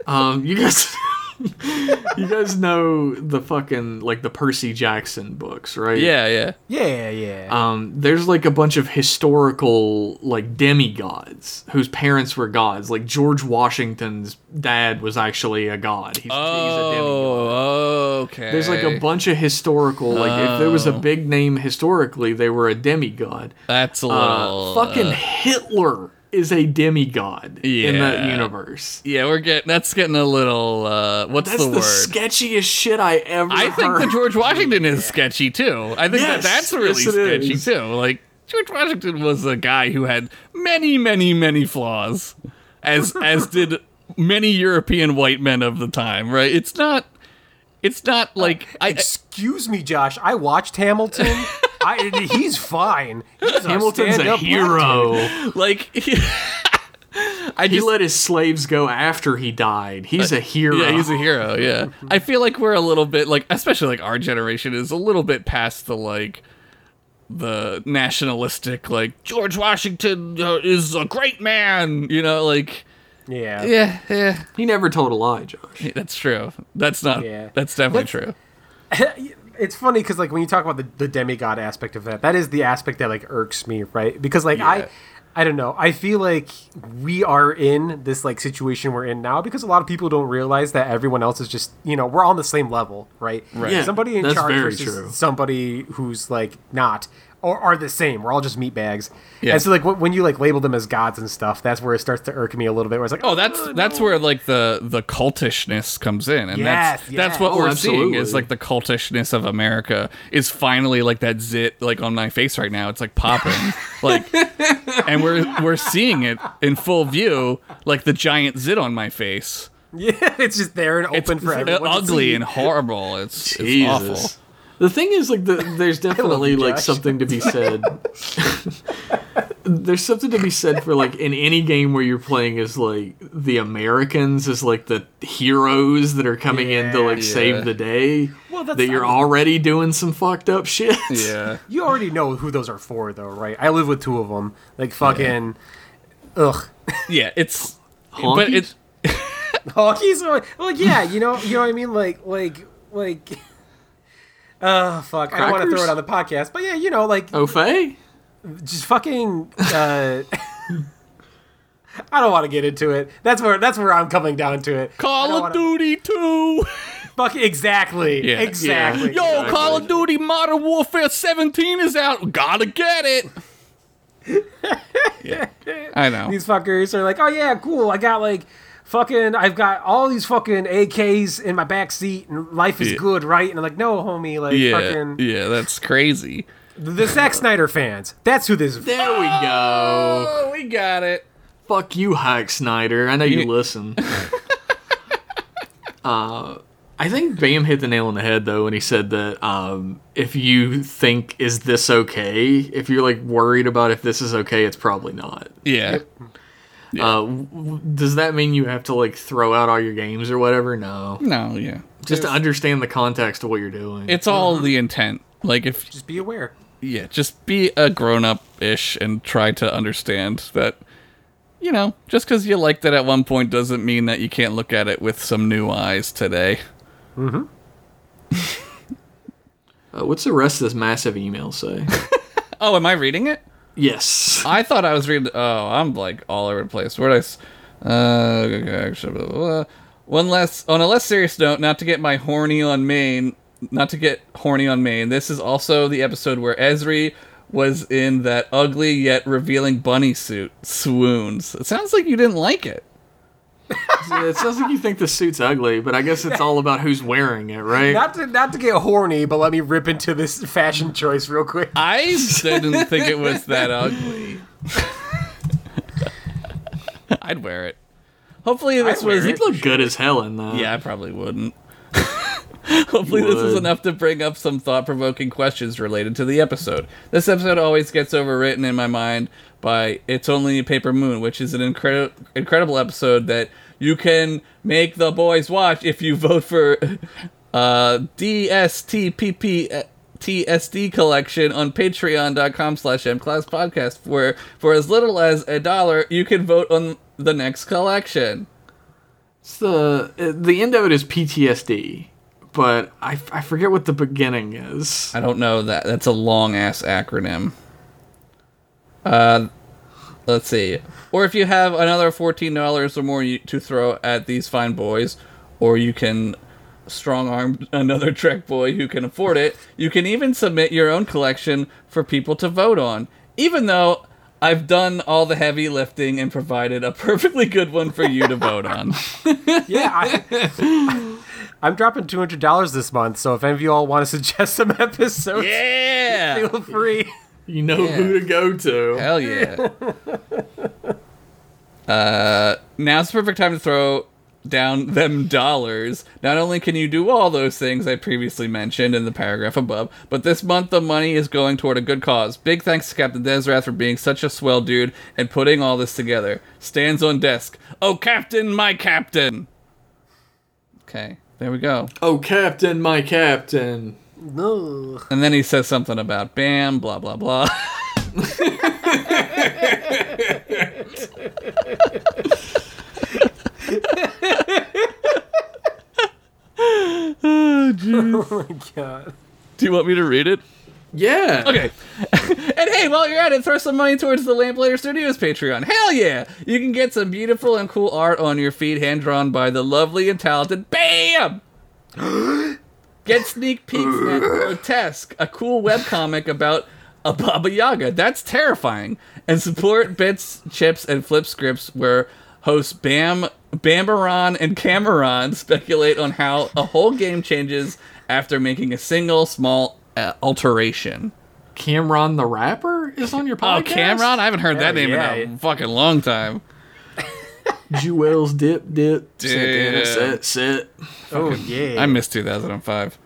Speaker 1: Um, you guys, [LAUGHS] you guys know the fucking like the Percy Jackson books, right?
Speaker 2: Yeah, yeah.
Speaker 3: Yeah, yeah.
Speaker 1: um, there's like a bunch of historical like demigods whose parents were gods. Like George Washington's dad was actually a god. He's, he's a demigod.
Speaker 2: Oh, okay. Oh.
Speaker 1: There's like a bunch of historical like if there was a big name historically, they were a demigod.
Speaker 2: That's
Speaker 1: Uh,
Speaker 2: a little
Speaker 1: fucking
Speaker 2: uh,
Speaker 1: Hitler is a demigod in that
Speaker 2: Yeah.
Speaker 1: universe.
Speaker 2: yeah, we're getting that's getting a little. uh What's
Speaker 1: That's
Speaker 2: the
Speaker 1: the,
Speaker 2: word?
Speaker 1: sketchiest shit I ever.
Speaker 2: I think
Speaker 1: heard.
Speaker 2: the George Washington is sketchy too. I think
Speaker 1: Yes,
Speaker 2: that that's really
Speaker 1: yes, it
Speaker 2: sketchy
Speaker 1: is.
Speaker 2: too. Like George Washington was a guy who had many, many, many flaws, as as did many European white men of the time. Right? It's not. It's not
Speaker 1: [LAUGHS]
Speaker 2: like I.
Speaker 3: Excuse me, Josh. I watched Hamilton. I, he's fine. He's
Speaker 1: Hamilton's a
Speaker 3: stand-up black
Speaker 1: hero.
Speaker 2: Like. [LAUGHS] I
Speaker 1: He
Speaker 2: just
Speaker 1: let his slaves go after he died. He's a hero.
Speaker 2: Uh, Yeah, he's a hero. Yeah, I feel like we're a little bit like, especially like our generation is a little bit past the like the nationalistic like George Washington uh, is a great man. You know, like
Speaker 3: dude. Yeah.
Speaker 2: yeah, yeah,
Speaker 1: He never told a lie, Josh.
Speaker 2: that's true. That's not.
Speaker 3: Yeah.
Speaker 2: That's definitely true.
Speaker 3: It's funny because like when you talk about the, the demigod aspect of that, that is the aspect that like irks me, right? Because like
Speaker 2: Yeah.
Speaker 3: I, I don't know. I feel like we are in this like situation we're in now because a lot of people don't realize that everyone else is just you know we're on the same level, right? Right.
Speaker 1: Yeah,
Speaker 3: somebody in
Speaker 1: that's
Speaker 3: charge
Speaker 1: very
Speaker 3: versus
Speaker 1: true.
Speaker 3: somebody who's like not or are the same. We're all just meat bags.
Speaker 2: Yeah.
Speaker 3: And so like wh- when you like label them as gods and stuff, that's where it starts to irk me a little bit. Where it's like,
Speaker 2: Oh, that's that's where like the the cultishness comes in, and that's
Speaker 3: Yes,
Speaker 2: that's
Speaker 3: yes.
Speaker 2: what
Speaker 1: Oh,
Speaker 2: we're seeing
Speaker 1: absolutely.
Speaker 2: is like the cultishness of America is finally like that zit like on my face right now. It's like popping,
Speaker 3: [LAUGHS]
Speaker 2: like, and we're we're seeing it in full view, like the giant zit on my face.
Speaker 3: Yeah, [LAUGHS] it's just there and open for everyone. to
Speaker 2: ugly
Speaker 3: see.
Speaker 2: and horrible. It's, it's awful.
Speaker 1: Jesus. [LAUGHS] The thing is, like, the, there's definitely
Speaker 3: you,
Speaker 1: like
Speaker 3: Josh.
Speaker 1: something to be said. [LAUGHS] there's something to be said for like in any game where you're playing as like the Americans as like the heroes that are coming in to
Speaker 3: Yeah,
Speaker 1: like
Speaker 2: yeah.
Speaker 1: save the day.
Speaker 3: Well,
Speaker 1: Well,
Speaker 3: that's-
Speaker 1: that you're
Speaker 3: I mean-
Speaker 1: already doing some fucked up shit. [LAUGHS]
Speaker 2: Yeah.
Speaker 3: You already know who those are for, though, right? I live with two of them. Like fucking, ugh. [LAUGHS]
Speaker 2: Yeah, it's but
Speaker 1: Honkies?
Speaker 2: it's
Speaker 3: Honkies. are Oh, Like, like yeah, you know, you know what I mean. Like, like, like. [LAUGHS] Uh, fuck. I don't want to throw
Speaker 1: Crackers?
Speaker 3: it on the podcast, but yeah, you know,
Speaker 2: Oh.
Speaker 3: like,
Speaker 1: Au fait?
Speaker 3: just fucking. Uh, [LAUGHS] I don't want to get into it. That's where that's where I'm coming down to it. I
Speaker 2: Call
Speaker 3: don't
Speaker 2: of
Speaker 3: wanna-
Speaker 2: Duty 2.
Speaker 3: Fuck exactly.
Speaker 2: Yeah.
Speaker 3: Exactly.
Speaker 1: Yeah.
Speaker 2: Yo, Call of Duty Modern Warfare 17 is out. Gotta get it. yeah. I know.
Speaker 3: these fuckers are like, oh yeah, cool. I got like fucking, I've got all these fucking AKs in my back seat, and life is
Speaker 2: Yeah.
Speaker 3: good, right? And I'm like, no, homie, like
Speaker 2: Yeah.
Speaker 3: fucking
Speaker 2: Yeah, that's crazy.
Speaker 3: the Zack Snyder fans. That's who this is.
Speaker 1: There we go.
Speaker 2: Oh, we got it.
Speaker 1: Fuck you, Hack Snyder. I know you
Speaker 2: You-
Speaker 1: listen. uh, I think Bam hit the nail on the head though when he said that um, if you think is this okay, if you're like worried about if this is okay, it's probably not.
Speaker 2: Yeah.
Speaker 1: Uh, w- w- does that mean you have to like throw out all your games or whatever? No,
Speaker 2: No, yeah.
Speaker 1: just to understand the context of what you're doing.
Speaker 2: It's all the intent. Like if
Speaker 3: Just be aware.
Speaker 2: yeah, just be a grown up ish and try to understand that, you know, just because you liked it at one point doesn't mean that you can't look at it with some new eyes today.
Speaker 1: uh, what's the rest of this massive email say?
Speaker 2: Oh, am I reading it?
Speaker 1: yes.
Speaker 2: I thought I was reading. Oh, I'm like all over the place. Where would I? s- Uh, actually, blah, blah, blah. one less. On a less serious note, not to get my horny on Maine. Not to get horny on Maine. This is also the episode where Esri was in that ugly yet revealing bunny suit. Swoons. It sounds like you didn't like it.
Speaker 1: it sounds like you think the suit's ugly, but I guess it's all about who's wearing it, right?
Speaker 3: Not to not to get horny, but let me rip into this fashion choice real quick. [LAUGHS]
Speaker 2: [LAUGHS] I didn't think it was that ugly. [LAUGHS] I'd wear it. Hopefully, this
Speaker 3: I'd wear
Speaker 2: was.
Speaker 3: it.
Speaker 1: You'd look good as hell in that.
Speaker 2: Yeah, I probably wouldn't. Hopefully, this is
Speaker 1: Uh, would.
Speaker 2: enough to bring up some thought provoking questions related to the episode. This episode always gets overwritten in my mind by It's Only a Paper Moon, which is an incre- incredible episode that you can make the boys watch if you vote for [LAUGHS] uh, DSTPP. TSD collection on patreon.com slash mclasspodcast where for as little as a dollar you can vote on the next collection.
Speaker 1: It's the uh, the end of it is PTSD, but I, f- I forget what the beginning is.
Speaker 2: I don't know that. That's a long ass acronym. Uh, let's see. Or if you have another fourteen dollars or more you, to throw at these fine boys, or you can strong arm another Trek boy who can afford it. You can even submit your own collection for people to vote on. Even though I've done all the heavy lifting and provided a [LAUGHS] perfectly good one for you to vote on.
Speaker 3: Yeah. I, I'm dropping two hundred dollars this month, so if any of you all want to suggest some [LAUGHS]
Speaker 2: [LAUGHS]
Speaker 3: episodes,
Speaker 2: Yeah.
Speaker 3: feel free.
Speaker 1: You know who to go to.
Speaker 2: Hell [LAUGHS] yeah. uh, now's the perfect time to throw down them dollars. Not only can you do all those things I previously mentioned in the paragraph above, but this month the money is going toward a good cause. Big thanks to Captain Desrath for being such a swell dude and putting all this together. Stands on desk. Oh, Captain, my Captain! Okay, there we go.
Speaker 1: Oh, Captain, my Captain.
Speaker 3: [LAUGHS] No.
Speaker 2: And then he says something about Bam, blah, blah, blah. [LAUGHS]
Speaker 3: Oh my god.
Speaker 2: Do you want me to read it?
Speaker 1: Yeah.
Speaker 2: [LAUGHS] Okay. and hey, while you're at it, throw some money towards the Lamplighter Studios Patreon. Hell yeah! You can get some beautiful and cool art on your feed, hand drawn by the lovely and talented BAM! [GASPS] Get sneak peeks at Grotesque, a cool webcomic about a Baba Yaga. That's terrifying. And support bits, chips, and flip scripts where hosts Bam, Bamberon, and Cameron [LAUGHS] speculate on how a whole game changes after making a single small uh, alteration.
Speaker 1: Cameron the rapper is on your
Speaker 2: Oh,
Speaker 1: podcast.
Speaker 2: Cameron? I haven't heard that
Speaker 3: Hell
Speaker 2: name
Speaker 3: yeah.
Speaker 2: in a fucking long time.
Speaker 1: Jewel's dip dip. Sit,
Speaker 2: Dude.
Speaker 1: sit, sit.
Speaker 3: Oh yeah.
Speaker 2: I miss 2005.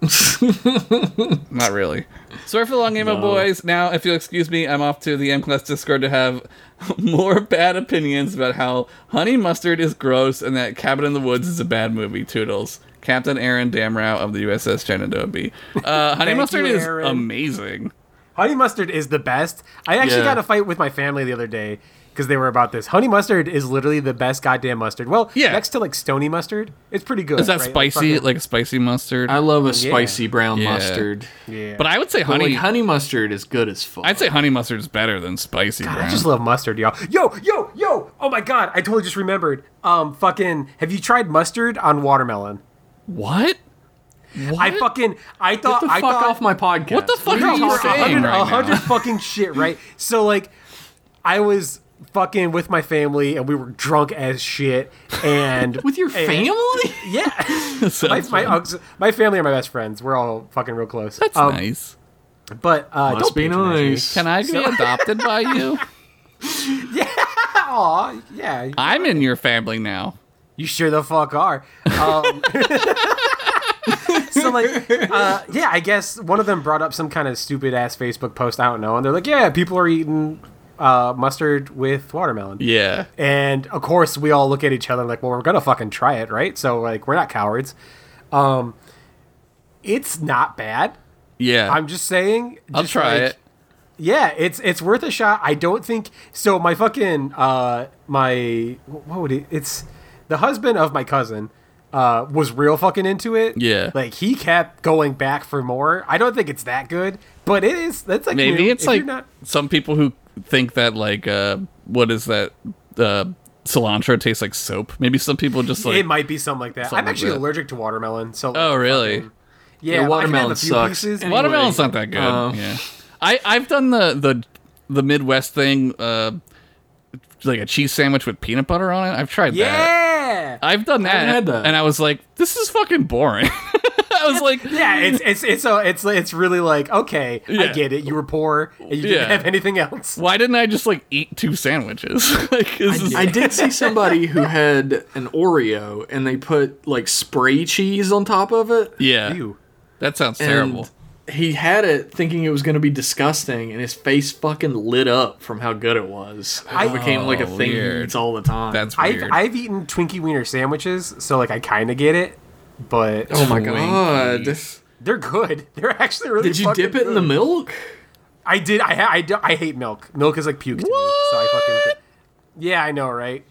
Speaker 2: [LAUGHS] Not really. Sorry for the long game, my
Speaker 1: No.
Speaker 2: boys. Now, if you'll excuse me, I'm off to the M Class Discord to have [LAUGHS] more bad opinions about how Honey Mustard is gross and that Cabin in the Woods is a bad movie. Toodles. Captain Aaron Damrow of the USS Shenandoah.
Speaker 3: [LAUGHS]
Speaker 2: Uh, Honey
Speaker 3: you,
Speaker 2: Mustard is
Speaker 3: Aaron.
Speaker 2: amazing.
Speaker 3: Honey mustard is the best. I actually
Speaker 1: Yeah.
Speaker 3: got a fight with my family the other day because they were about this. Honey mustard is literally the best goddamn mustard. Well,
Speaker 2: Yeah.
Speaker 3: next to like stony mustard, it's pretty good.
Speaker 2: Is that
Speaker 3: right? Like,
Speaker 2: spicy?
Speaker 3: fucking-
Speaker 2: Like spicy mustard?
Speaker 1: I love a spicy brown
Speaker 2: Yeah.
Speaker 1: mustard.
Speaker 3: yeah.
Speaker 2: but I would say
Speaker 1: Honey,
Speaker 2: honey.
Speaker 1: like honey mustard is good as fuck.
Speaker 2: I'd say honey mustard is better than spicy
Speaker 3: God,
Speaker 2: brown.
Speaker 3: I just love mustard, y'all. Yo, yo, yo! Oh my god, I totally just remembered. Um, fucking, have you tried mustard on watermelon?
Speaker 2: what?
Speaker 3: I fucking, I thought,
Speaker 1: Get the
Speaker 3: I
Speaker 1: fuck
Speaker 3: thought, [LAUGHS]
Speaker 1: off my podcast.
Speaker 2: What the fuck
Speaker 1: are
Speaker 2: are
Speaker 1: you
Speaker 2: you
Speaker 3: a
Speaker 1: talking
Speaker 2: saying
Speaker 3: hundred,
Speaker 2: right now?
Speaker 3: a hundred fucking shit, right? So like, I was fucking with my family and we were drunk as shit, and
Speaker 1: with your
Speaker 3: and-
Speaker 1: family?
Speaker 3: yeah.
Speaker 2: [LAUGHS]
Speaker 3: my,
Speaker 2: Sounds
Speaker 3: my,
Speaker 2: fun.
Speaker 3: uncles- my family are my best friends. We're all fucking real close.
Speaker 2: That's
Speaker 3: Um,
Speaker 2: nice.
Speaker 3: But uh,
Speaker 1: Must
Speaker 3: don't
Speaker 1: be
Speaker 3: patronize me.
Speaker 1: nice.
Speaker 2: Can I be adopted by [LAUGHS] you?
Speaker 3: Aw, yeah,
Speaker 2: I'm in your family now.
Speaker 3: you sure the fuck are. Um, [LAUGHS] so like, uh, yeah, I guess one of them brought up some kind of stupid ass Facebook post. I don't know, and they're like, yeah, people are eating uh, mustard with watermelon.
Speaker 2: Yeah.
Speaker 3: And of course, we all look at each other like, well, we're gonna fucking try it, right? So like, we're not cowards. Um, it's not bad.
Speaker 2: Yeah.
Speaker 3: I'm just saying.
Speaker 2: I'll
Speaker 3: just,
Speaker 2: try
Speaker 3: like,
Speaker 2: it.
Speaker 3: Yeah, it's it's worth a shot. I don't think so. My fucking uh, my what would it? It's the husband of my cousin uh was real fucking into it.
Speaker 2: Yeah.
Speaker 3: like he kept going back for more. I don't think it's that good, but it is. That's like
Speaker 2: Maybe
Speaker 3: new.
Speaker 2: it's
Speaker 3: If you're
Speaker 2: like
Speaker 3: not-
Speaker 2: some people who think that like uh what is that uh cilantro tastes like soap. Maybe some people just like
Speaker 3: it might be something like that.
Speaker 2: something
Speaker 3: I'm
Speaker 2: like
Speaker 3: actually
Speaker 2: that.
Speaker 3: allergic to watermelon. So
Speaker 2: Oh, really?
Speaker 3: fucking-
Speaker 1: Yeah,
Speaker 3: yeah, I can have
Speaker 1: watermelon
Speaker 3: a few
Speaker 1: sucks.
Speaker 3: pieces,
Speaker 1: Anyway.
Speaker 2: watermelon's not that good.
Speaker 1: Oh.
Speaker 2: yeah. I I've done the the the Midwest thing uh like a cheese sandwich with peanut butter on it. I've tried that.
Speaker 3: yeah.
Speaker 2: I've done that,
Speaker 1: haven't had that.
Speaker 2: and I was like, this is fucking boring. [LAUGHS] I was like,
Speaker 3: Yeah, it's it's it's a, it's it's really like okay, I
Speaker 2: Yeah.
Speaker 3: get it. You were poor and you
Speaker 2: Yeah.
Speaker 3: didn't have anything else. [LAUGHS]
Speaker 2: why didn't I just like eat two sandwiches? [LAUGHS] like, this is,
Speaker 1: I did see somebody
Speaker 2: [LAUGHS]
Speaker 1: who had an Oreo and they put like spray cheese on top of it.
Speaker 2: yeah,
Speaker 3: Ew.
Speaker 2: that sounds
Speaker 1: and
Speaker 2: terrible.
Speaker 1: He had it thinking it was going to be disgusting, and his face fucking lit up from how good it was. And it
Speaker 3: I-
Speaker 1: became like a
Speaker 2: Oh,
Speaker 1: thing
Speaker 2: weird.
Speaker 1: he eats all the time.
Speaker 2: That's
Speaker 3: I've
Speaker 2: weird.
Speaker 3: I've eaten Twinkie wiener sandwiches, so like I kind of get it, but
Speaker 1: oh my god!
Speaker 2: Twinkies.
Speaker 3: they're good. [LAUGHS] They're actually really.
Speaker 1: Did you
Speaker 3: fucking
Speaker 1: dip it in the
Speaker 3: good.
Speaker 1: milk?
Speaker 3: I did. I ha- I, do- I hate milk. Milk is like puke to me. So I fucking. Yeah, I know, right?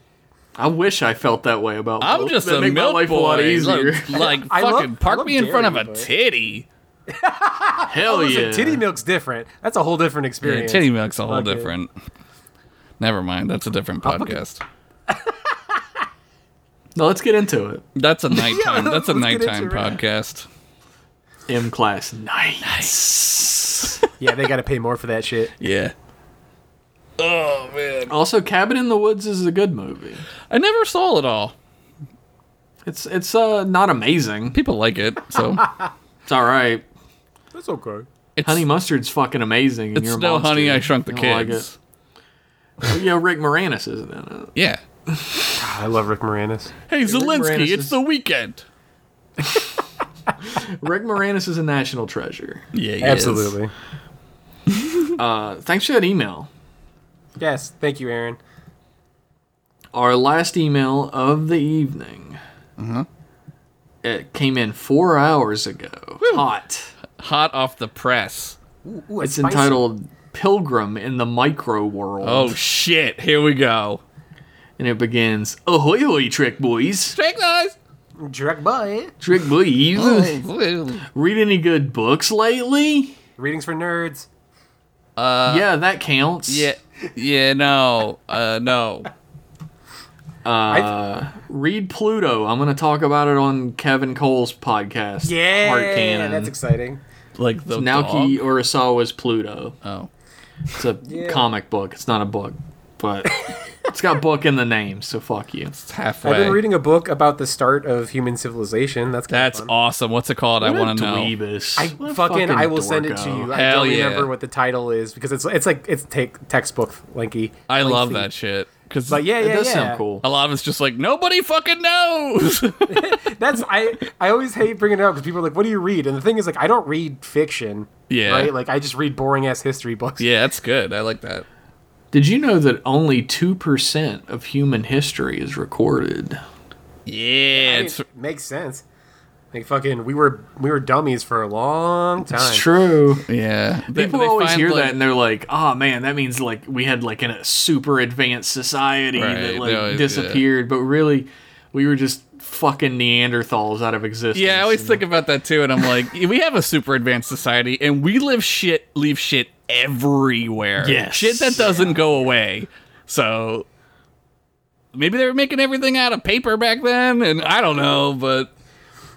Speaker 1: I wish I felt that way about.
Speaker 2: I'm
Speaker 1: milk.
Speaker 2: just
Speaker 1: That'd
Speaker 2: a
Speaker 1: make
Speaker 2: milk
Speaker 1: my life
Speaker 2: boy.
Speaker 1: a lot easier.
Speaker 2: Look, [LAUGHS] like
Speaker 3: I love-
Speaker 2: fucking
Speaker 3: I
Speaker 2: park
Speaker 3: love
Speaker 2: me in front of a
Speaker 3: dairy, but-
Speaker 2: titty.
Speaker 1: [LAUGHS] Hell
Speaker 3: Listen,
Speaker 1: yeah!
Speaker 3: titty milk's different. That's a whole different
Speaker 2: Yeah,
Speaker 3: experience.
Speaker 2: titty milk's a whole
Speaker 3: Okay.
Speaker 2: different. Never mind. That's a different podcast.
Speaker 1: Now let's get into it. [LAUGHS]
Speaker 2: That's a nighttime.
Speaker 3: let's-
Speaker 2: that's a
Speaker 3: let's get
Speaker 2: nighttime
Speaker 3: into it.
Speaker 2: podcast.
Speaker 1: M class, nice.
Speaker 3: yeah, they got to pay more for
Speaker 1: [LAUGHS]
Speaker 3: that shit.
Speaker 2: Yeah. Oh man,
Speaker 1: also, Cabin in the Woods is a good movie.
Speaker 2: I never saw it all.
Speaker 1: It's it's uh not amazing.
Speaker 2: People like it,
Speaker 1: [LAUGHS]
Speaker 2: so
Speaker 1: It's all right.
Speaker 3: That's okay.
Speaker 2: it's,
Speaker 1: Honey mustard's fucking amazing. And
Speaker 2: It's
Speaker 1: you're a
Speaker 2: no
Speaker 1: monster.
Speaker 2: honey. I shrunk the
Speaker 1: You don't like
Speaker 2: kids.
Speaker 1: it. yeah, Rick Moranis isn't in it.
Speaker 2: yeah.
Speaker 3: Ah, I love Rick Moranis.
Speaker 2: Hey Zelensky,
Speaker 1: Moranis
Speaker 2: it's
Speaker 1: is-
Speaker 2: the weekend.
Speaker 1: Rick Moranis is a national treasure.
Speaker 2: Yeah, he
Speaker 3: Absolutely.
Speaker 1: Uh, thanks for that email.
Speaker 3: Yes, thank you, Aaron.
Speaker 1: Our last email of the evening. It came in four hours ago. Hot.
Speaker 2: Hot off the press.
Speaker 3: Ooh,
Speaker 1: It's
Speaker 3: spicy.
Speaker 1: entitled "Pilgrim in the Micro World."
Speaker 2: Oh shit! Here we go.
Speaker 1: and it begins. Ahoy, ahoy, trick boys! [LAUGHS]
Speaker 2: Trick guys.
Speaker 3: Direct Boy.
Speaker 1: Trick boys.
Speaker 2: Uh,
Speaker 1: Read any good books lately?
Speaker 3: Readings for nerds.
Speaker 1: yeah, that counts.
Speaker 2: Uh, yeah, yeah, no, uh, no.
Speaker 1: Read Pluto. I'm going to talk about it on Kevin Cole's podcast.
Speaker 3: Yeah,
Speaker 1: Hard Cannon.
Speaker 3: that's exciting.
Speaker 2: Like the Oh,
Speaker 1: Naoki Urasawa's Pluto.
Speaker 2: dog?
Speaker 1: It's a
Speaker 3: Yeah.
Speaker 1: comic book. It's not a book,
Speaker 3: [LAUGHS]
Speaker 1: but it's got book in the name, so fuck you.
Speaker 2: Oh,
Speaker 3: I've
Speaker 2: halfway.
Speaker 3: been reading a book about the start of human civilization. That's kinda
Speaker 2: That's
Speaker 3: fun.
Speaker 2: awesome. What's it called? I
Speaker 1: What a
Speaker 2: want to know.
Speaker 1: dweebus.
Speaker 3: I
Speaker 1: What a
Speaker 3: fucking, I will send it to
Speaker 1: dorko.
Speaker 3: you. I
Speaker 2: Hell
Speaker 3: don't
Speaker 2: yeah.
Speaker 3: remember what the title is because it's it's like it's take textbook linky.
Speaker 2: I love
Speaker 3: lengthy.
Speaker 2: that shit. because
Speaker 3: But yeah,
Speaker 1: It
Speaker 3: yeah,
Speaker 1: does
Speaker 3: yeah.
Speaker 1: sound cool.
Speaker 2: a lot of it's just like nobody fucking knows. [LAUGHS]
Speaker 3: That's I. I always hate bringing it up because people are like, "What do you read?" And the thing is, like, I don't read fiction.
Speaker 2: Yeah.
Speaker 3: Right. Like, I just read boring ass history books.
Speaker 2: yeah, that's good. I like that.
Speaker 1: Did you know that only 2% of human history is recorded?
Speaker 2: Yeah,
Speaker 3: I mean,
Speaker 2: it's
Speaker 3: [LAUGHS] makes sense. Like fucking, we were we were dummies for a long time.
Speaker 1: It's true.
Speaker 2: yeah. They-
Speaker 1: People
Speaker 2: they
Speaker 1: always
Speaker 2: find,
Speaker 1: hear
Speaker 2: like-
Speaker 1: that and they're like, "Oh man, that means like we had like in a super advanced society
Speaker 2: Right,
Speaker 1: that
Speaker 2: they
Speaker 1: like
Speaker 2: always-
Speaker 1: disappeared, but really we were just fucking Neanderthals out of existence."
Speaker 2: Yeah, I always
Speaker 1: And
Speaker 2: think about that too, and I'm like, [LAUGHS] we have a super advanced society, and we live shit, leave shit everywhere.
Speaker 1: Yes.
Speaker 2: shit that doesn't go away. So maybe they were making everything out of paper back then, and I don't know, but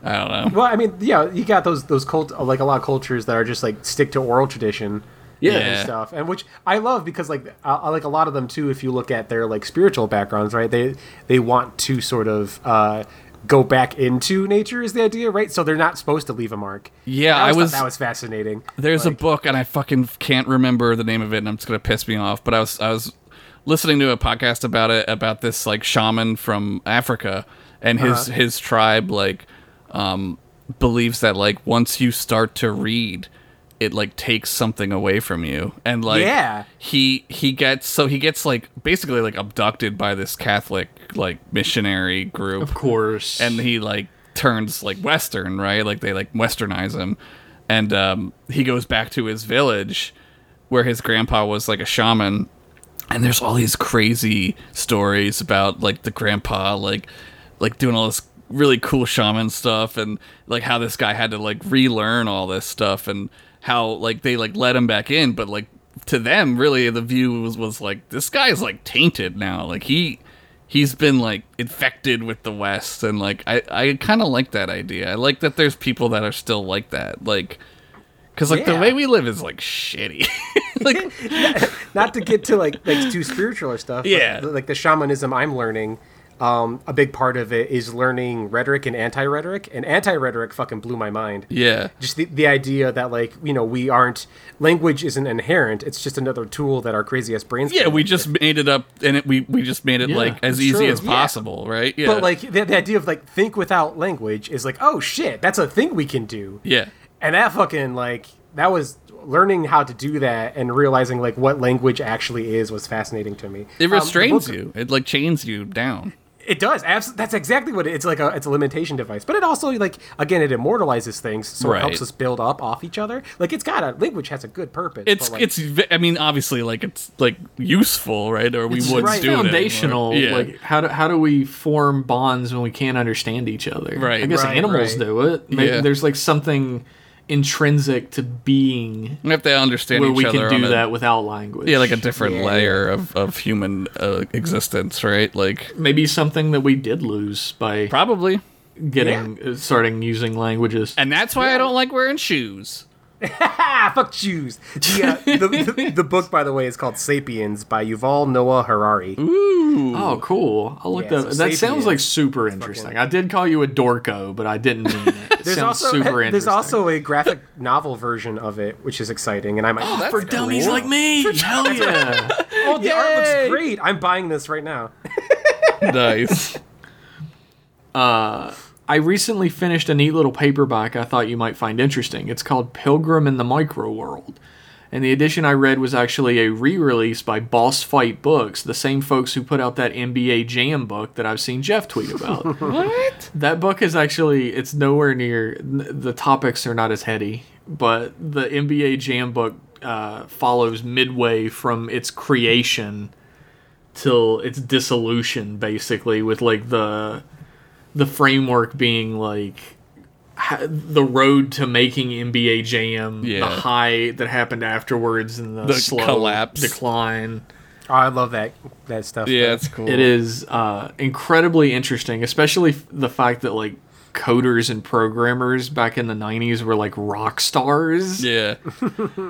Speaker 2: I don't know.
Speaker 3: Well, I mean, yeah, you got those those cult like a lot of cultures that are just like stick to oral tradition.
Speaker 1: Yeah.
Speaker 3: and stuff, and which I love because like I, I like a lot of them too. If you look at their like spiritual backgrounds, right? They they want to sort of uh, go back into nature is the idea, right? So they're not supposed to leave a mark.
Speaker 2: Yeah, I
Speaker 3: I, always thought
Speaker 2: was-
Speaker 3: that was fascinating.
Speaker 2: There's
Speaker 3: Like-
Speaker 2: a book, and I fucking can't remember the name of it, and I'm just gonna piss me off. But I was I was listening to a podcast about it about this like shaman from Africa and his his tribe like um, believes that like once you start to read, it like takes something away from you, and like
Speaker 3: Yeah.
Speaker 2: he he gets so he gets like basically like abducted by this Catholic like missionary group
Speaker 1: of course,
Speaker 2: and he like turns like western right like they like westernize him and um, he goes back to his village where his grandpa was like a shaman and there's all these crazy stories about like the grandpa like like doing all this really cool shaman stuff and like how this guy had to like relearn all this stuff and how like they like let him back in but like to them really the view was was like this guy's like tainted now like he he's been like infected with the west and like i i kind of like that idea i like that there's people that are still like that like because like the
Speaker 3: Yeah.
Speaker 2: way we live is like shitty [LAUGHS] like
Speaker 3: not to get to like [LAUGHS] like too spiritual or stuff. but,
Speaker 2: Yeah.
Speaker 3: like the shamanism I'm learning. Um, a big part of it is learning rhetoric and anti-rhetoric, and anti-rhetoric fucking blew my mind.
Speaker 2: yeah
Speaker 3: Just the, the idea that like you know we aren't language isn't inherent; it's just another tool that our crazy ass brains.
Speaker 2: Yeah,
Speaker 3: can
Speaker 2: we
Speaker 3: use.
Speaker 2: just made it up, and it, we we just made it
Speaker 1: Yeah,
Speaker 2: like as
Speaker 1: that's
Speaker 2: easy
Speaker 1: true.
Speaker 2: as
Speaker 1: Yeah.
Speaker 2: possible, right? Yeah,
Speaker 3: But like the, the idea of like think without language is like oh shit, that's a thing we can do.
Speaker 2: yeah,
Speaker 3: And that fucking like that was learning how to do that and realizing like what language actually is was fascinating to me.
Speaker 2: it
Speaker 3: Um, the
Speaker 2: restrains
Speaker 3: book-
Speaker 2: you. It like chains you down.
Speaker 3: It does. Abs- that's exactly what it, it's like. A, it's a limitation device, but it also like again it immortalizes things, so
Speaker 2: Right.
Speaker 3: it helps us build up off each other. Like it's got a language has a good purpose.
Speaker 2: It's
Speaker 3: but, like,
Speaker 2: it's. ve- I mean, obviously, like it's like useful, right? Or we
Speaker 1: It's
Speaker 2: wouldn't
Speaker 3: right.
Speaker 2: do
Speaker 1: foundational.
Speaker 2: It anymore. yeah,
Speaker 1: Like how do, how do we form bonds when we can't understand each other?
Speaker 2: Right.
Speaker 1: I guess
Speaker 3: Right,
Speaker 1: animals
Speaker 3: right.
Speaker 1: do it. Maybe
Speaker 2: Yeah.
Speaker 1: There's like something intrinsic to being
Speaker 2: we have to understand
Speaker 1: where
Speaker 2: each
Speaker 1: we
Speaker 2: other.
Speaker 1: can do
Speaker 2: on
Speaker 1: that without language.
Speaker 2: A, yeah, like a different
Speaker 3: Yeah.
Speaker 2: layer of of human uh, existence, right? Like
Speaker 1: maybe something that we did lose by
Speaker 2: probably,
Speaker 1: getting uh starting using languages.
Speaker 2: and that's why I don't like wearing shoes.
Speaker 3: ah fuck Jews. The, uh,
Speaker 1: [LAUGHS]
Speaker 3: the, the, the book by the way is called Sapiens by Yuval Noah Harari.
Speaker 2: Ooh,
Speaker 1: Oh, cool! I'll look
Speaker 3: Yeah,
Speaker 1: that.
Speaker 3: so
Speaker 1: that
Speaker 3: safety
Speaker 1: sounds like
Speaker 3: is
Speaker 1: super interesting. I did call you a dorko, but I didn't mean it. it
Speaker 3: There's
Speaker 1: sounds
Speaker 3: also
Speaker 1: super interesting.
Speaker 3: there's also a graphic novel version of it, which is exciting, and I might.
Speaker 2: that's
Speaker 1: for
Speaker 2: cool.
Speaker 1: Oh, dummies like me. Hell yeah!
Speaker 3: oh, the art
Speaker 2: Yay!
Speaker 3: looks great. I'm buying this right now.
Speaker 2: nice.
Speaker 1: I recently finished a neat little paperback I thought you might find interesting. It's called Pilgrim in the Micro World. And the edition I read was actually a re release by Boss Fight Books, the same folks who put out that NBA Jam book that I've seen Jeff tweet about.
Speaker 2: what?
Speaker 1: that book is actually, it's nowhere near, the topics are not as heady, but the NBA Jam book uh, follows midway from its creation till its dissolution basically with like the the framework being like ha- the road to making NBA Jam
Speaker 2: Yeah.
Speaker 1: the high that happened afterwards and the,
Speaker 2: The
Speaker 1: slow
Speaker 2: collapse.
Speaker 1: decline
Speaker 3: Oh, I love that that
Speaker 2: [LAUGHS]
Speaker 3: stuff. [LAUGHS]
Speaker 2: Yeah, it's cool.
Speaker 1: it is uh, incredibly interesting especially f- the fact that like coders and programmers back in the 90s were like rock stars
Speaker 2: Yeah.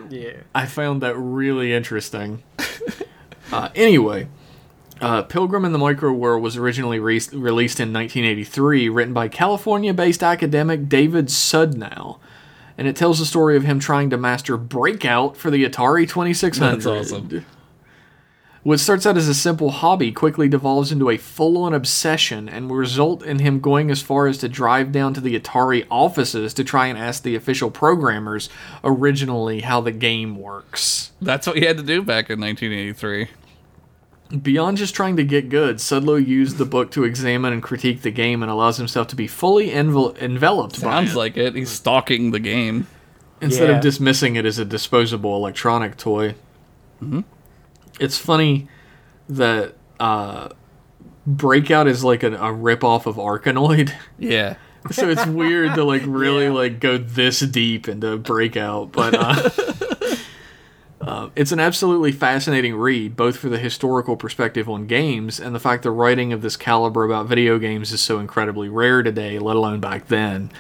Speaker 3: yeah.
Speaker 1: I found that really interesting. [LAUGHS] uh, anyway, uh, Pilgrim in the Micro World was originally re- released in 1983, written by California based academic David Sudnow. And it tells the story of him trying to master Breakout for the Atari 2600.
Speaker 2: That's awesome.
Speaker 1: What starts out as a simple hobby quickly devolves into a full on obsession and will result in him going as far as to drive down to the Atari offices to try and ask the official programmers originally how the game works.
Speaker 2: That's what he had to do back in 1983.
Speaker 1: Beyond just trying to get good, Sudlow used the book to examine and critique the game and allows himself to be fully envel- enveloped by
Speaker 2: Sounds
Speaker 1: it
Speaker 2: like it. He's stalking the game.
Speaker 1: instead
Speaker 3: Yeah.
Speaker 1: of dismissing it as a disposable electronic toy. It's funny that uh, Breakout is like an, a ripoff of Arkanoid. [LAUGHS]
Speaker 2: Yeah.
Speaker 1: so it's weird to like really like go this deep into breakout but uh, uh, it's an absolutely fascinating read both for the historical perspective on games and the fact that writing of this caliber about video games is so incredibly rare today let alone back then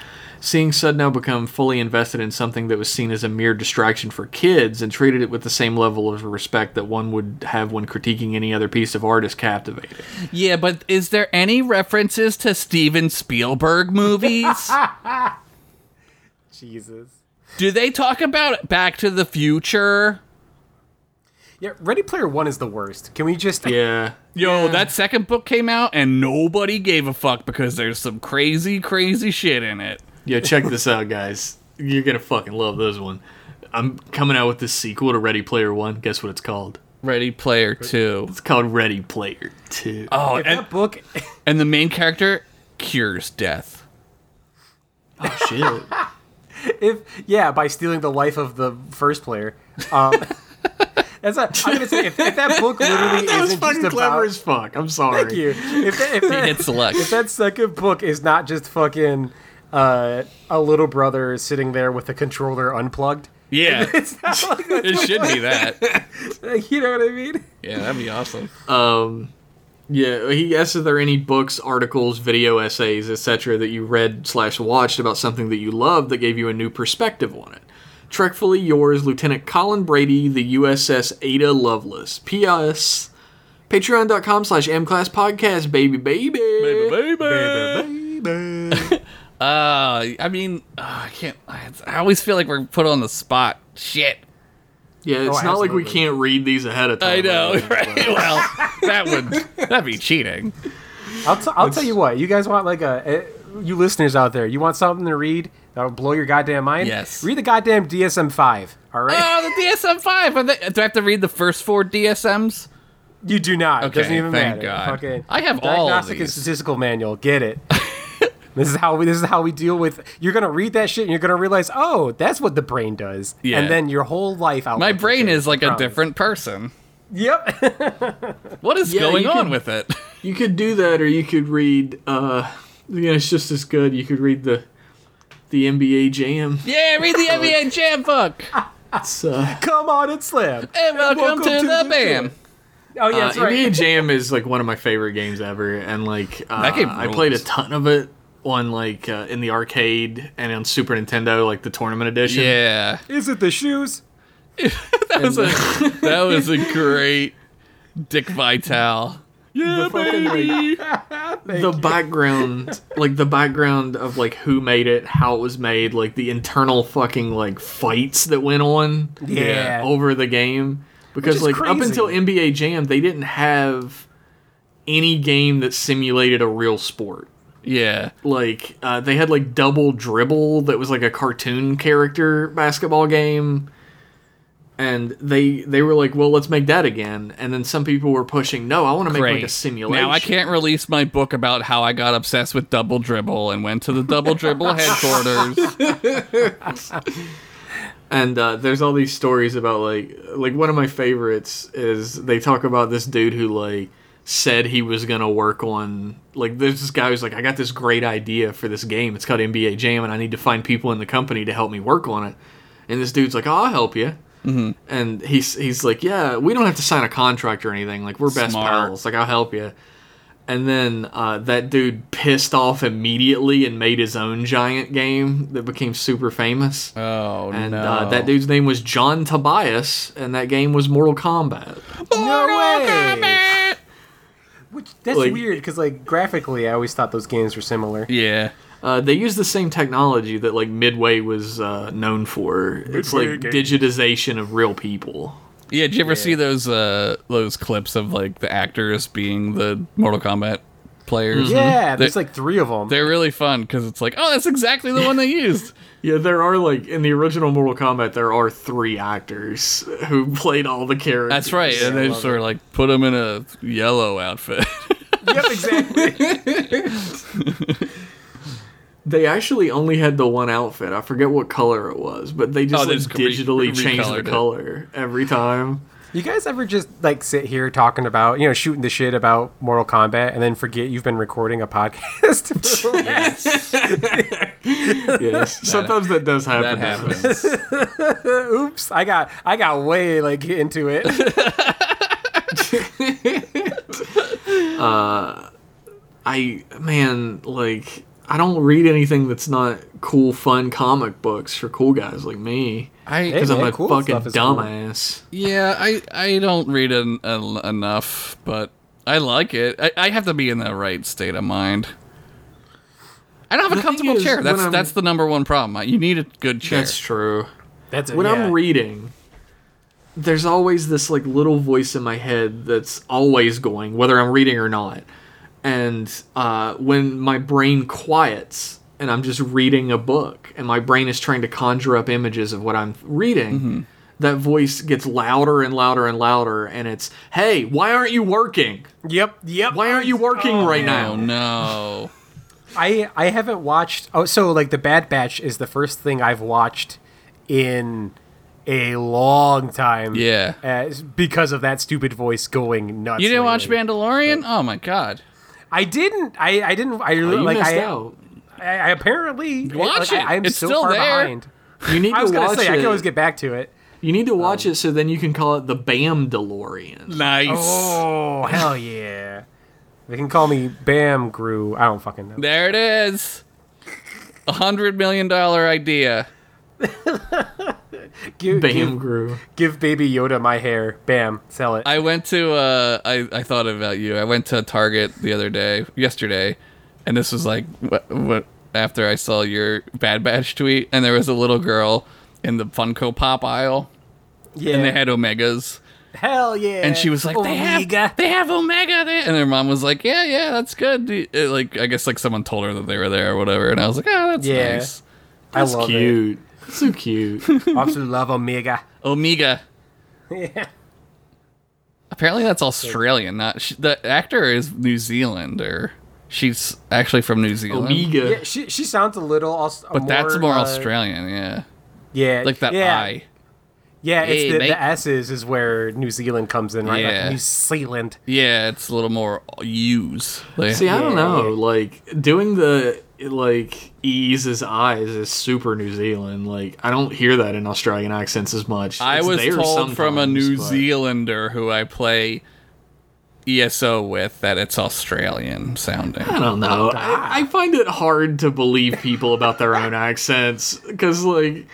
Speaker 1: seeing sudnow become fully invested in something that was seen as a mere distraction for kids and treated it with the same level of respect that one would have when critiquing any other piece of art is captivating
Speaker 2: Yeah, but is there any references to Steven Spielberg [LAUGHS] movies?
Speaker 3: Jesus.
Speaker 2: Do they talk about Back to the Future?
Speaker 3: Yeah, Ready Player One is the worst. Can we just?
Speaker 1: yeah
Speaker 2: Yo, that second book came out and nobody gave a fuck because there's some crazy, crazy shit in it.
Speaker 1: Yo, check this out, guys. You're gonna fucking love this one. I'm coming out with this sequel to Ready Player One. Guess what it's called?
Speaker 2: Ready Player 2.
Speaker 1: It's called Ready Player Two.
Speaker 2: Oh,
Speaker 3: If
Speaker 2: and,
Speaker 3: that book. [LAUGHS]
Speaker 2: and the main character cures death.
Speaker 1: Oh [LAUGHS] shit!
Speaker 3: if yeah, by stealing the life of the first player. Um, [LAUGHS] that's not, I'm gonna say if, if that book
Speaker 1: [LAUGHS]
Speaker 3: literally
Speaker 1: that was
Speaker 3: isn't just
Speaker 1: fucking
Speaker 3: about
Speaker 1: clever as fuck. I'm sorry.
Speaker 3: Thank you. If that, if,
Speaker 1: [LAUGHS]
Speaker 2: [LAUGHS]
Speaker 3: that,
Speaker 2: It's luck.
Speaker 3: [LAUGHS] if that second book is not just fucking uh, a little brother sitting there with the controller unplugged, [LAUGHS]
Speaker 2: Yeah,
Speaker 3: it's not like that.
Speaker 2: it should be that.
Speaker 3: You know what I mean?
Speaker 2: Yeah, that'd be awesome.
Speaker 1: Yeah, he asks if there are any books, articles, video essays, etc. that you read slash watched about something that you loved that gave you a new perspective on it. Trekfully yours, Lieutenant Colin Brady, the USS Ada Lovelace. P.S. Patreon.com slash mclasspodcast baby, baby.
Speaker 2: Baby, baby. [LAUGHS] Uh, I mean, uh, I can't. I I always feel like we're put on the spot. Shit.
Speaker 1: Yeah, it's not like we
Speaker 3: absolutely.
Speaker 1: can't read these ahead of time.
Speaker 2: I know,
Speaker 1: right?
Speaker 2: right? [LAUGHS] Well, that would that'd be cheating.
Speaker 3: I'll, t- I'll tell you what. You guys want like a, uh you listeners out there. You want something to read that'll blow your goddamn mind?
Speaker 2: Yes.
Speaker 3: Read the goddamn DSM five. All
Speaker 2: [LAUGHS]
Speaker 3: right.
Speaker 2: Oh, the DSM five. Do I have to read the first four DSMs?
Speaker 3: you do not.
Speaker 2: Okay,
Speaker 3: it doesn't even
Speaker 2: thank
Speaker 3: matter.
Speaker 2: God.
Speaker 3: Fucking
Speaker 2: I have all of
Speaker 3: diagnostic and
Speaker 2: these.
Speaker 3: statistical manual. Get
Speaker 2: [LAUGHS]
Speaker 3: it. This is how we. This is how we deal with. You're gonna read that shit, and you're gonna realize, oh, that's what the brain does.
Speaker 2: Yeah.
Speaker 3: And then your whole life out.
Speaker 2: My brain is like a different person.
Speaker 3: Yep.
Speaker 2: What is
Speaker 1: Yeah,
Speaker 2: going
Speaker 1: you
Speaker 2: on
Speaker 1: can-
Speaker 2: with it?
Speaker 1: You could do that, or you could read. uh Yeah, it's just as good. You could read the the NBA Jam.
Speaker 2: [LAUGHS] Yeah, read the [LAUGHS] NBA Jam book.
Speaker 1: It's, uh,
Speaker 3: Come on and [LAUGHS] slam.
Speaker 2: And welcome,
Speaker 3: welcome
Speaker 2: to,
Speaker 3: to
Speaker 2: the
Speaker 3: the
Speaker 2: BAM.
Speaker 3: Eh, Oh yeah, that's
Speaker 1: uh,
Speaker 3: right.
Speaker 2: [LAUGHS]
Speaker 1: NBA Jam is like one of my favorite games ever, and like uh,
Speaker 2: That game
Speaker 1: I played a
Speaker 2: rules.
Speaker 1: ton of it on like uh, in the arcade and on Super Nintendo, like the tournament edition.
Speaker 2: Yeah,
Speaker 3: Is it the shoes?
Speaker 2: that was a [LAUGHS] that was a great Dick Vitale. Yeah,
Speaker 1: The fucking-
Speaker 3: [LAUGHS]
Speaker 2: baby.
Speaker 1: the background like the background of like who made it how it was made like the internal fucking like fights that went on
Speaker 3: Yeah.
Speaker 1: over the game because
Speaker 3: is
Speaker 1: like up
Speaker 3: crazy.
Speaker 1: until nba jam they didn't have any game that simulated a real sport
Speaker 2: Yeah.
Speaker 1: like uh, they had like double dribble that was like a cartoon character basketball game and they they were like well let's make that again and then some people were pushing no i want to make like a simulation
Speaker 2: Now I can't release my book about how I got obsessed with Double Dribble and went to the Double Dribble headquarters.
Speaker 1: and uh, there's all these stories about like like one of my favorites is they talk about this dude who like said he was gonna work on like there's this guy who's like I got this great idea for this game. It's called NBA Jam, and I need to find people in the company to help me work on it. And this dude's like, oh, I'll help you. Mm-hmm. And he's he's like, yeah, we don't have to sign a contract or anything. Like we're best
Speaker 2: Smart.
Speaker 1: pals. Like I'll help you. And then uh, that dude pissed off immediately and made his own giant game that became super famous.
Speaker 2: Oh
Speaker 1: And
Speaker 2: no!
Speaker 1: uh, that dude's name was John Tobias, and that game was Mortal Kombat.
Speaker 3: No way. Which that's weird 'cause
Speaker 1: Like-
Speaker 3: weird because like Mm-hmm. graphically, I always thought those games were similar.
Speaker 2: Yeah.
Speaker 1: Uh, they used the same technology that like Midway was uh, known for. it's
Speaker 3: Midway
Speaker 1: like
Speaker 3: game.
Speaker 1: digitization of real people.
Speaker 2: Yeah, did you ever see those uh those clips of like the actors being the Mortal Kombat players?
Speaker 3: Yeah, there's
Speaker 2: They-
Speaker 3: like three of them.
Speaker 2: They're really fun because it's like, oh, that's exactly the one they used.
Speaker 1: Yeah, there are like in the original Mortal Kombat, there are three actors who [LAUGHS] played all the characters.
Speaker 2: That's right, and they sort of like put them in a yellow outfit. [LAUGHS]
Speaker 3: [LAUGHS] Yep, exactly.
Speaker 1: They actually only had the one outfit. I forget what color it was, but they just,
Speaker 2: Oh, they
Speaker 1: like,
Speaker 2: just re-
Speaker 1: digitally changed the
Speaker 2: recolored it.
Speaker 1: color every
Speaker 2: [LAUGHS]
Speaker 1: time.
Speaker 3: you guys ever just like sit here talking about you know shooting the shit about Mortal Kombat and then forget you've been recording a [LAUGHS] podcast? for the last-
Speaker 1: Yes, sometimes that does happen.
Speaker 2: that happens.
Speaker 3: Oops, I got I got way like into it.
Speaker 1: I man, like I don't read anything that's not cool, fun comic books for cool guys like me
Speaker 2: I
Speaker 1: because
Speaker 3: Hey,
Speaker 1: I'm
Speaker 3: man,
Speaker 1: a
Speaker 3: cool
Speaker 1: fucking
Speaker 3: stuff is cool.
Speaker 1: dumbass.
Speaker 2: yeah, I I don't read en- en- enough, but I like it. I, I have to be in the right state of mind. I don't have a
Speaker 1: thing
Speaker 2: comfortable
Speaker 1: is,
Speaker 2: chair.
Speaker 1: when
Speaker 2: That's
Speaker 1: I'm-
Speaker 2: that's the number one problem. I- You need a good chair.
Speaker 1: That's true.
Speaker 3: [LAUGHS] That's it,
Speaker 1: When
Speaker 3: yeah.
Speaker 1: I'm reading, there's always this like little voice in my head that's always going, whether I'm reading or not. And uh, when my brain quiets and I'm just reading a book, and my brain is trying to conjure up images of what I'm reading.
Speaker 3: Mm-hmm.
Speaker 1: That voice gets louder and louder and louder, and it's, "Hey, why aren't you working?
Speaker 3: Yep, yep.
Speaker 1: Why aren't you working right now?" [LAUGHS]
Speaker 2: oh no.
Speaker 3: I I haven't watched. Oh, so like the Bad Batch is the first thing I've watched in a long time.
Speaker 2: Yeah.
Speaker 3: as, because of that stupid voice going nuts.
Speaker 2: You didn't watch
Speaker 3: lately.
Speaker 2: Mandalorian? Oh my god.
Speaker 3: I didn't. I I didn't. I
Speaker 1: Oh, You
Speaker 3: like
Speaker 1: missed
Speaker 3: I,
Speaker 1: out.
Speaker 3: I, I apparently
Speaker 2: Watch
Speaker 3: like,
Speaker 2: it.
Speaker 3: I, I'm
Speaker 2: It's
Speaker 3: so
Speaker 2: still
Speaker 3: far
Speaker 2: there.
Speaker 3: behind.
Speaker 1: You need
Speaker 3: [LAUGHS] I was
Speaker 1: to
Speaker 3: gonna
Speaker 1: watch
Speaker 3: say
Speaker 1: it.
Speaker 3: I can always get Oh. back to it.
Speaker 1: you need to watch it so then you can call it the Bam DeLorean.
Speaker 2: Nice.
Speaker 3: Oh hell yeah! They can call me Bam Grew. I don't fucking know.
Speaker 2: There it is. A hundred million dollar idea.
Speaker 3: Give,
Speaker 1: Bam
Speaker 3: give,
Speaker 1: grew.
Speaker 3: give baby Yoda my hair. Bam, sell it.
Speaker 2: I went to uh I, I thought about you. I went to Target the other day, yesterday, and this was like what, what after I saw your Bad Batch tweet and there was a little girl in the Funko Pop aisle
Speaker 3: yeah,
Speaker 2: and they had Omegas.
Speaker 3: hell yeah.
Speaker 2: And she was like, "They
Speaker 3: Omega.
Speaker 2: have, they have Omega." They-. And her mom was like, "Yeah, yeah, that's good." Do you- uh, like, I guess like someone told her that they were there or whatever. And I was like, "Oh, that's
Speaker 3: Yeah.
Speaker 2: nice."
Speaker 3: I
Speaker 1: That's
Speaker 3: love it.
Speaker 1: cute. So cute.
Speaker 3: [LAUGHS] Absolutely love Omega.
Speaker 2: Omega.
Speaker 1: [LAUGHS]
Speaker 3: Yeah.
Speaker 2: Apparently, that's Australian. Not she, the actor is New Zealander. She's actually from New Zealand.
Speaker 1: Omega.
Speaker 3: Yeah, she she sounds a little also,
Speaker 2: But that's more
Speaker 3: uh,
Speaker 2: Australian, yeah.
Speaker 3: Yeah,
Speaker 2: Like that
Speaker 3: yeah,
Speaker 2: eye.
Speaker 3: Yeah, it's
Speaker 2: Hey,
Speaker 3: the,
Speaker 2: mate.
Speaker 3: the S's is where New Zealand comes in, right?
Speaker 2: Yeah.
Speaker 3: Like New Zealand.
Speaker 2: Yeah, it's a little more use. Like,
Speaker 1: See, I don't
Speaker 3: Yeah,
Speaker 1: know.
Speaker 3: yeah.
Speaker 1: Like doing the like E's as eyes is super New Zealand. Like I don't hear that in Australian accents as much.
Speaker 2: I
Speaker 1: It's
Speaker 2: was
Speaker 1: there
Speaker 2: told from a
Speaker 1: sometimes,
Speaker 2: New
Speaker 1: but-
Speaker 2: Zealander who I play ESO with that it's Australian sounding.
Speaker 1: I don't know. I, I find it hard to believe people about their own accents because like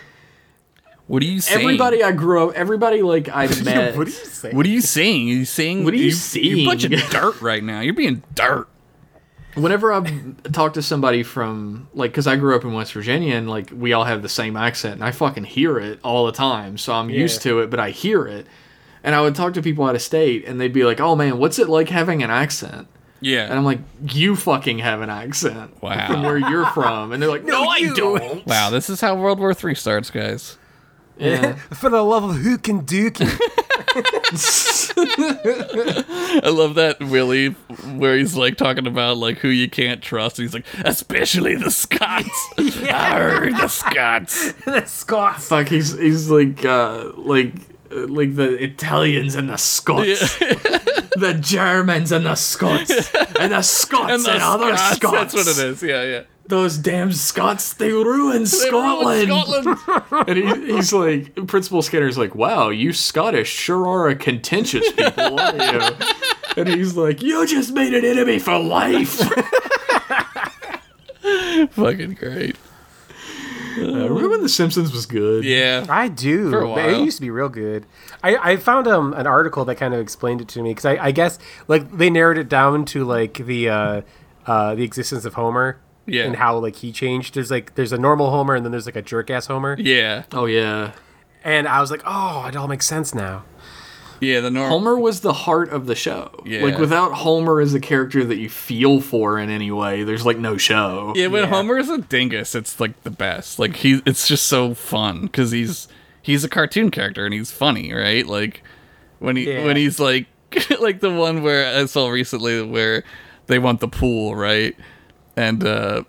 Speaker 2: What are you saying?
Speaker 1: everybody I grew up, everybody like
Speaker 3: [LAUGHS]
Speaker 1: I met.
Speaker 3: What do you say?
Speaker 2: What are you saying? Are you saying?
Speaker 1: What are you
Speaker 2: You're a bunch of
Speaker 1: saying?
Speaker 2: dirt right now. You're being
Speaker 1: [LAUGHS]
Speaker 2: dirt.
Speaker 1: whenever I've talked to somebody from like because I grew up in West Virginia and like we all have the same accent and I fucking hear it all the time, so I'm used to it, but I hear it. And I would talk to people out of state and they'd be like, "Oh man, what's it like having an accent?"
Speaker 2: Yeah.
Speaker 1: And I'm like, "You fucking have an accent from
Speaker 2: Wow.
Speaker 1: where you're from," and they're like, [LAUGHS] "No, I
Speaker 3: you."
Speaker 1: don't."
Speaker 2: wow. This is how World War Three starts, guys.
Speaker 1: [LAUGHS] Yeah.
Speaker 3: [LAUGHS] For the love of who can do can. [LAUGHS]
Speaker 2: I love that Willie where he's like talking about like who you can't trust. He's like, especially [LAUGHS] the Scots. Arr, the [LAUGHS] Scots.
Speaker 3: the Scots.
Speaker 1: Fuck, he's he's like uh like uh, like the Italians and the Scots, the Germans and the Scots,
Speaker 2: [LAUGHS]
Speaker 1: and the Scots and,
Speaker 2: the
Speaker 1: other Scots.
Speaker 2: That's what it is. Yeah, yeah.
Speaker 1: those damn Scots, they ruined
Speaker 2: They ruined
Speaker 1: Scotland.
Speaker 2: Scotland.
Speaker 1: And he, he's like, Principal Skinner's like, wow, you Scottish sure are a
Speaker 2: [LAUGHS]
Speaker 1: contentious people, aren't you? And he's like, you just made an enemy for
Speaker 2: [LAUGHS]
Speaker 1: life.
Speaker 2: [LAUGHS] Fucking great.
Speaker 1: Uh, remember when The Simpsons was good?
Speaker 2: Yeah.
Speaker 3: I do.
Speaker 2: For a
Speaker 3: but It
Speaker 2: while.
Speaker 3: used to be real good. I, I found um, an article that kind of explained it to me because I, I guess like they narrowed it down to like the uh, uh, the existence of Homer
Speaker 2: Yeah.
Speaker 3: and how like he changed. There's like there's a normal Homer and then there's like a jerk ass Homer.
Speaker 2: Yeah.
Speaker 1: Oh, yeah.
Speaker 3: And I was like, oh, it all makes sense now.
Speaker 2: Yeah, the normal.
Speaker 1: Homer was the heart of the show.
Speaker 2: Yeah.
Speaker 1: Like without Homer as a character that you feel for in any way, there's like no show.
Speaker 2: Yeah, when
Speaker 3: Yeah.
Speaker 2: Homer is a dingus, it's like the best. Like he, it's just so fun because he's he's a cartoon character and he's funny, right? Like when he
Speaker 3: Yeah.
Speaker 2: when he's like [LAUGHS] like the one where I saw recently where they want the pool, right? And uh,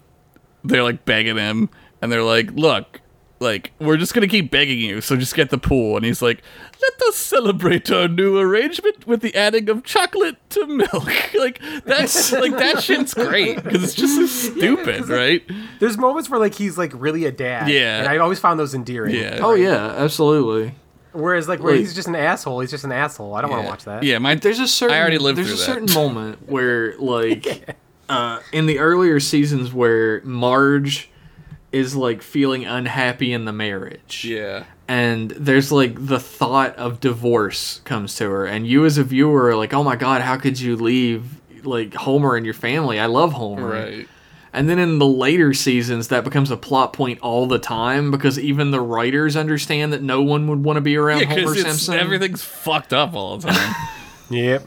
Speaker 2: they're like begging him, and they're like, "Look, like we're just gonna keep begging you, so just get the pool." And he's like, "Let us celebrate our new arrangement with the adding of chocolate to milk." [LAUGHS] like that's like that shit's great because it's just so stupid, right?
Speaker 3: There's moments where like he's like really a dad.
Speaker 2: Yeah.
Speaker 3: And I always found those endearing.
Speaker 2: Yeah.
Speaker 1: Oh yeah, absolutely.
Speaker 3: Whereas like where
Speaker 1: Wait.
Speaker 3: he's just an asshole, he's just an asshole. I don't want
Speaker 1: Yeah.
Speaker 3: to watch that.
Speaker 2: Yeah, my
Speaker 1: There's a certain
Speaker 2: I already lived
Speaker 1: there's
Speaker 2: through
Speaker 1: a
Speaker 2: that.
Speaker 1: certain
Speaker 2: [LAUGHS]
Speaker 1: moment where like uh, in the earlier seasons where Marge is like feeling unhappy in the marriage.
Speaker 2: yeah.
Speaker 1: and there's like the thought of divorce comes to her and you as a viewer are like oh my god how could you leave like homer and your family i love homer
Speaker 2: Right.
Speaker 1: and then in the later seasons that becomes a plot point all the time because even the writers understand that no one would want to be around homer
Speaker 2: Because
Speaker 1: simpson
Speaker 2: everything's fucked up all the time.
Speaker 3: Yep.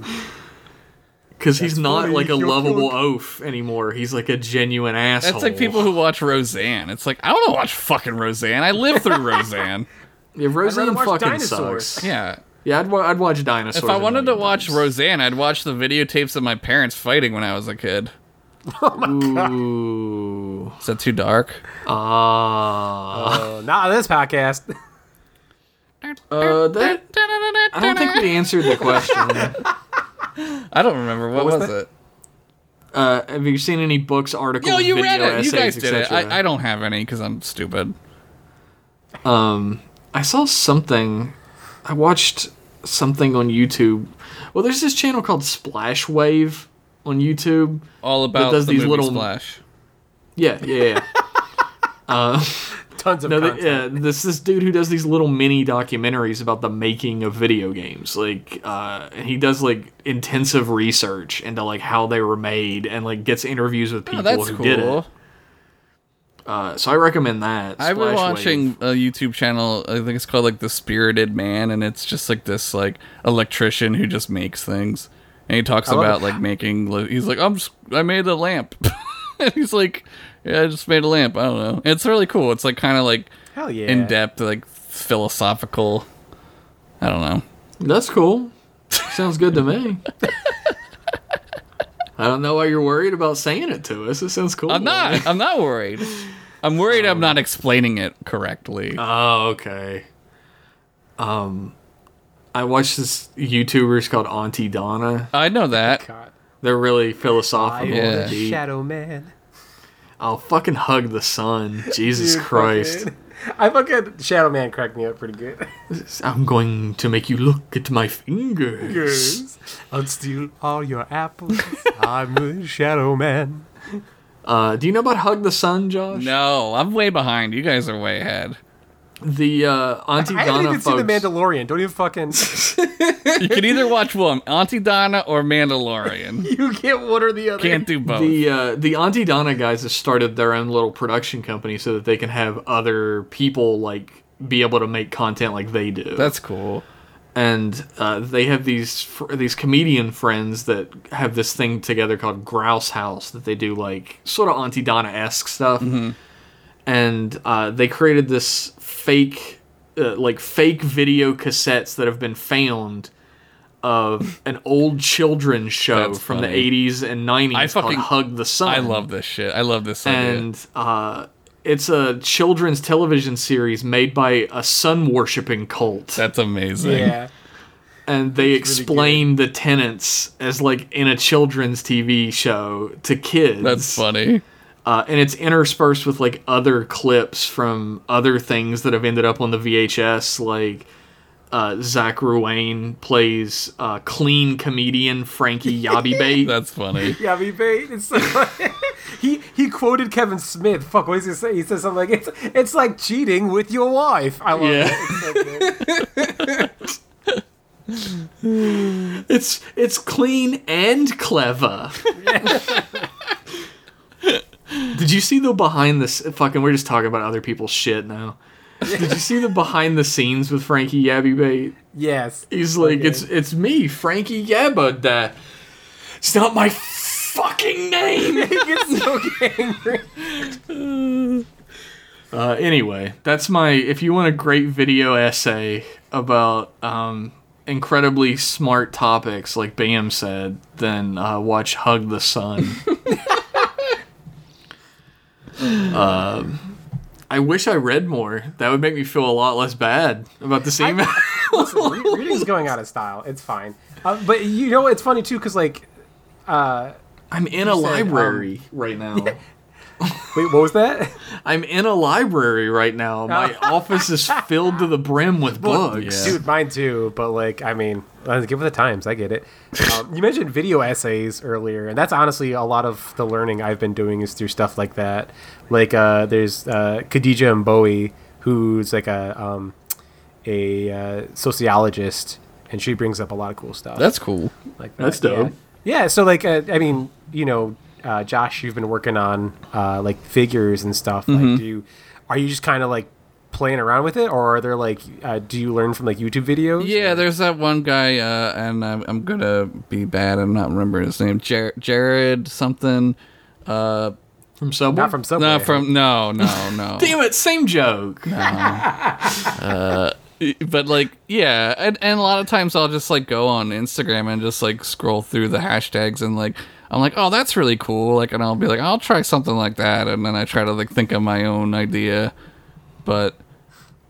Speaker 1: because he's not
Speaker 3: funny,
Speaker 1: like a
Speaker 3: you're
Speaker 1: lovable
Speaker 3: cook.
Speaker 1: oaf anymore he's like a genuine asshole
Speaker 2: That's like people who watch Roseanne. It's like I don't want to watch fucking Roseanne. I
Speaker 1: [LAUGHS]
Speaker 2: live through Roseanne.
Speaker 1: yeah, roseanne
Speaker 3: watch
Speaker 1: fucking
Speaker 3: dinosaurs.
Speaker 1: sucks
Speaker 2: Yeah.
Speaker 1: yeah i'd, wa- I'd watch dinosaurs
Speaker 2: If I
Speaker 1: a
Speaker 2: wanted to
Speaker 1: million
Speaker 2: watch
Speaker 1: times.
Speaker 2: Roseanne, I'd watch the videotapes of my parents fighting when I was a kid.
Speaker 1: Ooh.
Speaker 2: Is that too dark?
Speaker 1: ah
Speaker 3: Uh, not on this podcast. [LAUGHS]
Speaker 1: Uh, that- I don't think we answered the
Speaker 2: [LAUGHS]
Speaker 1: question.
Speaker 2: I don't remember what,
Speaker 3: was
Speaker 2: was,
Speaker 3: that?
Speaker 2: it.
Speaker 1: Uh, have you seen any books, articles,
Speaker 2: Yo, you
Speaker 1: video
Speaker 2: read it.
Speaker 1: essays,
Speaker 2: You guys did it.
Speaker 1: etc.?
Speaker 2: I, I don't have any because I'm stupid.
Speaker 1: I saw something. I watched something on YouTube. Well, there's this channel called Splash Wave on YouTube.
Speaker 2: All about
Speaker 1: does
Speaker 2: the
Speaker 1: these
Speaker 2: movie
Speaker 1: little-
Speaker 2: splash.
Speaker 1: Yeah, yeah, yeah.
Speaker 3: Tons of
Speaker 1: No,
Speaker 3: content.
Speaker 1: they, yeah, this this dude who does these little mini documentaries about the making of video games, like, uh, and he does like intensive research into like how they were made, and like gets interviews with people
Speaker 2: Oh, that's
Speaker 1: who
Speaker 2: cool.
Speaker 1: did it. Uh, so I recommend that.
Speaker 2: I've
Speaker 1: Splash
Speaker 2: been
Speaker 1: Wave.
Speaker 2: watching a YouTube channel. I think it's called like the Spirited Man, and it's just like this like electrician who just makes things, and he talks
Speaker 3: love
Speaker 2: about like making. li- He's like, I'm s- I made a lamp. [LAUGHS] and he's like, yeah, I just made a lamp. I don't know. It's really cool. It's like kind of like
Speaker 3: Hell yeah.
Speaker 2: in depth, like philosophical. I don't know.
Speaker 1: That's cool. Sounds good to me. I don't know why you're worried about saying it to us. It sounds cool.
Speaker 2: I'm not. I'm not worried. I'm worried I'm not explaining it correctly.
Speaker 1: Oh, okay. Um, I watched this YouTubers called Auntie Donna.
Speaker 2: I know that.
Speaker 3: God.
Speaker 1: They're really philosophical.
Speaker 2: Yeah.
Speaker 1: and
Speaker 3: The
Speaker 1: deep.
Speaker 3: Shadow Man.
Speaker 1: I'll fucking hug the
Speaker 3: [LAUGHS]
Speaker 1: sun. Jesus
Speaker 3: Dude,
Speaker 1: Christ.
Speaker 3: fucking- [LAUGHS] I fucking Shadow Man cracked me up pretty good.
Speaker 1: [LAUGHS]
Speaker 3: [LAUGHS]
Speaker 1: I'm going to make you look at my fingers.
Speaker 3: I'll steal all your apples. I'm the Shadow Man.
Speaker 1: Uh, do you know about Hug the Sun, Josh?
Speaker 2: No, I'm way behind. You guys are way ahead.
Speaker 1: The uh, Auntie
Speaker 3: I haven't
Speaker 1: Donna
Speaker 3: even
Speaker 1: folks.
Speaker 3: seen The Mandalorian. Don't even fucking. [LAUGHS]
Speaker 2: You can either watch one, Auntie Donna or Mandalorian.
Speaker 3: you get one or the other.
Speaker 2: Can't do both.
Speaker 1: The uh, the Auntie Donna guys have started their own little production company so that they can have other people like be able to make content like they do.
Speaker 2: That's cool.
Speaker 1: and uh, they have these fr- these comedian friends that have this thing together called Grouse House that they do like sort of Auntie Donna esque stuff.
Speaker 2: Mm-hmm.
Speaker 1: And uh, they created this fake uh, like fake video cassettes that have been found. Of an old children's show
Speaker 2: That's
Speaker 1: from
Speaker 2: funny.
Speaker 1: the 80s and 90s
Speaker 2: I fucking-
Speaker 1: called Hug the Sun
Speaker 2: I love this shit. I love this idea.
Speaker 1: and uh, it's a children's television series made by a sun worshiping cult,
Speaker 2: That's amazing.
Speaker 3: Yeah.
Speaker 1: and they
Speaker 3: really
Speaker 1: explain the tenants as like in a children's TV show to kids.
Speaker 2: That's funny.
Speaker 1: Uh, and it's interspersed with like other clips from other things that have ended up on the VHS, like. Uh, Zach Ruane plays uh, clean comedian Frankie
Speaker 2: [LAUGHS]
Speaker 1: Yabby Bait.
Speaker 2: That's funny.
Speaker 3: Yeah, me bait. It's so funny. [LAUGHS] he he quoted Kevin Smith. Fuck, what does he say? He says something like it's it's like cheating with your wife. I love
Speaker 2: Yeah.
Speaker 3: it. It's so good.
Speaker 1: [LAUGHS] It's it's clean and clever. Did you see the behind this fucking? We're just talking about other people's shit now. Did you see the behind the scenes with Frankie Yabby Bait?
Speaker 3: Yes. [LAUGHS]
Speaker 1: He's like,
Speaker 3: Okay.
Speaker 1: it's it's me, Frankie Yabba. Da. It's not my fucking name.
Speaker 3: he gets so angry.
Speaker 1: Uh, anyway, that's my. If you want a great video essay about um, incredibly smart topics, like Bam said, then uh, watch Hug the
Speaker 3: [LAUGHS]
Speaker 1: Sun. um, Um, I wish I read more. That would make me feel a lot less bad about this email.
Speaker 3: Listen, re- reading's going out of style. It's fine. Um, but you know, it's funny too, because like,
Speaker 1: [LAUGHS] I'm in a
Speaker 3: said, um,
Speaker 1: library right
Speaker 3: [LAUGHS]
Speaker 1: now.
Speaker 3: wait, what was that? [LAUGHS]
Speaker 1: I'm in a library right now. My office is filled to the brim with books.
Speaker 2: yeah.
Speaker 3: Dude, mine too. But like, I mean, uh, give it the times. I get it. Um, you mentioned video essays earlier, and that's honestly a lot of the learning I've been doing is through stuff like that. Like, uh, there's uh, Khadija and Bowie, who's like a um, a uh, sociologist, and she brings up a lot of cool stuff.
Speaker 2: That's cool.
Speaker 3: like
Speaker 1: That's
Speaker 3: that, yeah.
Speaker 1: dope.
Speaker 3: Yeah. so like uh, I mean, you know, uh, Josh, you've been working on uh, like figures and stuff.
Speaker 1: Mm-hmm.
Speaker 3: Like, do you, are you just kind of like playing around with it, or are there like uh, do you learn from like YouTube videos?
Speaker 2: Yeah, there's that one guy, uh, and I'm, I'm gonna be bad. I'm not remembering his name. Jar- Jared something. Uh,
Speaker 1: From Subway?
Speaker 3: not from Subway.
Speaker 2: no, from no, no, no.
Speaker 1: [LAUGHS] Damn it, same joke.
Speaker 2: but like, yeah, and, and a lot of times I'll just like go on Instagram and just like scroll through the hashtags and like I'm like, oh, that's really cool. Like, and I'll be like, I'll try something like that, and then I try to like think of my own idea. But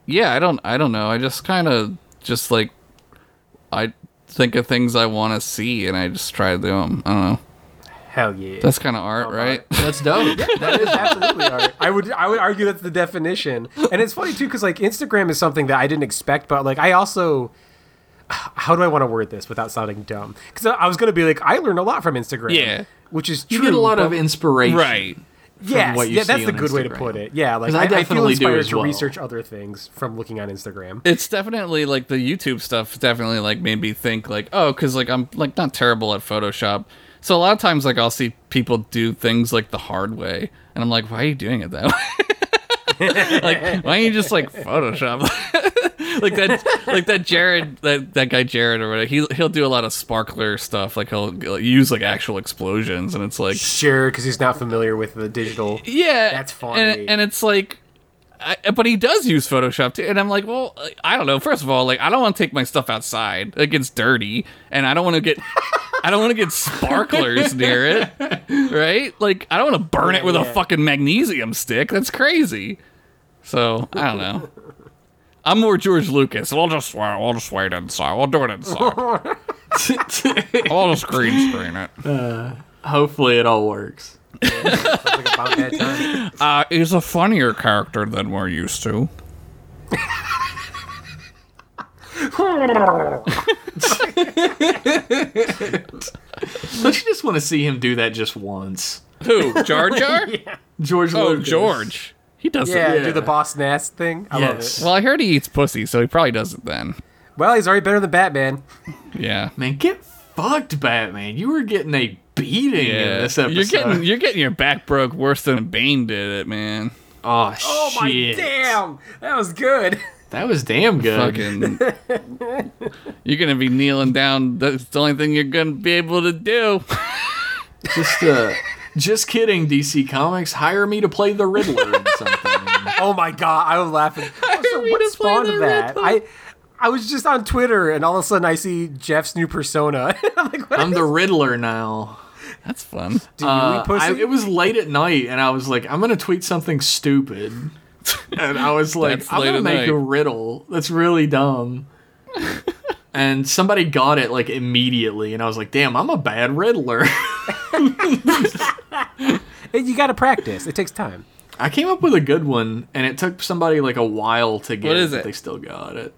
Speaker 2: yeah, I don't, I don't know. I just kind of just like I think of things I want to see, and I just try to do them. I don't know.
Speaker 3: Hell yeah. [LAUGHS]
Speaker 2: That's kind of art, right?
Speaker 1: That's [LAUGHS] dope.
Speaker 3: that is absolutely art. I would I would argue that's the definition. And it's funny too because like Instagram is something that I didn't expect, but like I also [SIGHS] how do I want to word this without sounding dumb? Because I was gonna be like I learned a lot from Instagram.
Speaker 2: Yeah.
Speaker 3: which is true.
Speaker 1: You get a lot
Speaker 3: but-
Speaker 1: of
Speaker 2: [LAUGHS]
Speaker 1: inspiration.
Speaker 3: yes,
Speaker 1: what you
Speaker 3: yeah, that's
Speaker 1: see
Speaker 3: the
Speaker 1: on
Speaker 3: good way to
Speaker 1: Instagram.
Speaker 3: put it. Yeah, like
Speaker 1: 'Cause I
Speaker 3: I, I feel
Speaker 1: definitely do
Speaker 3: inspired
Speaker 1: as
Speaker 3: to
Speaker 1: well.
Speaker 3: research other things from looking on Instagram.
Speaker 2: it's definitely like the YouTube stuff definitely like made me think like oh because like I'm like not terrible at Photoshop so a lot of times like I'll see people do things like the hard way and I'm like why are you doing it that way [LAUGHS] like why don't you just like Photoshop [LAUGHS] like that like that Jared that, that guy Jared or whatever he he'll do a lot of sparkler stuff like he'll, he'll use like actual explosions and it's like
Speaker 3: Sure, because he's not familiar with
Speaker 1: [LAUGHS]
Speaker 3: the digital.
Speaker 2: yeah,
Speaker 3: That's funny.
Speaker 2: And, and it's like, I, but he does use Photoshop too. And I'm like, well, I don't know. First of all, like, I don't want to take my stuff outside. It gets dirty, and I don't want to get, I don't want to get
Speaker 3: [LAUGHS]
Speaker 2: sparklers near it, right? Like, I don't want to burn it with
Speaker 3: yeah.
Speaker 2: a fucking magnesium stick. That's crazy. So I don't know. I'm more George Lucas. We'll just wait. We'll just wait inside. We'll do it inside. I'll just green screen
Speaker 3: [LAUGHS]
Speaker 2: it.
Speaker 1: [LAUGHS] Hopefully it all works.
Speaker 3: Sounds like a bomb
Speaker 1: [LAUGHS]
Speaker 3: bad time.
Speaker 2: Uh, he's a funnier character than we're used to.
Speaker 1: Don't you just want to see him do that just once?
Speaker 2: Who? Jar
Speaker 3: [LAUGHS]
Speaker 2: Jar?
Speaker 1: George
Speaker 2: Oh,
Speaker 1: Lucas.
Speaker 2: George. He does
Speaker 3: Yeah,
Speaker 2: it.
Speaker 1: Yeah.
Speaker 3: do the boss Nass thing. I
Speaker 1: Yes.
Speaker 3: love
Speaker 2: Well, I heard he eats pussy, so he probably does it then.
Speaker 3: it. Well, he's already better than Batman.
Speaker 2: Yeah.
Speaker 1: Man, get fucked, Batman. You were getting a beating
Speaker 2: Yeah.
Speaker 1: in this episode.
Speaker 2: You're getting you're getting your back broke worse than Bane did it, man.
Speaker 1: oh,
Speaker 3: Oh my
Speaker 1: shit.
Speaker 3: damn, that was good.
Speaker 1: That was damn good.
Speaker 2: Fucking You're gonna be kneeling down. That's the only thing you're gonna be able to do.
Speaker 1: Just uh just kidding, DC Comics. Hire me to play the Riddler
Speaker 2: [LAUGHS]
Speaker 1: in something.
Speaker 3: [LAUGHS] Oh my god, I
Speaker 1: [LAUGHS]
Speaker 3: was laughing. Oh, so
Speaker 2: mean
Speaker 3: what
Speaker 2: to play
Speaker 3: spawned
Speaker 2: the
Speaker 3: that?
Speaker 2: rhythm.
Speaker 3: I I was just on Twitter, and all of a sudden I see Jeff's new persona. [LAUGHS] I'm like, what?
Speaker 1: I'm the Riddler now.
Speaker 2: That's fun.
Speaker 3: do you
Speaker 1: Uh,
Speaker 3: eat pussy?
Speaker 1: I- it was late at night, and I was like, I'm gonna tweet something
Speaker 3: [LAUGHS]
Speaker 1: stupid. And I was like,
Speaker 2: That's
Speaker 1: I'm
Speaker 2: late
Speaker 1: gonna
Speaker 2: at
Speaker 1: make a
Speaker 2: night.
Speaker 1: riddle that's really
Speaker 2: [LAUGHS]
Speaker 1: dumb. and somebody got it like immediately, and I was like, damn, I'm a bad riddler. [LAUGHS]
Speaker 3: you got to practice. It takes time.
Speaker 1: I came up with a good one, and it took somebody like a while to get
Speaker 2: What
Speaker 1: it,
Speaker 2: is
Speaker 1: but
Speaker 2: it?
Speaker 1: They still got it.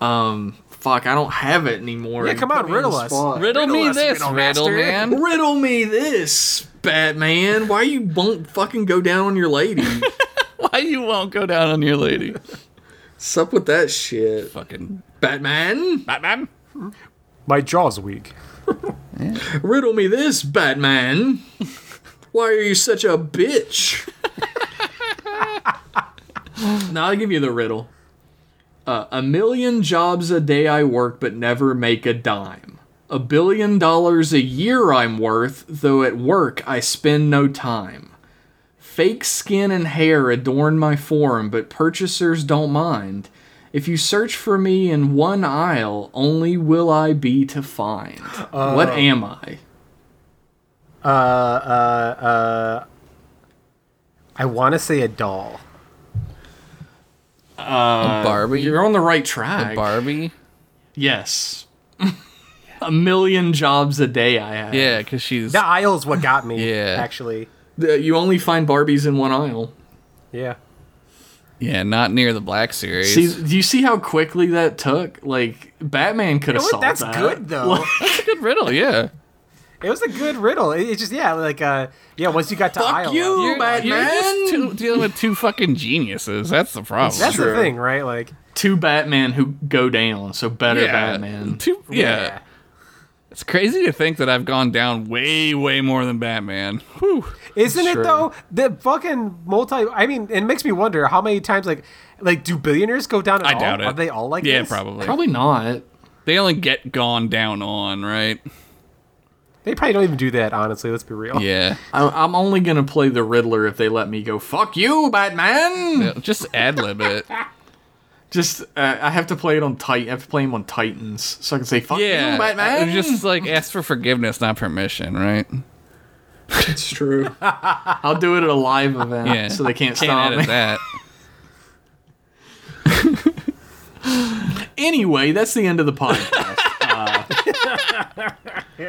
Speaker 1: Um, fuck, I don't have it anymore.
Speaker 3: Yeah,
Speaker 1: You
Speaker 3: come
Speaker 1: put
Speaker 3: on,
Speaker 1: me the
Speaker 3: riddle us.
Speaker 1: spot.
Speaker 2: Riddle, me
Speaker 3: us,
Speaker 2: this,
Speaker 3: riddle
Speaker 2: riddle, [LAUGHS]
Speaker 3: master. [LAUGHS]
Speaker 2: man.
Speaker 1: Riddle me this, Batman. Why you won't fucking go down on your
Speaker 2: [LAUGHS]
Speaker 1: lady?
Speaker 2: Why you won't go down on your lady?
Speaker 1: What's up with that shit?
Speaker 2: Fucking
Speaker 1: Batman?
Speaker 2: Batman.
Speaker 3: My jaw's weak.
Speaker 1: [LAUGHS] Riddle me this, Batman. Why are you such a bitch? [LAUGHS] Now I'll give you the riddle. Uh, a million jobs a day I work, but never make a dime. A billion dollars a year I'm worth, though at work I spend no time. Fake skin and hair adorn my form, but purchasers don't mind. If you search for me in one aisle, only will I be to find.
Speaker 3: Uh,
Speaker 1: what am I?
Speaker 3: I want to say a doll.
Speaker 2: Barbie.
Speaker 1: Uh, You're on the right track.
Speaker 2: Barbie.
Speaker 1: Yes. [LAUGHS] a million jobs a day I have.
Speaker 2: Yeah, because she's
Speaker 3: The aisle's what got me.
Speaker 2: [LAUGHS] Yeah.
Speaker 3: actually,
Speaker 1: The- Uh, You only find Barbies in one aisle.
Speaker 3: yeah.
Speaker 2: yeah not near the Black Series.
Speaker 1: See, do you see how quickly that took? Like Batman could have
Speaker 3: You know what?
Speaker 1: solved
Speaker 3: That's
Speaker 1: that.
Speaker 3: [LAUGHS] good though.
Speaker 2: That's a good riddle. Yeah,
Speaker 3: it was a good riddle. It- It's just yeah, like uh, yeah. Once you got to
Speaker 1: Fuck
Speaker 3: aisle,
Speaker 1: you!
Speaker 2: you're, you're just
Speaker 1: Batman!
Speaker 2: two, dealing with two fucking geniuses. That's the problem.
Speaker 3: that's
Speaker 1: True.
Speaker 3: the thing, right? Like
Speaker 1: Two Batman who go down, so better
Speaker 2: yeah.
Speaker 1: Batman.
Speaker 2: Two, yeah.
Speaker 3: yeah.
Speaker 2: it's crazy to think that I've gone down way, way more than Batman. Whew.
Speaker 3: Isn't
Speaker 1: Sure.
Speaker 3: it though? The fucking multi. I mean, it makes me wonder how many times like, like do billionaires go down? At
Speaker 2: I
Speaker 3: all?
Speaker 2: doubt it.
Speaker 3: Are they all like
Speaker 2: yeah,
Speaker 3: this?
Speaker 2: probably.
Speaker 1: Probably not.
Speaker 2: They only get gone down on, right?
Speaker 3: They probably don't even do that. Honestly, let's be real.
Speaker 2: Yeah.
Speaker 1: I, I'm only gonna play the Riddler if they let me go. Fuck you, Batman!
Speaker 2: Just ad
Speaker 1: [LAUGHS]
Speaker 2: lib it.
Speaker 1: Just uh, I have to play it on Titan. I have to play him on Titans, so I can say fuck
Speaker 2: Yeah.
Speaker 1: you, Batman.
Speaker 2: it
Speaker 1: [LAUGHS]
Speaker 2: was Just like ask for forgiveness, not permission, right?
Speaker 1: it's true. [LAUGHS] I'll do it at a live event,
Speaker 2: Yeah.
Speaker 1: so they can't,
Speaker 2: Can't
Speaker 1: stop
Speaker 2: edit
Speaker 1: me.
Speaker 2: that.
Speaker 1: [LAUGHS] Anyway, that's the end of the
Speaker 2: [LAUGHS]
Speaker 1: podcast. Uh,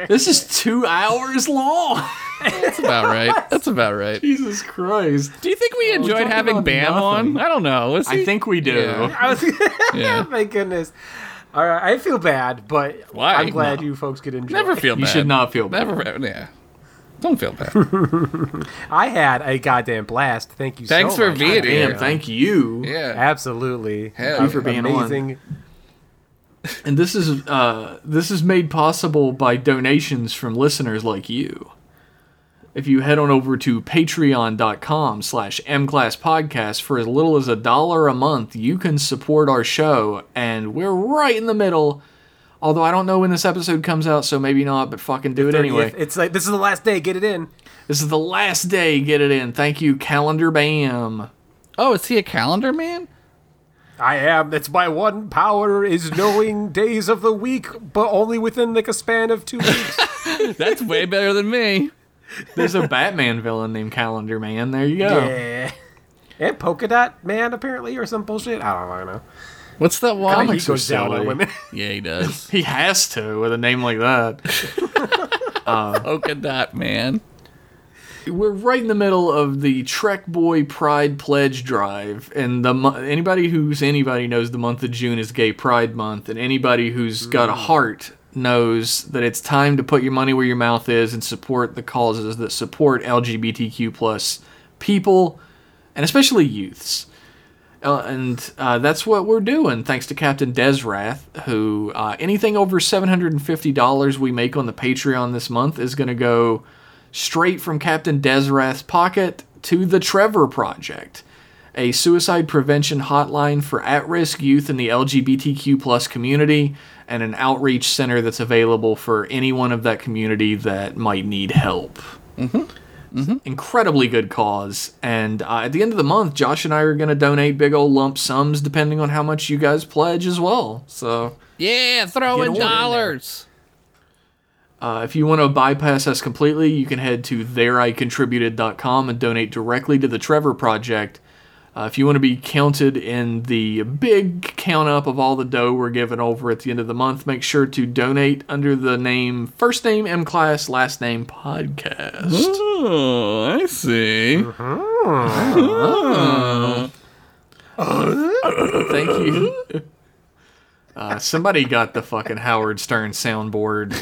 Speaker 1: this is two hours long. [LAUGHS]
Speaker 2: That's about right. That's about right.
Speaker 1: Jesus Christ.
Speaker 2: Do you think we enjoyed
Speaker 1: talking
Speaker 2: having
Speaker 1: about
Speaker 2: Bam
Speaker 1: nothing.
Speaker 2: on? I don't know. Was
Speaker 1: I
Speaker 2: he-
Speaker 1: think we do.
Speaker 2: Yeah.
Speaker 3: [LAUGHS] I was.
Speaker 2: Yeah.
Speaker 3: [LAUGHS] My goodness. All right, I feel bad, but
Speaker 2: Why?
Speaker 3: I'm glad you folks could enjoy.
Speaker 2: Never feel
Speaker 1: You
Speaker 2: bad.
Speaker 1: should not feel bad.
Speaker 2: Never. Yeah. Don't feel bad.
Speaker 1: [LAUGHS]
Speaker 3: I had a goddamn blast. Thank you.
Speaker 2: Thanks
Speaker 3: so
Speaker 2: for
Speaker 3: much.
Speaker 2: being
Speaker 3: Goddamn.
Speaker 2: here.
Speaker 1: Damn, thank you.
Speaker 2: yeah.
Speaker 3: Absolutely.
Speaker 2: Hell yeah.
Speaker 1: for being on.
Speaker 3: Amazing.
Speaker 1: And this is uh, this is made possible by donations from listeners like you. If you head on over to patreon.com slash mclasspodcast for as little as a dollar a month, you can support our show, and we're right in the middle. Although I don't know when this episode comes out, so maybe not, but fucking do it anyway.
Speaker 3: It's like this is the last day. Get it in.
Speaker 1: This is the last day, get it in. Thank you, Calendar Bam.
Speaker 2: Oh, is he a calendar man?
Speaker 3: I am. That's my one power is knowing [LAUGHS] days of the week, but only within like a span of two
Speaker 1: [LAUGHS]
Speaker 3: weeks.
Speaker 2: That's way better than me.
Speaker 1: There's a Batman villain named Calendar Man. There you go.
Speaker 3: yeah. And polka dot man apparently or some bullshit. I don't, I don't know.
Speaker 2: What's that one?
Speaker 1: Comics
Speaker 3: he goes
Speaker 1: are
Speaker 3: down on
Speaker 1: silly.
Speaker 3: women. [LAUGHS]
Speaker 2: Yeah, he does.
Speaker 1: He has to with a name like that.
Speaker 2: Polka dot man.
Speaker 1: We're right in the middle of the Trek Boy Pride Pledge Drive, and the mo- anybody who's anybody knows the month of June is Gay Pride Month, and anybody who's got a heart knows that it's time to put your money where your mouth is and support the causes that support LGBTQ plus people, and especially youths. Uh, and uh, that's what we're doing, thanks to Captain Desrath, who uh, anything over $750 we make on the Patreon this month is going to go straight from Captain Desrath's pocket to the Trevor Project, a suicide prevention hotline for at-risk youth in the LGBTQ plus community and an outreach center that's available for anyone of that community that might need help. Incredibly good cause, and uh, at the end of the month, Josh and I are going to donate big old lump sums depending on how much you guys pledge as well. So
Speaker 2: Yeah, throw
Speaker 1: Get
Speaker 2: in
Speaker 1: ordered in
Speaker 2: dollars.
Speaker 1: Uh, if you want to bypass us completely, you can head to thereicontributed.com and donate directly to the Trevor Project. Uh, if you want to be counted in the big count up of all the dough we're giving over at the end of the month, make sure to donate under the name first name M class, last name podcast.
Speaker 2: Oh, I see.
Speaker 1: Thank you. [LAUGHS] Uh, somebody got the fucking Howard Stern soundboard.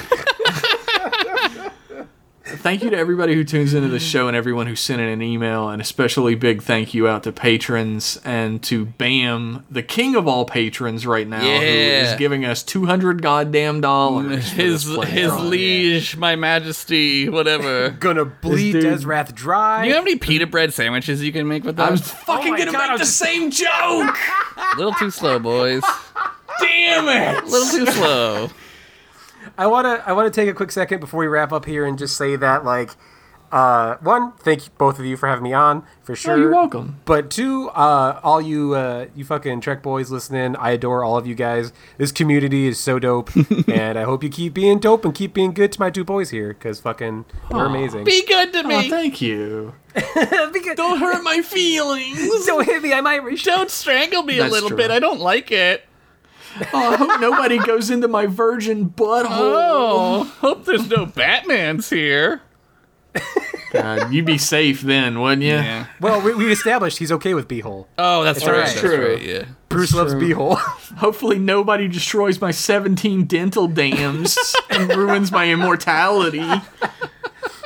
Speaker 1: [LAUGHS] thank you to everybody who tunes into the show and everyone who sent in an email, and especially big thank you out to patrons and to Bam, the king of all patrons right now, who
Speaker 2: Yeah.
Speaker 1: is giving us two hundred goddamn
Speaker 2: [LAUGHS]
Speaker 1: dollars. for
Speaker 2: his
Speaker 1: this
Speaker 2: his
Speaker 1: playground.
Speaker 2: liege, my majesty,
Speaker 3: [LAUGHS]
Speaker 2: whatever.
Speaker 3: Gonna bleed
Speaker 1: dude-
Speaker 3: Desrath dry.
Speaker 2: You know how many pita bread sandwiches you can make with that?
Speaker 1: I was fucking
Speaker 3: Oh my
Speaker 1: gonna
Speaker 3: God, I
Speaker 1: make
Speaker 3: was
Speaker 1: the
Speaker 3: just-
Speaker 1: same
Speaker 3: [LAUGHS]
Speaker 1: joke.
Speaker 2: a little too slow, boys.
Speaker 1: Damn
Speaker 2: A
Speaker 1: it!
Speaker 2: little too slow.
Speaker 3: I want to I want to take a quick second before we wrap up here and just say that like uh one thank you both of you for having me on for sure.
Speaker 1: Oh, you're welcome.
Speaker 3: But two uh all you uh you fucking Trek boys listening, I adore all of you guys. This community is so [LAUGHS] dope and I hope you keep being dope and keep being good to my two boys here cuz fucking they're amazing. [LAUGHS]
Speaker 2: Be good to
Speaker 1: Oh,
Speaker 2: me.
Speaker 1: thank you.
Speaker 3: don't,
Speaker 2: Don't hurt my feelings.
Speaker 3: [LAUGHS] don't hit me, I might reach
Speaker 2: Don't strangle me a
Speaker 1: That's
Speaker 2: little
Speaker 1: true.
Speaker 2: bit. I don't like it.
Speaker 1: Oh, I hope nobody goes into my virgin
Speaker 3: [LAUGHS]
Speaker 1: butthole.
Speaker 2: Oh, hope there's no Batman's here.
Speaker 1: God, Uh, you'd be safe then, wouldn't you?
Speaker 3: [LAUGHS] Well, we, we established he's okay with beehole.
Speaker 2: Oh, that's right.
Speaker 3: alright.
Speaker 2: That's
Speaker 1: True.
Speaker 2: right. Yeah.
Speaker 3: Bruce loves [LAUGHS] beehole.
Speaker 1: Hopefully, nobody destroys my 17 dental dams and ruins my immortality. Uh,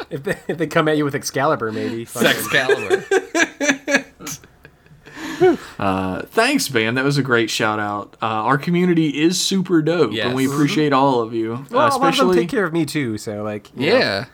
Speaker 3: if, they, if they come at you with Excalibur maybe. Fucking-
Speaker 2: Excalibur.
Speaker 1: Uh, thanks, man. That was a great shout out. Uh, our community is super dope, and we
Speaker 2: Yes.
Speaker 1: appreciate all of you.
Speaker 3: Mm-hmm. Well,
Speaker 1: uh,
Speaker 3: a lot of them
Speaker 1: especially,
Speaker 3: take care of me too, so like you
Speaker 2: [LAUGHS]
Speaker 3: know.
Speaker 2: yeah.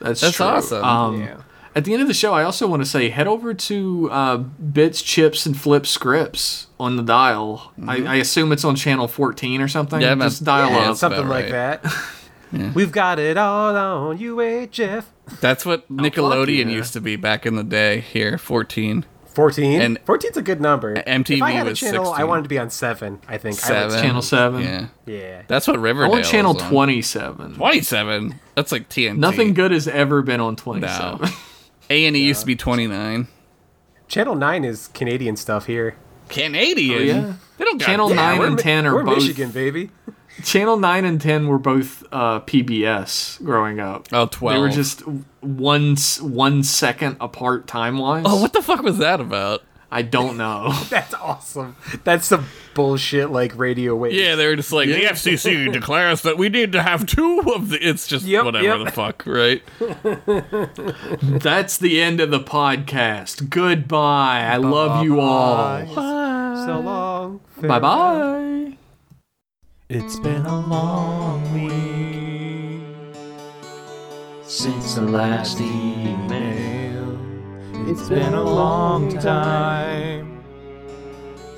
Speaker 1: that's,
Speaker 2: That's
Speaker 1: true.
Speaker 2: awesome.
Speaker 1: Um,
Speaker 3: Yeah.
Speaker 1: At the end of the show, I also want to say head over to uh, Bits, Chips, and Flip Scripts on the dial.
Speaker 3: Mm-hmm.
Speaker 1: I, I assume it's on channel 14 or something.
Speaker 2: Yeah, man.
Speaker 1: Just dial
Speaker 2: Yeah,
Speaker 1: up.
Speaker 2: it's-
Speaker 3: something
Speaker 2: about
Speaker 3: like
Speaker 2: right. [LAUGHS]
Speaker 3: that. We've got it all on eh, UHF.
Speaker 2: That's what Nickelodeon
Speaker 1: Oh, yeah.
Speaker 2: used to be back in the day. Here, fourteen.
Speaker 3: 14.
Speaker 2: And-
Speaker 3: 14's a good number.
Speaker 2: MTV
Speaker 3: if I had a
Speaker 2: was
Speaker 3: channel, I
Speaker 2: 16.
Speaker 3: wanted to be on 7, I think. I would-
Speaker 2: Seven.
Speaker 1: Channel seven.
Speaker 2: Yeah.
Speaker 3: yeah.
Speaker 2: That's what
Speaker 1: Um, I
Speaker 2: Riverdale.
Speaker 1: want channel
Speaker 2: was on.
Speaker 1: 27.
Speaker 2: Twenty-seven. That's like TNT.
Speaker 1: Nothing good has ever been on 27.
Speaker 2: No. A and E used to be twenty-nine.
Speaker 3: Channel 9 is Canadian stuff here.
Speaker 2: Canadian.
Speaker 1: Oh, yeah.
Speaker 2: They don't got
Speaker 1: Channel
Speaker 2: that.
Speaker 1: nine
Speaker 3: we're
Speaker 1: and
Speaker 3: Mi-
Speaker 1: ten are
Speaker 3: we're
Speaker 1: both
Speaker 3: Michigan, baby.
Speaker 1: [LAUGHS]
Speaker 3: [LAUGHS]
Speaker 1: Channel nine and ten were both uh, PBS growing up.
Speaker 2: Oh, 12.
Speaker 1: They were just one s- one second apart timelines.
Speaker 2: Oh, what the fuck was that about?
Speaker 1: I don't know. [LAUGHS]
Speaker 3: That's awesome. That's some bullshit, like, radio wave.
Speaker 2: Yeah, they were just like the FCC declares that we need to have two of the. It's just
Speaker 3: Yep,
Speaker 2: whatever
Speaker 3: yep.
Speaker 2: the [LAUGHS] fuck, right?
Speaker 1: That's the end of the podcast. Goodbye. I love you all.
Speaker 3: So long.
Speaker 1: Bye bye.
Speaker 4: It's been a long week since the last email. It's been a long time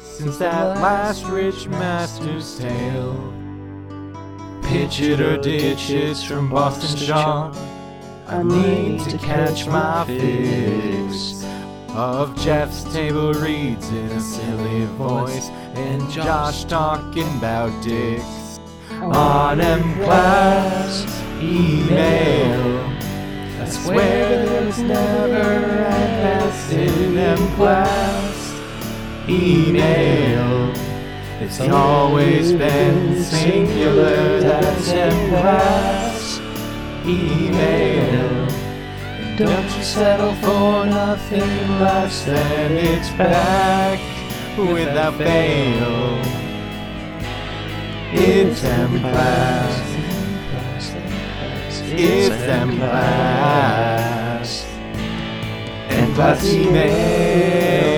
Speaker 4: since that last Rich Master's tale. Pitch it or ditch it from Boston Sean. I need to catch my fix of Jeff's table reads in a silly voice and Josh talking about dicks on M class email. I swear there's never an S in M class email. It's always been singular. That's M class email. Don't you settle for nothing less than it's back without fail. It's them class. It's them class. And class email.